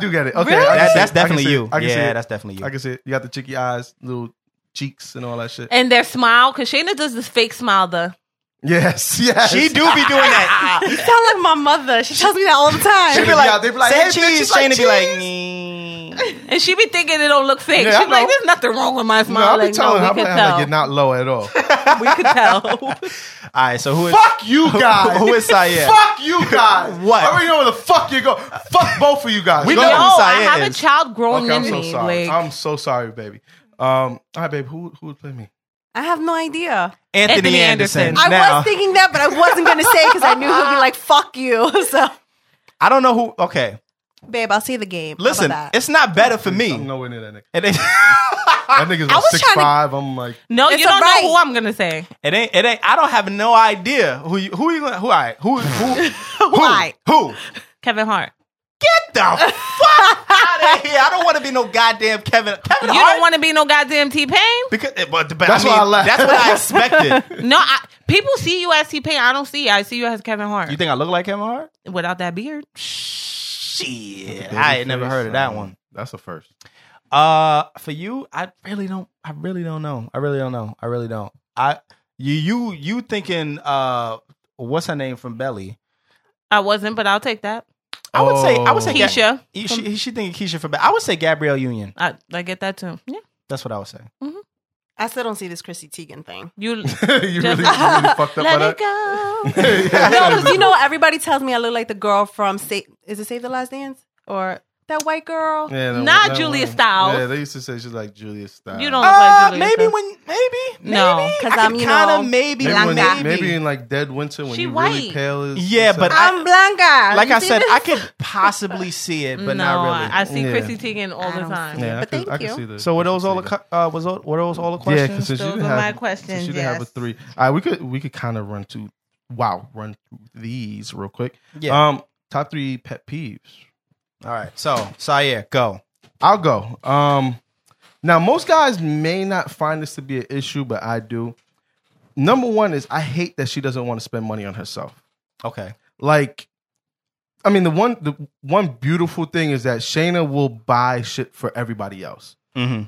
Speaker 2: do get it. Okay, I
Speaker 3: Really?
Speaker 2: can
Speaker 1: That- that's
Speaker 2: see it. I can
Speaker 1: definitely
Speaker 2: see it.
Speaker 1: you.
Speaker 2: I can see
Speaker 1: yeah,
Speaker 2: it.
Speaker 1: that's definitely you.
Speaker 2: I can see it. You got the chicky eyes, little cheeks, and all that
Speaker 1: Eh.
Speaker 2: shit.
Speaker 4: And their smile, because Shayna does this fake smile, the
Speaker 2: Yes, yes.
Speaker 1: She do be doing that.
Speaker 3: you sound like my mother. She tells me that all the
Speaker 1: She
Speaker 3: time.
Speaker 1: be like,
Speaker 2: Yeah, they be like,
Speaker 1: say
Speaker 2: "Hey, bitch,
Speaker 1: cheese.
Speaker 2: you like
Speaker 1: Shayna be like,
Speaker 2: cheese?"
Speaker 1: "Mm."
Speaker 4: and she be thinking it don't look fake.
Speaker 2: Yeah, I
Speaker 4: She's like,
Speaker 2: know.
Speaker 4: there's nothing wrong with my
Speaker 2: No,
Speaker 4: smile.
Speaker 2: I be
Speaker 4: like,
Speaker 2: telling her,
Speaker 4: no,
Speaker 2: I'm
Speaker 4: we
Speaker 2: like,
Speaker 4: could
Speaker 2: I'm
Speaker 4: tell.
Speaker 2: like, you're not low at all.
Speaker 4: we could tell.
Speaker 1: All right, so who is
Speaker 2: Fuck you guys.
Speaker 1: who is Saya?
Speaker 2: Fuck you guys.
Speaker 1: What?
Speaker 2: I already know where the fuck you go. Fuck both of you guys.
Speaker 1: We
Speaker 2: Go
Speaker 4: Yo,
Speaker 1: know
Speaker 2: ahead.
Speaker 1: who
Speaker 4: I
Speaker 1: Saya
Speaker 4: have
Speaker 1: is.
Speaker 4: a child grown
Speaker 2: Okay, I'm
Speaker 4: in
Speaker 2: so
Speaker 4: me.
Speaker 2: sorry.
Speaker 4: like,
Speaker 2: I'm so sorry, baby. Um, all right, babe. Who who would play me?
Speaker 3: I have no idea.
Speaker 1: Anthony,
Speaker 4: Anthony
Speaker 1: Anderson.
Speaker 4: Anderson.
Speaker 3: I
Speaker 1: Now,
Speaker 3: was thinking that, but I wasn't gonna say because I knew he'd be like, "Fuck you." So,
Speaker 1: I don't know who. Okay,
Speaker 3: babe, I'll see the game. How about
Speaker 1: listen,
Speaker 3: that?
Speaker 1: it's not better for
Speaker 2: I'm
Speaker 1: me.
Speaker 2: nowhere near that nigga.
Speaker 1: It ain't,
Speaker 2: That nigga's like
Speaker 3: I was
Speaker 2: six
Speaker 3: trying to-
Speaker 2: five. I'm like,
Speaker 4: no,
Speaker 3: It's
Speaker 4: you don't
Speaker 3: alright.
Speaker 4: know who I'm gonna say.
Speaker 1: it ain't. It ain't. I don't have no idea who you who you gonna- who I who who who
Speaker 4: Why?
Speaker 1: who.
Speaker 4: Kevin Hart.
Speaker 1: Get the fuck out of here! I don't want to be no goddamn Kevin. Kevin
Speaker 4: You
Speaker 1: Hart.
Speaker 4: don't want to be no goddamn T Pain.
Speaker 1: because, but, but
Speaker 2: That's
Speaker 1: I mean,
Speaker 2: why I laughed.
Speaker 1: That's what I expected.
Speaker 4: No, I, people see you as T Pain. I don't see you. I see you as Kevin Hart
Speaker 1: you think I look like Kevin Hart?
Speaker 4: without that beard.
Speaker 1: Shit, I ain't never heard of that one.
Speaker 2: um, That's a first.
Speaker 1: Uh, for you, I really don't. I really don't know. I really don't know. I really don't. I you you you thinking uh, what's her name from Belly?
Speaker 4: I wasn't, but I'll take that.
Speaker 1: I would say
Speaker 2: Oh.
Speaker 1: I would say Ga-
Speaker 4: Oh. Keisha,
Speaker 1: He- she, she thinking Keisha from Belly. I would say Gabrielle Union.
Speaker 4: I, I get that too. Yeah,
Speaker 1: That's what I would say.
Speaker 3: I still don't see this Chrissy Teigen thing.
Speaker 4: you
Speaker 2: you really, you really fucked up
Speaker 4: let
Speaker 2: by
Speaker 4: it go.
Speaker 2: that.
Speaker 3: No, because you know what? Everybody tells me I look like the girl from Save. Is it Save the Last Dance or that white girl?
Speaker 2: Yeah, that-
Speaker 4: Not
Speaker 2: that
Speaker 4: Julia
Speaker 2: one.
Speaker 4: Styles.
Speaker 2: Yeah, they used to say she's like Julia Styles.
Speaker 4: You don't-
Speaker 1: Uh,
Speaker 4: like Julia
Speaker 1: maybe
Speaker 4: Stiles.
Speaker 1: when maybe
Speaker 4: No.
Speaker 1: maybe
Speaker 3: 'Cause
Speaker 1: I
Speaker 3: I'm,
Speaker 1: could
Speaker 3: you
Speaker 1: kinda
Speaker 3: know,
Speaker 1: maybe
Speaker 2: Maybe, when,
Speaker 3: Blanca.
Speaker 2: maybe in like dead winter when
Speaker 4: She
Speaker 2: you really
Speaker 4: white.
Speaker 2: pale is.
Speaker 1: Yeah, but I-
Speaker 3: I'm Blanca.
Speaker 1: like
Speaker 3: You
Speaker 1: I
Speaker 3: see
Speaker 1: said,
Speaker 3: this?
Speaker 1: I could possibly see it, but
Speaker 4: no,
Speaker 1: not really.
Speaker 4: I, I see
Speaker 2: Yeah.
Speaker 4: Chrissy Teigen all
Speaker 3: I
Speaker 4: the
Speaker 3: don't
Speaker 4: time.
Speaker 3: see it.
Speaker 2: I
Speaker 3: But
Speaker 2: could- I
Speaker 3: thank
Speaker 2: could
Speaker 3: you.
Speaker 2: see the-
Speaker 1: so were those all the
Speaker 2: Yeah,
Speaker 1: co- uh, was all, were those all the
Speaker 2: 'cause
Speaker 1: questions?
Speaker 2: since you
Speaker 4: Those
Speaker 2: didn't
Speaker 4: are my
Speaker 2: have-
Speaker 4: questions,
Speaker 2: Since you didn't have a
Speaker 4: yes.
Speaker 2: three. All right, we could we could kind of run to wow run through these real quick.
Speaker 1: yeah.
Speaker 2: Um, top three pet peeves.
Speaker 1: all right. So Sayer, go.
Speaker 2: I'll go. Um, now most guys may not find this to be an issue, but I do. Number one is I hate that she doesn't want to spend money on herself.
Speaker 1: Okay.
Speaker 2: Like, I mean, the one the one beautiful thing is that Shayna will buy shit for everybody else,
Speaker 1: Mm-hmm.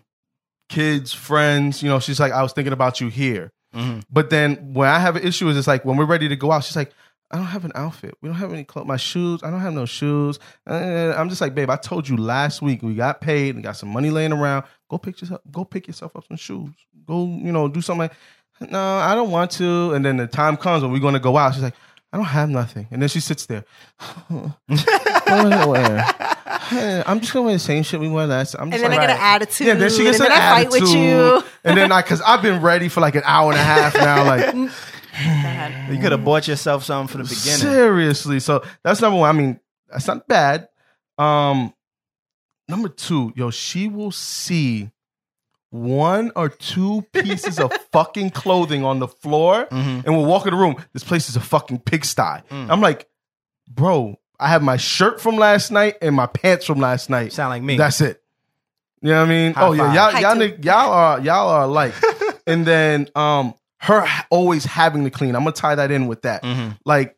Speaker 2: kids, friends. You know, she's like, I was thinking about you here.
Speaker 1: Mm-hmm.
Speaker 2: But then when I have an issue, is it's like when we're ready to go out, she's like, I don't have an outfit. We don't have any clothes. My shoes. I don't have no shoes. Uh, I'm just like, babe. I told you last week we got paid and got some money laying around. Go pick yourself. Go pick yourself up some shoes. Go, you know, do something. Like, no, I don't want to. And then the time comes when we're going to go out. She's like, I don't have nothing. And then she sits there. I'm gonna wear. I'm just gonna wear the same shit we wore last. time. I'm
Speaker 3: And
Speaker 2: just
Speaker 3: then
Speaker 2: like,
Speaker 3: I get
Speaker 1: right.
Speaker 3: an attitude.
Speaker 2: yeah, then she gets
Speaker 3: and
Speaker 2: an
Speaker 3: then I fight
Speaker 2: attitude,
Speaker 3: with you.
Speaker 2: and then I, cause I've been ready for like an hour and a half now. Like
Speaker 3: God.
Speaker 1: You could have bought yourself something from the beginning.
Speaker 2: Seriously. So that's number one. I mean, that's not bad. Um, number two, yo, she will see one or two pieces of fucking clothing on the floor
Speaker 1: Mhm.
Speaker 2: and will walk in the room. This place is a fucking pigsty.
Speaker 1: Mm.
Speaker 2: I'm like, bro, I have my shirt from last night and my pants from last night.
Speaker 1: Sound like me.
Speaker 2: That's it. You know what I mean?
Speaker 1: High
Speaker 2: oh yeah,
Speaker 1: five.
Speaker 2: y'all
Speaker 3: High
Speaker 2: y'all,
Speaker 3: two.
Speaker 2: nig- y'all are y'all are alike. and then um her h- always having to clean. I'm gonna tie that in with that.
Speaker 1: Mhm.
Speaker 2: Like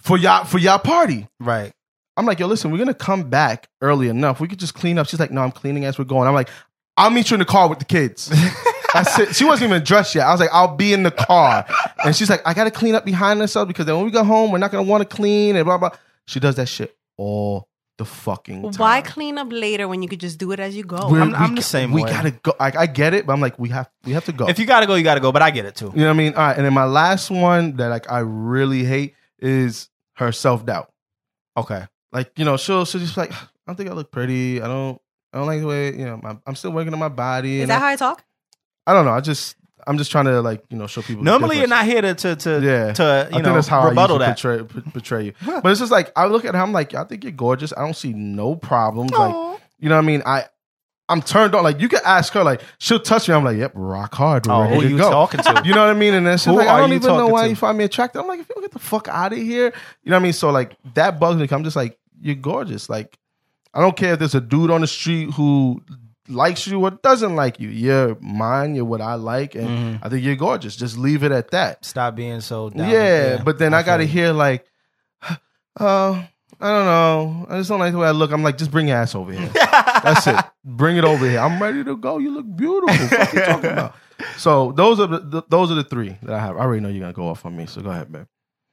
Speaker 2: for y'all for y'all party.
Speaker 1: right.
Speaker 2: I'm like, yo, listen, we're gonna come back early enough. We could just clean up. She's like, no, I'm cleaning as we're going. I'm like, I'll meet you in the car with the kids. I said she wasn't even dressed yet. I was like, I'll be in the car. And she's like, I gotta clean up behind ourselves because then when we go home, we're not gonna want to clean and blah blah. She does that shit all the fucking time.
Speaker 3: Why clean up later when you could just do it as you go?
Speaker 2: We're-
Speaker 1: I'm- I'm the same
Speaker 2: We
Speaker 1: way.
Speaker 2: gotta go. I, I get it, but I'm like, we have we have to go.
Speaker 1: If you gotta go, you gotta go. But I get it too.
Speaker 2: you know what I mean? All right. And then my last one that like I really hate is her self doubt.
Speaker 1: Okay.
Speaker 2: Like you know, she'll she'll just be like, I don't think I look pretty. I don't. I don't like the way you know. My, I'm still working on my body.
Speaker 3: Is
Speaker 2: And
Speaker 3: that
Speaker 2: I,
Speaker 3: how I talk?
Speaker 2: I don't know. I just I'm just trying to like you know show people. the
Speaker 1: Normally you're
Speaker 2: difference.
Speaker 1: not here to to to,
Speaker 2: Yeah.
Speaker 1: to
Speaker 2: I
Speaker 1: you
Speaker 2: think
Speaker 1: know
Speaker 2: that's how
Speaker 1: rebuttal
Speaker 2: I
Speaker 1: that.
Speaker 2: usually Portray, p- portray you. But it's just like I look at her. I'm like, I think you're gorgeous. I don't see no problems. Like
Speaker 3: Aw.
Speaker 2: You know what I mean? I I'm turned on. Like you can ask her. Like she'll touch me. I'm like, yep, rock hard. We're
Speaker 1: Oh,
Speaker 2: ready
Speaker 1: who
Speaker 2: to
Speaker 1: you
Speaker 2: go.
Speaker 1: talking to?
Speaker 2: You know what I mean? And then she's
Speaker 1: Who
Speaker 2: like, I
Speaker 1: are
Speaker 2: don't
Speaker 1: you
Speaker 2: even know
Speaker 1: talking
Speaker 2: why
Speaker 1: to?
Speaker 2: you find me attractive. I'm like, if you get the fuck out of here, you know what I mean? So like that bugs me. I'm just like, you're gorgeous. Like I don't care if there's a dude on the street who likes you or doesn't like you. You're mine. You're what I like, and
Speaker 1: Mhm.
Speaker 2: I think you're gorgeous. Just leave it at that.
Speaker 1: Stop being so. Down.
Speaker 2: Yeah, but then I
Speaker 1: feel
Speaker 2: got to
Speaker 1: you.
Speaker 2: hear like, oh, I don't know. I just don't like the way I look. I'm like, just bring your ass over here. That's it. Bring it over here. I'm ready to go. You look beautiful. What you talking about? So those are the, th- those are the three that I have. I already know you're gonna go off on me. So go ahead, man.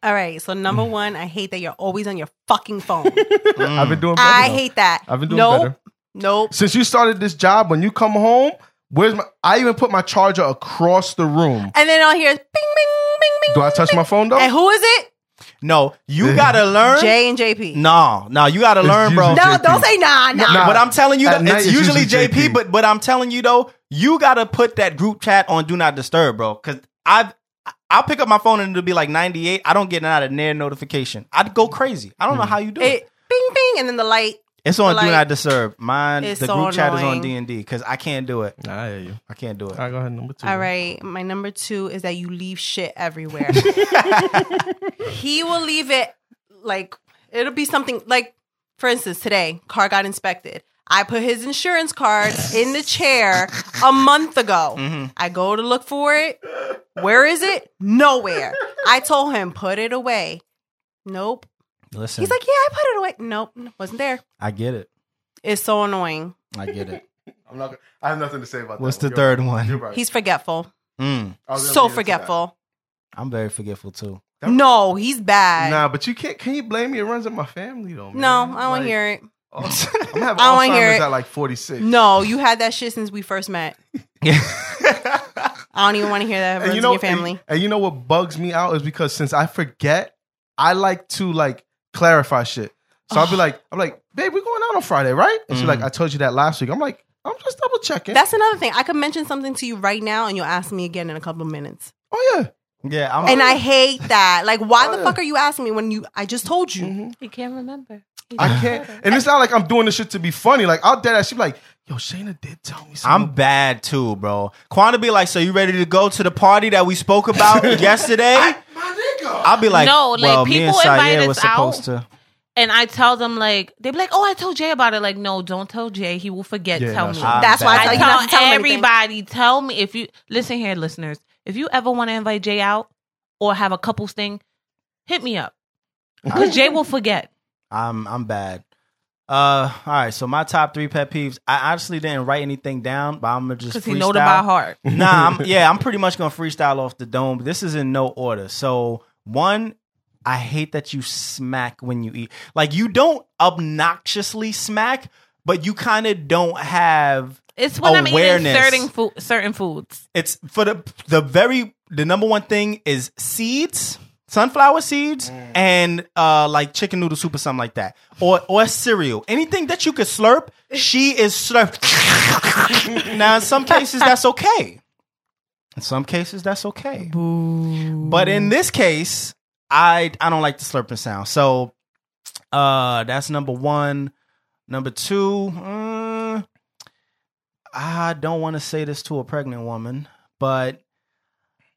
Speaker 3: All right. So number one, I hate that you're always on your fucking phone.
Speaker 1: Mm.
Speaker 2: Mm. I've been doing. Better
Speaker 3: I
Speaker 2: though.
Speaker 3: hate that.
Speaker 2: I've been doing
Speaker 3: nope.
Speaker 2: better
Speaker 3: Nope.
Speaker 2: since you started this job. When you come home, where's my? I even put my charger across the room.
Speaker 3: And then I'll hear bing, bing, bing, bing.
Speaker 2: Do I touch my phone though?
Speaker 3: And who is it?
Speaker 1: No, you gotta learn.
Speaker 3: J and JP.
Speaker 1: No, no, you gotta
Speaker 2: It's
Speaker 1: learn, bro.
Speaker 2: usually
Speaker 3: no
Speaker 2: JP.
Speaker 3: don't say nah, nah.
Speaker 2: Nah.
Speaker 1: But I'm telling you,
Speaker 2: At
Speaker 1: though,
Speaker 2: night,
Speaker 1: it's
Speaker 2: it's
Speaker 1: usually
Speaker 2: usually
Speaker 1: JP.
Speaker 2: JP.
Speaker 1: But but I'm telling you though, you gotta put that group chat on Do Not Disturb, bro. Because I've I'll pick up my phone and it'll be like 98. I don't get not a near notification. I'd go crazy. I don't
Speaker 2: Hmm.
Speaker 1: know how you do it.
Speaker 3: It, bing, bing. And then the light.
Speaker 1: It's on Do
Speaker 3: like,
Speaker 1: Not Disturb. Mine, the
Speaker 3: it's
Speaker 1: group
Speaker 3: so
Speaker 1: chat is on D
Speaker 3: annoying.
Speaker 1: and D because I can't do it.
Speaker 2: Nah, I hear you.
Speaker 1: I can't do it.
Speaker 2: All right, go ahead. Number two.
Speaker 3: All right. My number two is that you leave shit everywhere. he will leave it like it'll be something like, for instance, today car got inspected. I put his insurance card in the chair a month ago.
Speaker 2: Mm-hmm.
Speaker 3: I go to look for it. Where is it? Nowhere. I told him put it away. Nope.
Speaker 1: Listen,
Speaker 3: He's like, yeah, I put it away. Nope, wasn't there.
Speaker 1: I get it.
Speaker 3: It's so annoying.
Speaker 1: I get it.
Speaker 2: I'm not. gonna- I have nothing to say about
Speaker 1: What's
Speaker 2: that.
Speaker 1: the
Speaker 2: one.
Speaker 1: third one?
Speaker 2: You're right.
Speaker 3: He's forgetful.
Speaker 1: Mm,
Speaker 2: I was gonna lead
Speaker 3: So
Speaker 2: into that.
Speaker 3: forgetful.
Speaker 1: I'm very forgetful too.
Speaker 2: That-
Speaker 3: No, he's bad.
Speaker 2: Nah, but you can't. Can you blame me? It runs in my family though. Man.
Speaker 3: No, I don't want to
Speaker 2: Like,
Speaker 3: hear it.
Speaker 2: I'm gonna have
Speaker 3: I wanna hear
Speaker 2: Alzheimer's
Speaker 3: it.
Speaker 2: at like 46.
Speaker 3: No, you had that shit since we first met. I don't even want to hear that.
Speaker 2: and you
Speaker 3: runs
Speaker 2: know,
Speaker 3: in your family.
Speaker 2: And, and you know what bugs me out is because since I forget, I like to like clarify shit. So I'll be like, I'm like, babe, we're going out on Friday, right? And she's like, I told you that last week. I'm like, I'm just double checking.
Speaker 3: Mm. That's another thing. I could mention something to you right now, and you'll ask me again in a couple of minutes.
Speaker 2: oh yeah.
Speaker 1: yeah, I'm.
Speaker 3: And I hate that. Like, why the
Speaker 2: yeah.
Speaker 3: fuck are you asking me when you? I just told you.
Speaker 2: Mhm.
Speaker 4: You can't remember.
Speaker 2: I can't. And it's not like I'm doing this shit to be funny. Like I'll dead ass. She's like, yo, Shayna did tell me something.
Speaker 1: I'm bad too, bro. Quanta be like, so you ready to go to the party that we spoke about yesterday? I'll be like,
Speaker 4: No, like,
Speaker 1: well, me and
Speaker 4: people invite
Speaker 1: Sayed
Speaker 4: us
Speaker 1: was supposed to.
Speaker 4: And I tell them like they be like, "Oh, I told Jay about it." Like, no, don't tell Jay. He will forget.
Speaker 2: Yeah,
Speaker 4: tell
Speaker 2: that's
Speaker 4: me.
Speaker 1: right.
Speaker 3: That's why I
Speaker 1: I
Speaker 3: tell
Speaker 4: I
Speaker 3: you not to tell
Speaker 4: tell
Speaker 3: him anything.
Speaker 4: everybody. Tell me if you listen here, listeners. If you ever want to invite Jay out or have a couples thing, hit me up because Jay will forget.
Speaker 1: I'm I'm bad. Uh, all right. So my top three pet peeves. I honestly didn't write anything down, but I'm gonna just
Speaker 4: Because
Speaker 1: freestyle.
Speaker 4: he know them by heart.
Speaker 1: nah, I'm, yeah, I'm pretty much gonna freestyle off the dome. This is in no order. So one, I hate that you smack when you eat. Like you don't obnoxiously smack, but you kind of don't have.
Speaker 4: It's when I'm
Speaker 1: Awareness.
Speaker 4: eating certain food, certain foods.
Speaker 1: It's for the the very the number one thing is seeds sunflower seeds and uh, like chicken noodle soup or something like that, or or cereal, anything that you could slurp. She is slurp. now, in some cases, that's okay. In some cases, that's okay. But in this case, I I don't like the slurping sound. So, uh, that's number one. Number two, mm, I don't want to say this to a pregnant woman, but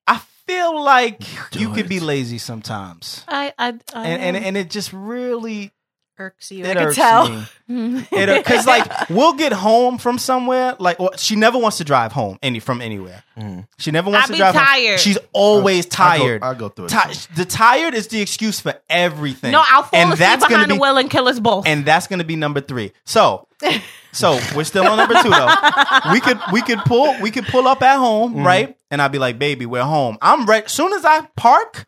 Speaker 1: I feel like
Speaker 2: Do
Speaker 1: you could
Speaker 2: it.
Speaker 1: be lazy sometimes.
Speaker 4: I, I, I
Speaker 1: And, and and it just really
Speaker 3: irks you.
Speaker 1: it
Speaker 3: I can
Speaker 1: irks
Speaker 3: tell.
Speaker 1: me. It because like we'll get home from somewhere like or she never wants to drive home any from anywhere.
Speaker 2: Mm.
Speaker 1: She never wants
Speaker 4: I
Speaker 1: to
Speaker 4: be
Speaker 1: drive. home.
Speaker 4: tired.
Speaker 1: She's always tired.
Speaker 2: I go, I go through it.
Speaker 1: Ti- the tired is the excuse for everything.
Speaker 4: no, I'll fall
Speaker 1: and
Speaker 4: asleep
Speaker 1: that's gonna
Speaker 4: behind
Speaker 1: be
Speaker 4: the wheel and kill us both.
Speaker 1: and that's gonna be number three. So, so we're still on number two though. We could we could pull we could pull up at home, right? And I'd be like, baby, we're home. I'm right. Soon as I park,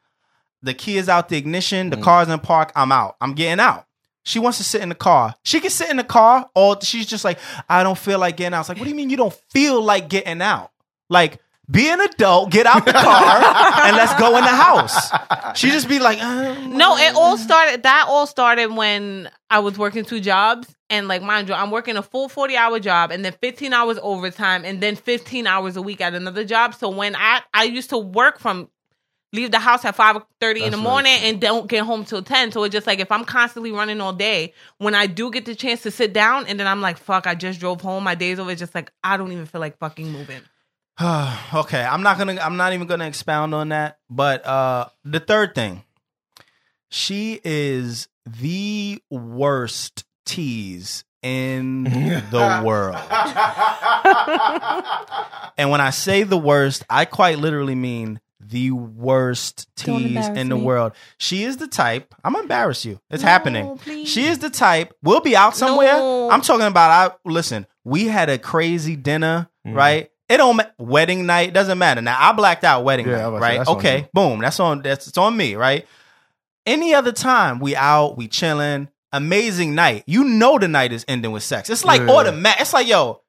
Speaker 1: the key is out the ignition, the car's in park. I'm out. I'm getting out. She wants to sit in the car. She can sit in the car, or she's just like, I don't feel like getting out. It's like, what do you mean you don't feel like getting out? Like, be an adult, get out the car, and let's go in the house. She just be like, uh,
Speaker 4: No, it all started. That all started when I was working two jobs, and like mind you, I'm working a full forty hour job, and then fifteen hours overtime, and then fifteen hours a week at another job. So when I I used to work from leave the house at five thirty in the
Speaker 2: That's
Speaker 4: morning and don't get home till ten. So it's just like if I'm constantly running all day, when I do get the chance to sit down, and then I'm like, fuck, I just drove home. My day's over. It's just like I don't even feel like fucking moving.
Speaker 1: okay, I'm not gonna. I'm not even gonna expound on that. But uh the third thing, she is the worst tease in the world. and when I say the worst, I quite literally mean the worst
Speaker 3: Don't
Speaker 1: tease
Speaker 3: embarrass
Speaker 1: in the
Speaker 3: me.
Speaker 1: world. She is the type. I'm embarrassed you. It's
Speaker 4: No,
Speaker 1: happening.
Speaker 4: please.
Speaker 1: She is the type. We'll be out somewhere.
Speaker 4: No.
Speaker 1: I'm talking about. I listen. We had a crazy dinner,
Speaker 2: Mhm.
Speaker 1: right? It don't ma- wedding night doesn't matter. Now I blacked out wedding
Speaker 2: Yeah, I
Speaker 1: night,
Speaker 2: was about to say,
Speaker 1: right?
Speaker 2: that's on
Speaker 1: okay,
Speaker 2: you.
Speaker 1: boom. That's on. That's it's on me, right? Any other time we out, we chilling, amazing night. You know the night is ending with sex. It's like
Speaker 2: Yeah.
Speaker 1: automatic. It's like yo,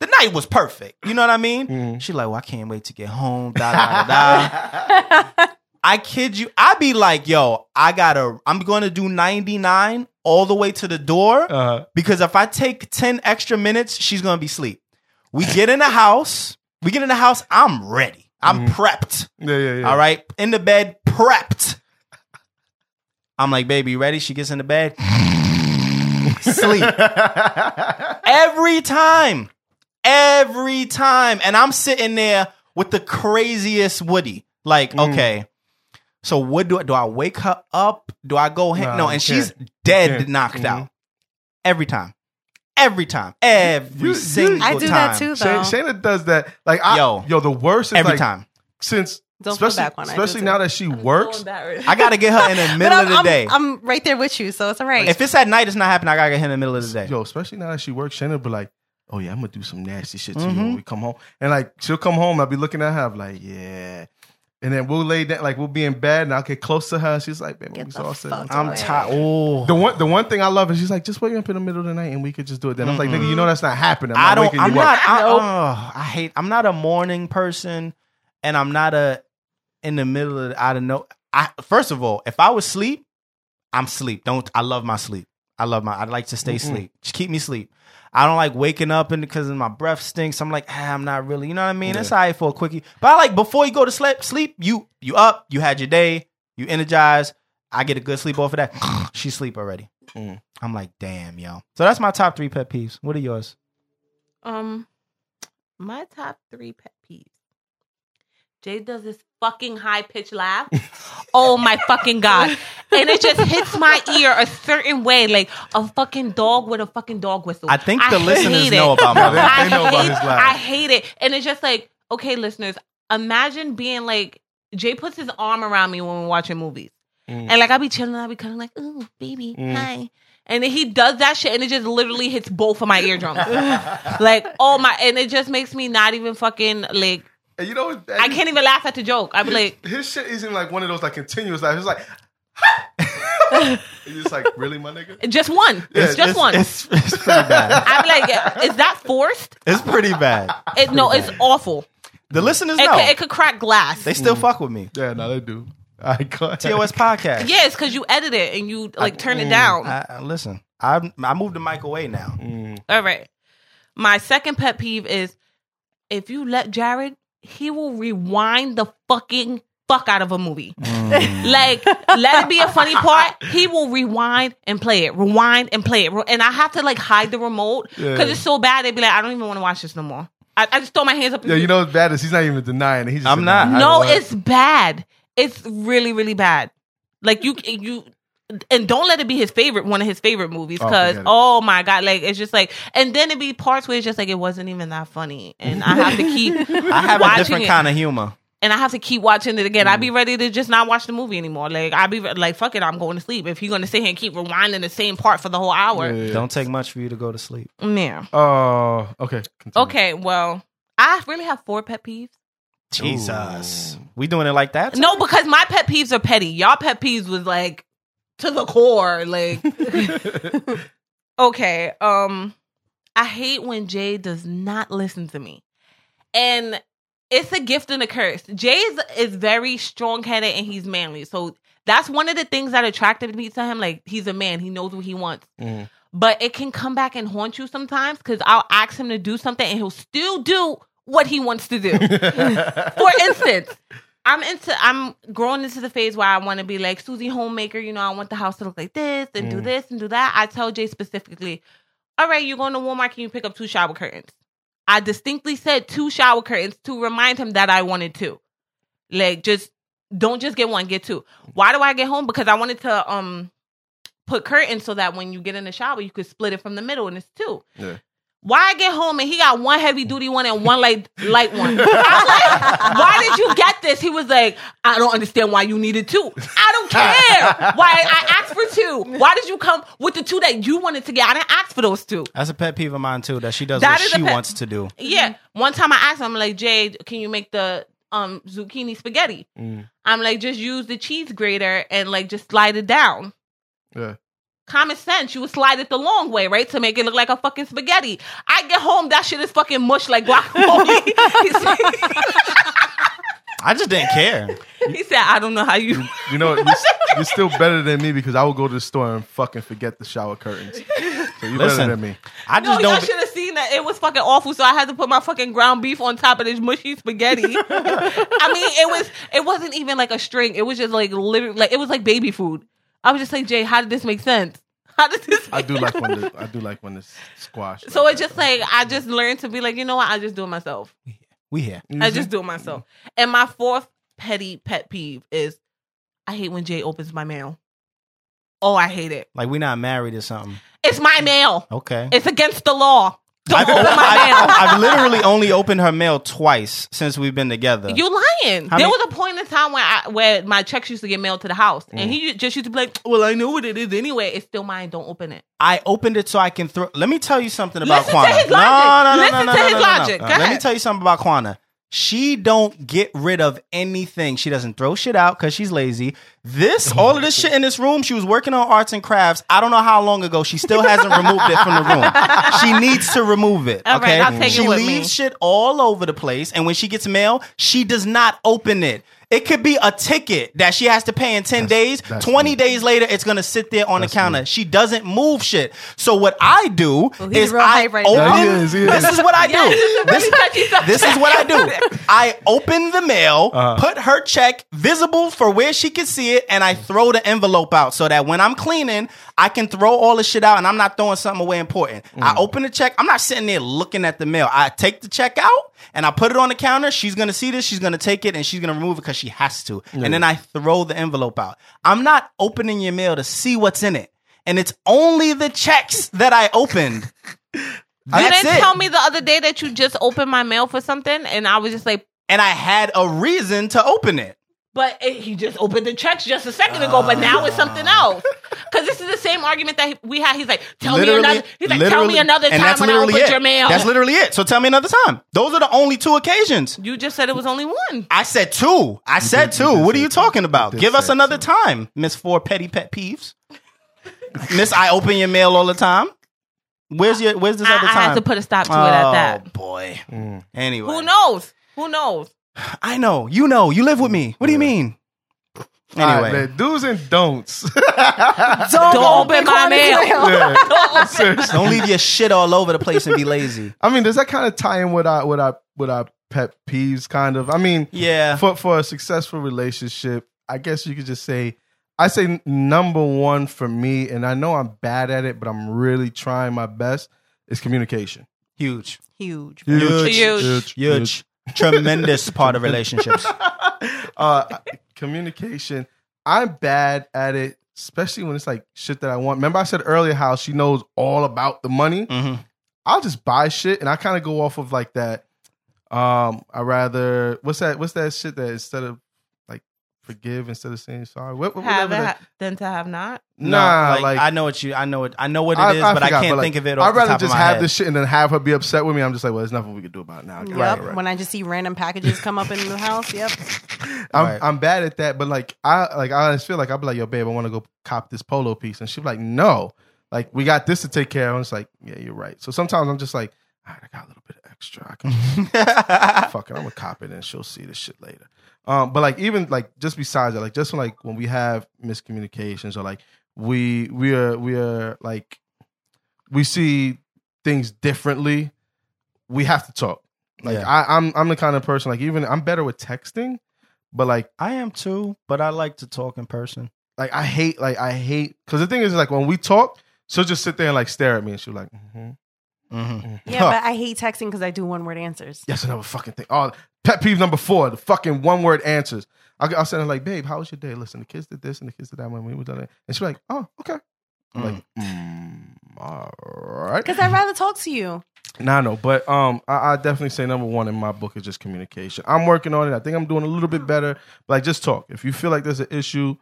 Speaker 1: the night was perfect. You know what I mean?
Speaker 2: Mm.
Speaker 1: She like, well, I can't wait to get home. Da da da. da. I kid you. I be like, yo, I gotta. I'm gonna do 99 all the way to the door
Speaker 2: Uh,
Speaker 1: because if I take 10 extra minutes, she's gonna be asleep. We get in the house. We get in the house. I'm ready. I'm prepped.
Speaker 2: yeah, yeah, Mm-hmm. yeah.
Speaker 1: All right, in the bed, prepped. I'm like, baby, you ready? She gets in the bed. Sleep. Every time. Every time. And I'm sitting there with the craziest Woody. Like,
Speaker 2: Mm.
Speaker 1: okay. So what do I do I wake her up? Do I go hang?
Speaker 2: Nah,
Speaker 1: no,
Speaker 2: you
Speaker 1: and she's
Speaker 2: can't.
Speaker 1: dead
Speaker 2: can't.
Speaker 1: knocked
Speaker 2: Mhm.
Speaker 1: out. Every time. Every time. Every
Speaker 2: you-
Speaker 1: single time.
Speaker 3: I do that too,
Speaker 2: Shan-
Speaker 3: though.
Speaker 2: Shayna does that. Like, I,
Speaker 1: Yo.
Speaker 2: yo, the worst is
Speaker 1: Every
Speaker 2: like
Speaker 1: time.
Speaker 2: since
Speaker 3: Don't feel
Speaker 2: especially,
Speaker 3: back when I do
Speaker 2: especially
Speaker 3: too.
Speaker 2: now that she
Speaker 4: So
Speaker 2: works.
Speaker 4: embarrassed.
Speaker 1: I gotta get her in the
Speaker 3: But
Speaker 1: middle
Speaker 3: I'm,
Speaker 1: of the
Speaker 3: I'm-
Speaker 1: day.
Speaker 3: I'm right there with you, so it's all right.
Speaker 1: if it's at night, it's not happening. I gotta get her in the middle of the day.
Speaker 2: Yo, especially now that she works, Shayna be like, "Oh yeah, I'm gonna do some nasty shit to you
Speaker 1: Mhm.
Speaker 2: when we come home." And like, she'll come home, I'll be looking at her, I'll be like, "Yeah." And then we'll lay down, like we'll be in bed, and I'll get close to her. She's like, "Baby,
Speaker 3: Get
Speaker 2: I'm
Speaker 3: the
Speaker 2: exhausted."
Speaker 3: fuck
Speaker 1: I'm
Speaker 3: away.
Speaker 1: tired. Oh,
Speaker 2: The one, the one thing I love is she's like, "Just wake me up in the middle of the night, and we could just do it." Then I'm like, "Nigga, you know that's not happening." I'm
Speaker 1: I
Speaker 2: not
Speaker 1: don't.
Speaker 2: waking
Speaker 1: I'm
Speaker 2: you
Speaker 1: not.
Speaker 2: up.
Speaker 1: I,
Speaker 4: Nope.
Speaker 1: ugh, I hate. I'm not a morning person, and I'm not a in the middle of. I don't know. I first of all, if I was sleep, I'm sleep. Don't. I love my sleep. I love my. I'd like to stay
Speaker 2: Mm-mm.
Speaker 1: sleep. Just keep me sleep. I don't like waking up and because my breath stinks. I'm like, ah, I'm not really. You know what I mean?
Speaker 2: Yeah.
Speaker 1: That's all right for a quickie. But I like before you go to sleep. Sleep. You you up. You had your day. You energized. I get a good sleep off of that. she sleep already.
Speaker 2: Mm.
Speaker 1: I'm like, damn, yo. So that's my top three pet peeves. What are yours?
Speaker 4: Um, my top three pet peeves. Jay does this fucking high pitched laugh. oh my fucking god! And it just hits my ear a certain way, like a fucking dog with a fucking dog whistle.
Speaker 1: I think the
Speaker 4: hate
Speaker 1: listeners
Speaker 4: it.
Speaker 1: know about my
Speaker 2: Yeah,
Speaker 1: laugh.
Speaker 4: I
Speaker 2: They know about his
Speaker 4: hate,
Speaker 2: laugh.
Speaker 4: I hate it, and it's just like, okay, listeners, imagine being like Jay puts his arm around me when we're watching movies,
Speaker 2: Mm.
Speaker 4: and like I be chilling, I be kind of like, ooh, baby,
Speaker 2: Mm.
Speaker 4: hi. And then he does that shit, and it just literally hits both of my eardrums. like, oh my, and it just makes me not even fucking like.
Speaker 2: And you know, what?
Speaker 4: I can't even laugh at the joke. I'm
Speaker 2: His,
Speaker 4: like,
Speaker 2: his shit isn't like one of those like continuous. Like it's like, it's just like really, my nigga.
Speaker 4: just one. it's just one.
Speaker 1: It's, it's pretty bad.
Speaker 4: I'm like, is that forced?
Speaker 1: It's pretty bad.
Speaker 4: It, no, it's awful.
Speaker 1: The listeners
Speaker 4: It,
Speaker 1: know.
Speaker 4: could, it could crack glass.
Speaker 2: Mm.
Speaker 1: they still fuck with me.
Speaker 2: Yeah, no, they do. All right, go ahead.
Speaker 1: TOS podcast.
Speaker 4: Yeah, it's because you edit it and you like turn it
Speaker 2: mm,
Speaker 4: down.
Speaker 1: I, I- listen, I I moved the mic away now.
Speaker 2: Mm,
Speaker 4: All right. My second pet peeve is if you let Jared, he will rewind the fucking fuck out of a movie.
Speaker 2: Mm.
Speaker 4: Like, let it be a funny part. He will rewind and play it, rewind and play it. And I have to like hide the remote because
Speaker 2: Yeah.
Speaker 4: it's so bad. They'd be like, I don't even want to watch this no more. I, I just throw my hands up. and-
Speaker 2: yeah, you know what's bad is he's not even denying it. He's just
Speaker 1: I'm not. I
Speaker 4: no,
Speaker 1: don't-
Speaker 4: it's bad. It's really, really bad. Like you, you, and don't let it be his favorite, one of his favorite movies,
Speaker 2: Oh,
Speaker 4: because
Speaker 2: forget it.
Speaker 4: oh, my god, like it's just like, and then it be parts where it's just like it wasn't even that funny, and I have to keep,
Speaker 1: I have a
Speaker 4: watching
Speaker 1: different Mm.
Speaker 4: it.
Speaker 1: kind of humor.
Speaker 4: and I have to keep watching it again. I'd be ready to just not watch the movie anymore. Like I'd be re- like, fuck it, I'm going to sleep. If you're gonna sit here and keep rewinding the same part for the whole hour,
Speaker 2: Yeah.
Speaker 1: Don't take much for you to go to sleep.
Speaker 4: yeah.
Speaker 2: Oh, okay. continue.
Speaker 4: Okay, well, I really have four pet peeves.
Speaker 1: Jesus,
Speaker 2: Ooh.
Speaker 1: we doing it like that?
Speaker 4: No, because my pet peeves are petty. Y'all pet peeves was like to the core. Like okay, um, I hate when Jay does not listen to me, and it's a gift and a curse. Jay is, is very strong headed and he's manly, so that's one of the things that attracted me to him. Like he's a man, he knows what he wants.
Speaker 2: Mm.
Speaker 4: But it can come back and haunt you sometimes because I'll ask him to do something and he'll still do what he wants to do. For instance, I'm into I'm growing into the phase where I want to be like Susie Homemaker, you know, I want the house to look like this and do
Speaker 2: Mm.
Speaker 4: this and do that. I tell Jay specifically, all right, you're going to Walmart, can you pick up two shower curtains? I distinctly said two shower curtains to remind him that I wanted two. Like just don't just get one, get two. Why do I get home? Because I wanted to um put curtains so that when you get in the shower, you could split it from the middle and it's two.
Speaker 2: Yeah.
Speaker 4: Why I get home and he got one heavy duty one and one light light one. I'm like, why did you get this? He was like, I don't understand why you needed two. I don't care why I asked for two. Why did you come with the two that you wanted to get? I didn't ask for those two.
Speaker 1: That's a pet peeve of mine too. That she does
Speaker 4: That
Speaker 1: what
Speaker 4: is a
Speaker 1: she
Speaker 4: pet-
Speaker 1: wants to do.
Speaker 4: Yeah. One time I asked him, I'm like, Jay, can you make the um zucchini spaghetti?
Speaker 2: Mm.
Speaker 4: I'm like, just use the cheese grater and like just slide it down.
Speaker 2: Yeah.
Speaker 4: Common sense, you would slide it the long way, right? To make it look like a fucking spaghetti. I get home, that shit is fucking mush like guacamole. he, said,
Speaker 1: I just didn't care.
Speaker 4: he said, I don't know how you.
Speaker 2: You know, you're, s- you're still better than me because I will go to the store and fucking forget the shower curtains. So
Speaker 1: Listen.
Speaker 2: you're better than me.
Speaker 1: I
Speaker 4: No,
Speaker 1: just
Speaker 4: y'all
Speaker 1: don't.
Speaker 4: should have seen that. It was fucking awful. So I had to put my fucking ground beef on top of this mushy spaghetti. I mean, it was it wasn't even like a string. It was just like literally like it was like baby food. I was just like, Jay, how did this make sense? How did this?
Speaker 2: I
Speaker 4: Make
Speaker 2: do like when the, I do like when it's squash.
Speaker 4: so
Speaker 2: like
Speaker 4: it's
Speaker 2: that,
Speaker 4: just
Speaker 2: though.
Speaker 4: like I just learned to be like, you know what? I just do it myself.
Speaker 1: we here.
Speaker 4: I just do it myself. And my fourth petty pet peeve is I hate when Jay opens my mail. Oh, I hate it.
Speaker 1: Like we not married or something.
Speaker 4: It's my
Speaker 1: Mm.
Speaker 4: mail.
Speaker 1: Okay.
Speaker 4: It's against the law. Don't
Speaker 1: I've,
Speaker 4: open my
Speaker 1: I've- I've literally only opened her mail twice since we've been together.
Speaker 4: mail. You lying.
Speaker 1: How
Speaker 4: there
Speaker 1: many-
Speaker 4: was a point in time where I, where my checks used to get mailed to the house, and
Speaker 1: Mm.
Speaker 4: he just used to be like, "Well, I know what it is anyway. It's still mine. Don't open it."
Speaker 1: I opened it so I can throw. Let me tell you something about
Speaker 4: Listen to
Speaker 1: Kwana.
Speaker 4: his
Speaker 1: No,
Speaker 4: logic.
Speaker 1: no, no,
Speaker 4: Listen
Speaker 1: no, no,
Speaker 4: to
Speaker 1: no,
Speaker 4: his
Speaker 1: no, no.
Speaker 4: logic. Go
Speaker 1: Let me
Speaker 4: ahead.
Speaker 1: tell you something about Kwana. She don't get rid of anything. She doesn't throw shit out because she's lazy. This, all of this shit in this room, she was working on arts and crafts. I don't know how long ago. She still hasn't removed it from the room. She needs to remove it.
Speaker 4: All right,
Speaker 1: okay,
Speaker 4: I'll take it
Speaker 1: she
Speaker 4: with me.
Speaker 1: leaves shit all over the place, and when she gets mail, she does not open it. It could be a ticket that she has to pay in ten days.
Speaker 2: that's
Speaker 1: Twenty
Speaker 2: me.
Speaker 1: days later, it's gonna sit there on the counter. She doesn't move shit. So what I do
Speaker 3: Oh, he's
Speaker 1: is
Speaker 3: real
Speaker 1: I
Speaker 3: hype right
Speaker 1: open.
Speaker 3: now.
Speaker 2: Yeah, he is, he
Speaker 1: This
Speaker 2: is.
Speaker 1: is what I do.
Speaker 4: Yeah, this is a
Speaker 1: this,
Speaker 4: really touchy subject.
Speaker 1: this is what I do. I open the mail,
Speaker 2: Uh-huh.
Speaker 1: put her check visible for where she can see it, and I throw the envelope out so that when I'm cleaning, I can throw all the shit out and I'm not throwing something away important. I open the check. I'm not sitting there looking at the mail. I take the check out and I put it on the counter. She's gonna see this. She's gonna take it and she's gonna remove it because she has to. And then I throw the envelope out. I'm not opening your mail to see what's in it. And it's only the checks that I opened.
Speaker 4: You
Speaker 1: That's
Speaker 4: didn't
Speaker 1: it.
Speaker 4: tell me the other day that you just opened my mail for something, and I was just like,
Speaker 1: and I had a reason to open it.
Speaker 4: But it, he just opened the checks just a second ago, but now it's something
Speaker 1: Ah.
Speaker 4: else. Because this is the same argument that he- we had. He's like, tell me another. He's like, tell me
Speaker 1: literally-
Speaker 4: another
Speaker 1: and
Speaker 4: time
Speaker 1: that's
Speaker 4: when I opened
Speaker 1: literally it.
Speaker 4: your mail.
Speaker 1: That's literally it. So tell me another time. Those are the only two occasions.
Speaker 4: you just said it was only one.
Speaker 1: I said two. I said
Speaker 2: did-
Speaker 1: two.
Speaker 2: you did
Speaker 1: what are
Speaker 2: say
Speaker 1: you
Speaker 2: two.
Speaker 1: talking
Speaker 2: You
Speaker 1: about?
Speaker 2: did
Speaker 1: Give us
Speaker 2: say
Speaker 1: another time, Miss Four Petty Pet Peeves. Miss, I open your mail all the time. Where's your Where's this
Speaker 4: I,
Speaker 1: other
Speaker 4: I
Speaker 1: time?
Speaker 4: had to put a stop to it at that.
Speaker 1: Oh boy.
Speaker 2: Mm.
Speaker 1: Anyway,
Speaker 4: Who knows? Who knows?
Speaker 1: I know. You know. You live with me. What do you
Speaker 2: Yeah.
Speaker 1: mean?
Speaker 2: All right,
Speaker 1: Anyway.
Speaker 2: man, do's and don'ts.
Speaker 3: Don't,
Speaker 4: Don't open my mail.
Speaker 2: Yeah. Seriously.
Speaker 1: Don't leave your shit all over the place and be lazy.
Speaker 2: I mean, does that kind of tie in with our with our with our pet peeves? Kind of. I mean,
Speaker 1: Yeah.
Speaker 2: for for a successful relationship, I guess you could just say, I say n- number one for me, and I know I'm bad at it, but I'm really trying my best. Is communication
Speaker 1: Huge.
Speaker 3: Huge.
Speaker 4: Huge. Huge.
Speaker 1: Huge. Tremendous part of relationships.
Speaker 2: uh, communication. I'm bad at it, especially when it's like shit that I want. Remember, I said earlier how she knows all about the
Speaker 4: Mm-hmm.
Speaker 2: money.
Speaker 1: hmm
Speaker 2: I'll just buy shit, and I kind of go off of like that. Um, I rather what's that? What's that shit that instead of like forgive instead of saying sorry? What, what,
Speaker 4: have
Speaker 2: whatever that-
Speaker 4: it, then to have not.
Speaker 2: nah, like,
Speaker 1: I know what you. I know what I know what it
Speaker 2: I-
Speaker 1: is,
Speaker 2: I
Speaker 1: but I
Speaker 2: forgot,
Speaker 1: can't
Speaker 2: but, like,
Speaker 1: think of it. Off
Speaker 2: I'd rather
Speaker 1: the top
Speaker 2: just
Speaker 1: of my
Speaker 2: have
Speaker 1: head.
Speaker 2: this shit and then have her be upset with me. I'm just like, well, there's nothing we can do about it now. I
Speaker 3: Yep.
Speaker 2: guess.
Speaker 3: When I just see random packages come up in the house, yep.
Speaker 2: I'm
Speaker 1: Right.
Speaker 2: I'm bad at that, but like I like I just feel like I'll be like, yo, babe, I want to go cop this polo piece, and she'd be like, no, like we got this to take care of. And it's like, yeah, you're right. So sometimes I'm just like, all right, I got a little bit of extra. I can fuck it, I'm gonna cop it, and she'll see this shit later. Um, but like even like just besides that, like just like when we have miscommunications or like we we are we are like we see things differently, we have to talk. Like
Speaker 1: Yeah.
Speaker 2: I, I'm I'm the kind of person like even I'm better with texting, but like
Speaker 1: I am too, but I like to talk in person.
Speaker 2: like I hate like I hate because the thing is like when we talk, she'll just sit there and like stare at me and she'll be like, mm-hmm,
Speaker 1: hmm
Speaker 3: Yeah, but I hate texting because I do one word answers.
Speaker 2: That's another fucking thing. Oh, pet peeve number four, the fucking one word answers. I'll, I'll send her like, babe, how was your day? Listen, the kids did this and the kids did that when we were done it. And she's like, oh, okay. I'm like, mm, all right.
Speaker 3: Because I'd rather talk to you.
Speaker 2: Nah, no, but um, I, I definitely say number one in my book is just communication. I'm working on it. I think I'm doing a little bit better. But like, just talk. If you feel like there's an issue,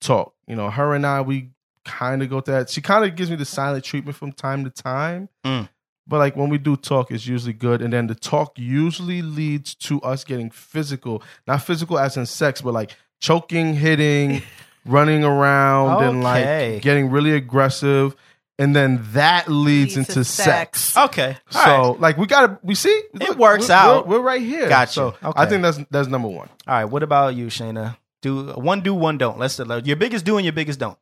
Speaker 2: talk. You know, her and I, we kind of go through that. She kind of gives me the silent treatment from time to time.
Speaker 1: Mm.
Speaker 2: But like when we do talk, it's usually good. And then the talk usually leads to us getting physical, not physical as in sex, but like choking, hitting, running around, and
Speaker 1: Okay.
Speaker 2: like getting really aggressive. And then that leads,
Speaker 3: Leads to
Speaker 2: into
Speaker 3: sex.
Speaker 2: sex.
Speaker 1: Okay.
Speaker 2: So like we gotta we see
Speaker 1: It works
Speaker 2: we're,
Speaker 1: out.
Speaker 2: We're, we're right here.
Speaker 1: Gotcha.
Speaker 2: So I
Speaker 1: Okay.
Speaker 2: think that's that's number one.
Speaker 1: All right. What about you, Shayna? Do one do one don't. Let's your biggest do and your biggest don't.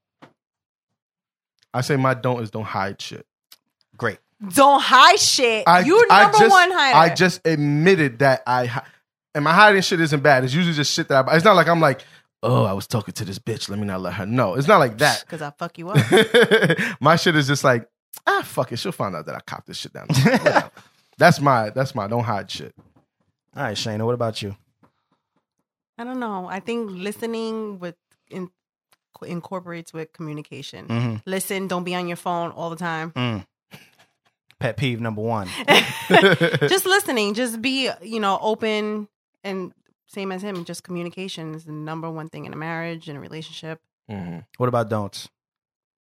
Speaker 2: I say my don't is don't hide shit.
Speaker 1: Great.
Speaker 3: Don't hide shit.
Speaker 2: I,
Speaker 3: you
Speaker 2: I
Speaker 3: number
Speaker 2: just,
Speaker 3: one hider.
Speaker 2: I just admitted that I hi- and my hiding shit isn't bad. It's usually just shit that I. It's not like I'm like oh I was talking to this bitch. Let me not let her know. It's not like that.
Speaker 3: because I fuck you up.
Speaker 2: my shit is just like ah fuck it. She'll find out that I copped this shit down. the line. Whatever. that's my that's my don't hide shit.
Speaker 1: All right, Shayna. What about you?
Speaker 3: I don't know. I think listening with in, incorporates with communication.
Speaker 1: Mm-hmm.
Speaker 3: Listen, don't be on your phone all the time.
Speaker 2: Mm-hmm.
Speaker 1: Mm. Pet peeve number one.
Speaker 3: just listening. Just be, you know, open and same as him. Just communication is the number one thing in a marriage and a relationship.
Speaker 2: Mhm.
Speaker 1: What about don'ts?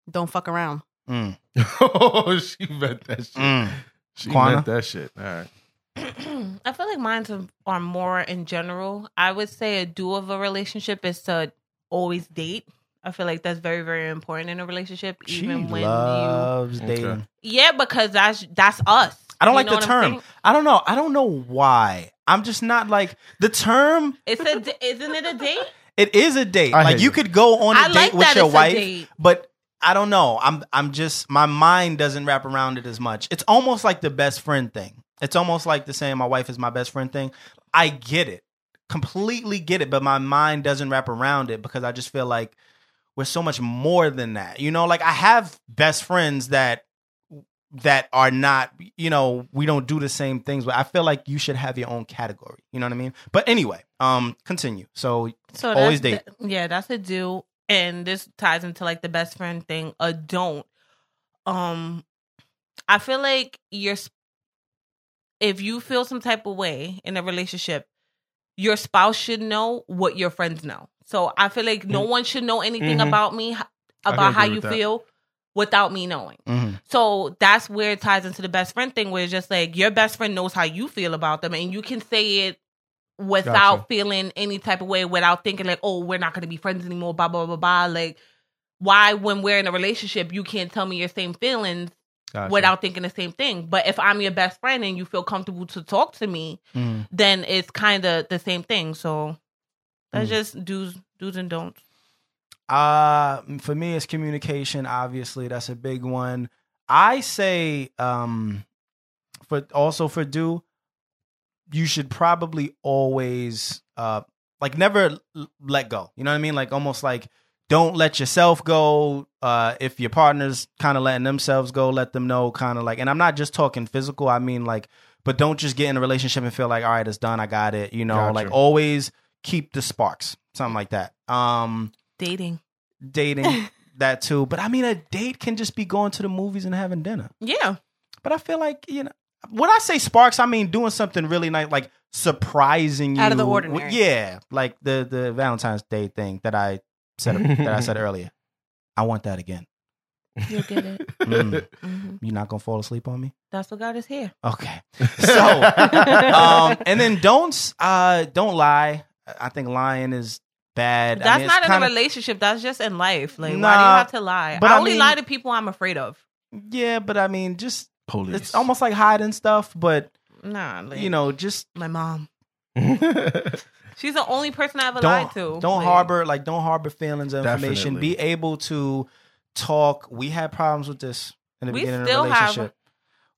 Speaker 3: Don't fuck around.
Speaker 1: Mm.
Speaker 2: oh she meant that shit.
Speaker 1: Mm.
Speaker 2: She
Speaker 1: Kwana?
Speaker 2: meant that shit. All right.
Speaker 4: I feel like mine are- are more in general. I would say a do of a relationship is to always date. I feel like that's very, very important in a relationship,
Speaker 1: She
Speaker 4: even when
Speaker 1: loves
Speaker 2: Okay.
Speaker 1: dating.
Speaker 4: you. Yeah, because that's that's us.
Speaker 1: I don't
Speaker 4: You
Speaker 1: like
Speaker 4: know
Speaker 1: the
Speaker 4: what I'm
Speaker 1: term.
Speaker 4: saying?
Speaker 1: I don't know. I don't know why. I'm just not like the term.
Speaker 4: It's a d- isn't it a date?
Speaker 1: It is a date.
Speaker 2: I
Speaker 1: like
Speaker 2: hear
Speaker 1: you
Speaker 2: you.
Speaker 1: could go on a
Speaker 4: I
Speaker 1: date
Speaker 4: like
Speaker 1: with
Speaker 4: that
Speaker 1: your
Speaker 4: it's a
Speaker 1: wife,
Speaker 4: date.
Speaker 1: but I don't know. I'm I'm just my mind doesn't wrap around it as much. It's almost like the best friend thing. It's almost like the saying my wife is my best friend thing. I get it. Completely get it, but my mind doesn't wrap around it because I just feel like we're so much more than that. You know, like I have best friends that that are not, you know, we don't do the same things, but I feel like you should have your own category. You know what I mean? But anyway, um continue. So
Speaker 4: So
Speaker 1: Always
Speaker 4: that's the- yeah, that's a do, and this ties into like the best friend thing. A don't. Um, I feel like you're. s- If you feel some type of way in a relationship, your spouse should know what your friends know. So I feel like
Speaker 1: Mm.
Speaker 4: no one should know anything
Speaker 1: Mm-hmm.
Speaker 2: Mhm.
Speaker 4: about me, h-
Speaker 2: can
Speaker 4: about how
Speaker 2: agree
Speaker 4: you
Speaker 2: with that.
Speaker 4: feel, without me knowing.
Speaker 2: Mm-hmm.
Speaker 1: mhm.
Speaker 4: So that's where it ties into the best friend thing, where it's just like your best friend knows how you feel about them, and you can say it without
Speaker 2: Gotcha.
Speaker 4: feeling any type of way, without thinking like, "Oh, we're not going to be friends anymore." Blah blah blah blah. Like, why when we're in a relationship, you can't tell me your same feelings
Speaker 2: Gotcha.
Speaker 4: without thinking the same thing? But if I'm your best friend and you feel comfortable to talk to me,
Speaker 1: Mm.
Speaker 4: then it's kind of the same thing. So that's
Speaker 1: Mm.
Speaker 4: just do's do's and don'ts.
Speaker 1: Uh, for me, it's communication. Obviously, that's a big one. I say, um, for also for do, you should probably always, uh, like never l- let go. You know what I mean? Like almost like don't let yourself go. Uh, if your partner's kind of letting themselves go, let them know. Kind of like, and I'm not just talking physical. I mean like, but don't just get in a relationship and feel like, all right, it's done. I got it. You know,
Speaker 2: Gotcha.
Speaker 1: like always keep the sparks. Something like that. Um
Speaker 4: Dating.
Speaker 1: dating that too. But I mean, a date can just be going to the movies and having dinner.
Speaker 4: Yeah.
Speaker 1: But I feel like you know, when I say sparks, I mean doing something really nice, like surprising you
Speaker 3: Out of the
Speaker 1: with-
Speaker 3: ordinary.
Speaker 1: Yeah, like the the Valentine's Day thing that I said that I said earlier. I want that again.
Speaker 4: You'll get it.
Speaker 1: Mm.
Speaker 4: hmm
Speaker 1: You're not gonna fall asleep on me,
Speaker 4: That's what God is here.
Speaker 1: okay? So um, and then don't uh don't lie. I think lying is bad. I
Speaker 4: That's
Speaker 1: mean, it's
Speaker 4: not in
Speaker 1: kinda-
Speaker 4: a relationship. That's just in life. Like, why do you
Speaker 1: Nah,
Speaker 4: have to lie?
Speaker 1: but
Speaker 4: I
Speaker 1: I
Speaker 4: only
Speaker 1: mean-
Speaker 4: lie to people I'm afraid of.
Speaker 1: Yeah, but I mean, just
Speaker 2: Police.
Speaker 1: it's almost like hiding stuff. But
Speaker 4: Nah, like,
Speaker 1: you know, just
Speaker 4: my mom.
Speaker 2: That's
Speaker 4: She's the only person I ever lied
Speaker 1: don't
Speaker 4: to.
Speaker 1: don't
Speaker 4: Like,
Speaker 1: harbor like don't harbor feelings of information.
Speaker 2: Definitely.
Speaker 1: Be able to talk. We had problems with this in the
Speaker 4: We
Speaker 1: beginning
Speaker 4: still
Speaker 1: of the
Speaker 4: have
Speaker 1: relationship.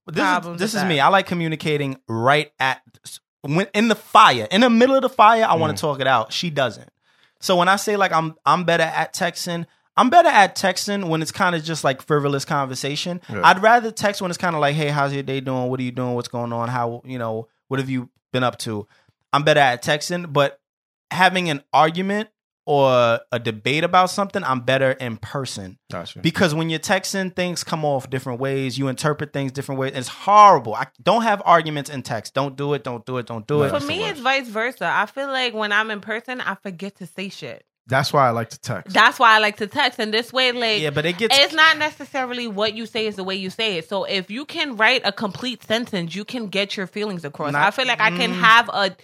Speaker 1: But this
Speaker 4: problems
Speaker 1: is, this
Speaker 4: with
Speaker 1: is me.
Speaker 4: that.
Speaker 1: I like communicating right at when in the fire, in the middle of the fire. I want
Speaker 2: Mm.
Speaker 1: to talk it out. She doesn't. So when I say like I'm I'm better at texting. I'm better at texting when it's kind of just like frivolous conversation.
Speaker 2: Yeah.
Speaker 1: I'd rather text when it's kind of like, "Hey, how's your day doing? What are you doing? What's going on? How you know? What have you been up to?" I'm better at texting, but having an argument or a debate about something, I'm better in person
Speaker 2: Gotcha.
Speaker 1: because when you're texting, things come off different ways. You interpret things different ways. It's horrible. I don't have arguments in text. Don't do it. Don't do it. Don't do
Speaker 2: No.
Speaker 1: it.
Speaker 4: For
Speaker 2: That's the
Speaker 4: me,
Speaker 2: worst.
Speaker 4: it's vice versa. I feel like when I'm in person, I forget to say shit.
Speaker 2: That's why I like to text.
Speaker 4: That's why I like to text. And this way, like,
Speaker 1: yeah, but it gets.
Speaker 4: it's, not necessarily what you say is the way you say it. So if you can write a complete sentence, you can get your feelings across.
Speaker 1: Not-
Speaker 4: I feel like I can
Speaker 1: Mm.
Speaker 4: have a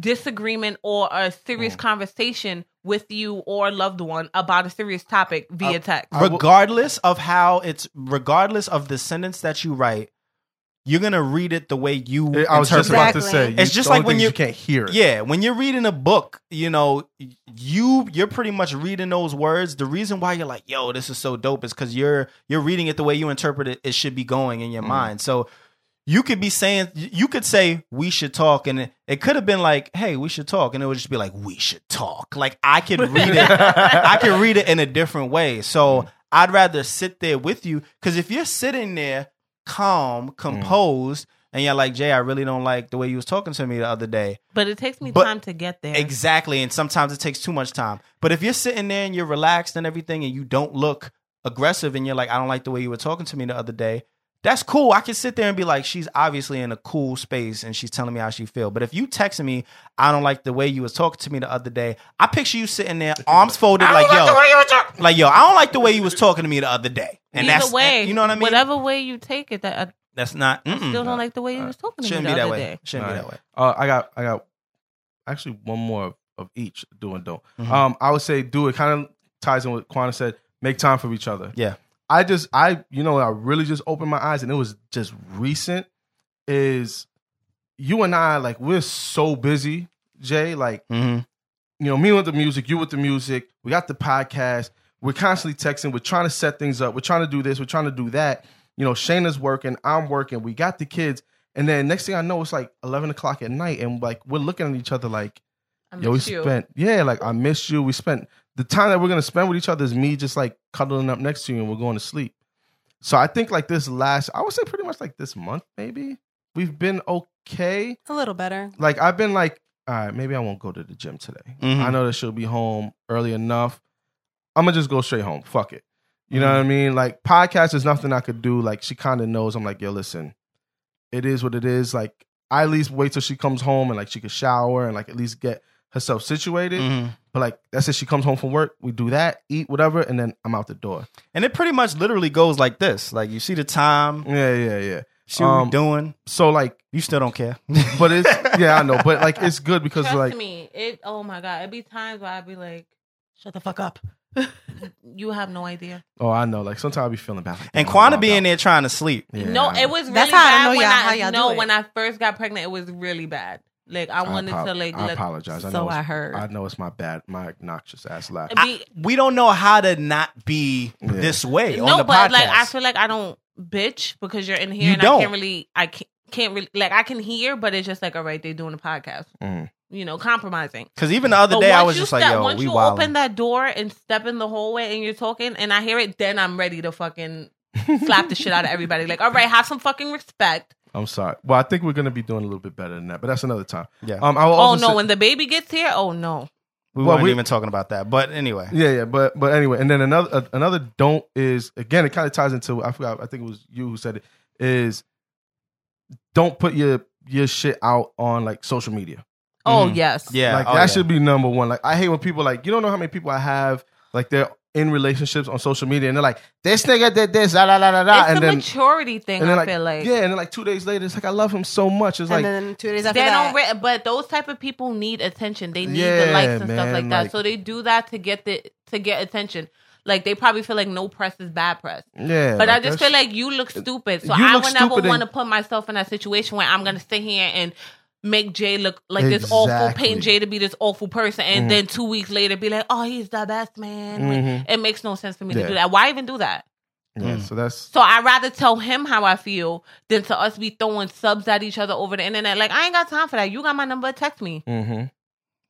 Speaker 4: disagreement or a serious
Speaker 2: Mm.
Speaker 4: conversation with you or a loved one about a serious topic via
Speaker 1: Uh,
Speaker 4: text.
Speaker 2: I will-
Speaker 1: regardless of how it's regardless of the sentence that you write you're gonna read it the way you
Speaker 2: I was just
Speaker 1: interpret
Speaker 2: about
Speaker 1: it.
Speaker 2: to say.
Speaker 3: Exactly.
Speaker 1: It's just
Speaker 2: the only
Speaker 1: like when
Speaker 2: thing is
Speaker 1: you-
Speaker 2: you can't hear it.
Speaker 1: yeah when you're reading a book you know you you're pretty much reading those words the reason why you're like yo this is so dope is because you're you're reading it the way you interpret it it should be going in your
Speaker 2: Mhm.
Speaker 1: mind so you could be saying you could say we should talk and it, it could have been like hey we should talk and it would just be like we should talk like i could read it I can read it in a different way. So I'd rather sit there with you because if you're sitting there calm, composed, and you're like, Jay, I really don't like the way you was talking to me the other day.
Speaker 4: But it takes me
Speaker 1: But-
Speaker 4: time to get there.
Speaker 1: Exactly. And sometimes it takes too much time. But if you're sitting there and you're relaxed and everything and you don't look aggressive and you're like, I don't like the way you were talking to me the other day. That's cool. I can sit there and be like, she's obviously in a cool space and she's telling me how she feel. But if you texting me, I don't like the way you was talking to me the other day. I picture you sitting there, arms folded, like yo, like yo, I don't like the way you was talking to me the other day. And
Speaker 4: Either
Speaker 1: that's
Speaker 4: way,
Speaker 1: you know what I mean.
Speaker 4: Whatever way you take it, that
Speaker 1: That's not.
Speaker 4: I still
Speaker 1: Mm-mm.
Speaker 4: don't like the way you
Speaker 2: Uh,
Speaker 4: was talking to me
Speaker 1: Shouldn't
Speaker 4: the
Speaker 1: be that
Speaker 4: other
Speaker 1: way.
Speaker 4: day.
Speaker 1: Shouldn't be
Speaker 2: Alright.
Speaker 1: that way.
Speaker 2: Uh, I got. I got. Actually, one more of, of each. Do and don't.
Speaker 1: Mhm.
Speaker 2: Um, I would say do it. Kind of ties in what Kwana said. Make time for each other.
Speaker 1: Yeah.
Speaker 2: I just. I. You know. I really just opened my eyes, and it was just recent. Is you and I like we're so busy, Jay. Like
Speaker 1: Mhm.
Speaker 2: you know, me with the music, you with the music. We got the podcast. We're constantly texting. We're trying to set things up. We're trying to do this. We're trying to do that. You know, Shayna's working. I'm working. We got the kids. And then next thing I know, it's like 11 o'clock at night. And like, we're looking at each other like,
Speaker 4: I
Speaker 2: yo, we
Speaker 4: miss you.
Speaker 2: spent, yeah, like, I miss you. We spent the time that we're going to spend with each other is me just like cuddling up next to you and we're going to sleep. So I think like this last, I would say pretty much like this month, maybe, we've been okay
Speaker 3: A little better.
Speaker 2: like I've been like, all right, maybe I won't go to the gym today.
Speaker 1: Mhm.
Speaker 2: I know that she'll be home early enough. I'm gonna just go straight home. Fuck it. You know what I
Speaker 1: Hmm.
Speaker 2: mean? Like podcast is nothing I could do. Like she kind of knows. I'm like, yo, listen, it is what it is. Like I at least wait till she comes home and like she could shower and like at least get herself situated.
Speaker 1: Mhm.
Speaker 2: But like that's it. She comes home from work. We do that, eat whatever, and then I'm out the door.
Speaker 1: And it pretty much literally goes like this. Like you see the time,
Speaker 2: Yeah, yeah, yeah.
Speaker 1: see what
Speaker 2: Um,
Speaker 1: we doing.
Speaker 2: So like,
Speaker 1: You still don't care.
Speaker 2: but it's yeah, I know. But like it's good because
Speaker 4: Trust
Speaker 2: like
Speaker 4: me, it. Oh my god, it be times where I'd be like,
Speaker 3: Shut the fuck up.
Speaker 4: you have no idea.
Speaker 2: oh, I know. Like sometimes I be feeling bad. Like,
Speaker 1: and
Speaker 2: damn, I
Speaker 1: Quana being
Speaker 2: wild out.
Speaker 1: there trying to sleep.
Speaker 2: Yeah.
Speaker 4: No, it was really
Speaker 3: That's how I
Speaker 4: bad
Speaker 3: know
Speaker 4: when
Speaker 3: y'all- how
Speaker 4: I
Speaker 3: y'all do
Speaker 4: no
Speaker 3: it.
Speaker 4: when I first got pregnant. It was really bad. Like I wanted
Speaker 2: apo-
Speaker 4: to like
Speaker 2: I
Speaker 4: let
Speaker 2: apologize. I know.
Speaker 3: so
Speaker 2: it's-
Speaker 3: I heard.
Speaker 2: I know it's my bad. My obnoxious ass laugh.
Speaker 4: be
Speaker 1: we don't know how to not be
Speaker 2: Yeah.
Speaker 1: this way on
Speaker 4: no,
Speaker 1: the
Speaker 4: but
Speaker 1: podcast.
Speaker 4: like I feel like I don't bitch because you're in here
Speaker 1: You
Speaker 4: and
Speaker 1: don't.
Speaker 4: I can't really I can't, can't really like I can hear, but it's just like all right, they're doing a podcast.
Speaker 2: Mm.
Speaker 4: You know, compromising.
Speaker 1: Because even the other
Speaker 4: But
Speaker 1: day I
Speaker 4: once
Speaker 1: was
Speaker 4: you
Speaker 1: just
Speaker 4: step,
Speaker 1: like, yo,
Speaker 4: once
Speaker 1: we
Speaker 4: you
Speaker 1: wild.
Speaker 4: open that door and step in the hallway and you're talking and I hear it, then I'm ready to fucking slap the shit out of everybody. Like, all right, have some fucking respect.
Speaker 2: I'm sorry. Well, I think we're gonna be doing a little bit better than that, but that's another time.
Speaker 1: Yeah.
Speaker 2: Um. I will
Speaker 4: Oh
Speaker 2: also
Speaker 4: no,
Speaker 2: say-
Speaker 4: when the baby gets here, oh no.
Speaker 1: we
Speaker 2: well,
Speaker 1: weren't
Speaker 2: we-
Speaker 1: even talking about that. But anyway,
Speaker 2: Yeah, yeah, but but anyway, and then another uh, another don't is again it kind of ties into I forgot I think it was you who said it is don't put your your shit out on like social media.
Speaker 4: Oh
Speaker 1: Mhm.
Speaker 4: yes.
Speaker 1: yeah,
Speaker 2: like
Speaker 1: oh,
Speaker 2: that
Speaker 1: yeah.
Speaker 2: should be number one. Like I hate when people like you don't know how many people I have like they're in relationships on social media and they're like this nigga did this da da da da da
Speaker 4: It's
Speaker 2: and
Speaker 4: the
Speaker 2: then
Speaker 4: maturity thing,
Speaker 2: and
Speaker 4: I
Speaker 2: then like,
Speaker 4: feel like.
Speaker 2: yeah and then like two days later it's like I love him so much it's
Speaker 3: and
Speaker 2: like
Speaker 3: then two days after
Speaker 4: They
Speaker 3: that,
Speaker 4: don't, re- but those type of people need attention. They need
Speaker 2: Yeah,
Speaker 4: the likes and
Speaker 2: man,
Speaker 4: stuff like that.
Speaker 2: like-
Speaker 4: so they do that to get the to get attention. Like they probably feel like no press is bad press.
Speaker 2: yeah
Speaker 4: But I
Speaker 2: that's-
Speaker 4: just feel like you look stupid. So
Speaker 2: You
Speaker 4: I
Speaker 2: look
Speaker 4: would never
Speaker 2: stupid and-
Speaker 4: want to put myself in that situation where I'm gonna sit here and make Jay look like this awful,
Speaker 2: Exactly.
Speaker 4: paint Jay to be this awful person, and
Speaker 2: Mhm.
Speaker 4: then two weeks later be like, oh, he's the best man.
Speaker 2: Mhm.
Speaker 4: It makes no sense for me
Speaker 2: Yeah.
Speaker 4: to do that. Why even do that?
Speaker 2: yeah,
Speaker 1: Mm.
Speaker 2: so that's
Speaker 4: So I'd rather tell him how I feel than to us be throwing subs at each other over the internet. Like I ain't got time for that. You got my number, text me.
Speaker 2: mm-hmm.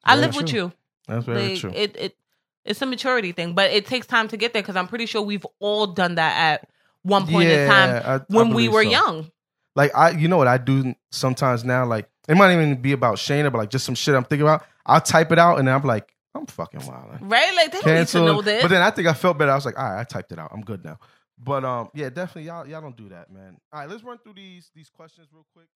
Speaker 4: I
Speaker 2: Very
Speaker 4: live with
Speaker 2: true.
Speaker 4: you.
Speaker 2: that's very
Speaker 4: Like,
Speaker 2: true.
Speaker 4: It it it's a maturity thing, but it takes time to get there because I'm pretty sure we've all done that at one point in time
Speaker 2: I- I
Speaker 4: when we
Speaker 2: believe
Speaker 4: were
Speaker 2: so.
Speaker 4: young.
Speaker 2: like I you know what I do sometimes now like it might even be about Shayna but like just some shit I'm thinking about I'll type it out and I'm like I'm fucking wild
Speaker 4: Right? Like they don't
Speaker 2: cancel
Speaker 4: need to know this.
Speaker 2: but then I think I felt better I was like all right I typed it out I'm good now but um yeah definitely y'all y'all don't do that man all right let's run through these these questions real quick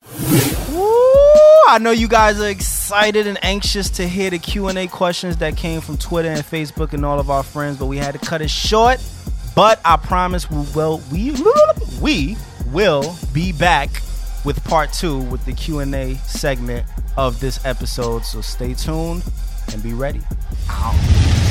Speaker 1: Ooh, I know you guys are excited and anxious to hear the Q&A questions that came from Twitter and Facebook and all of our friends, but we had to cut it short. But I promise we will we we will be back with part 2 with the Q&A segment of this episode, so stay tuned and be ready. Ow.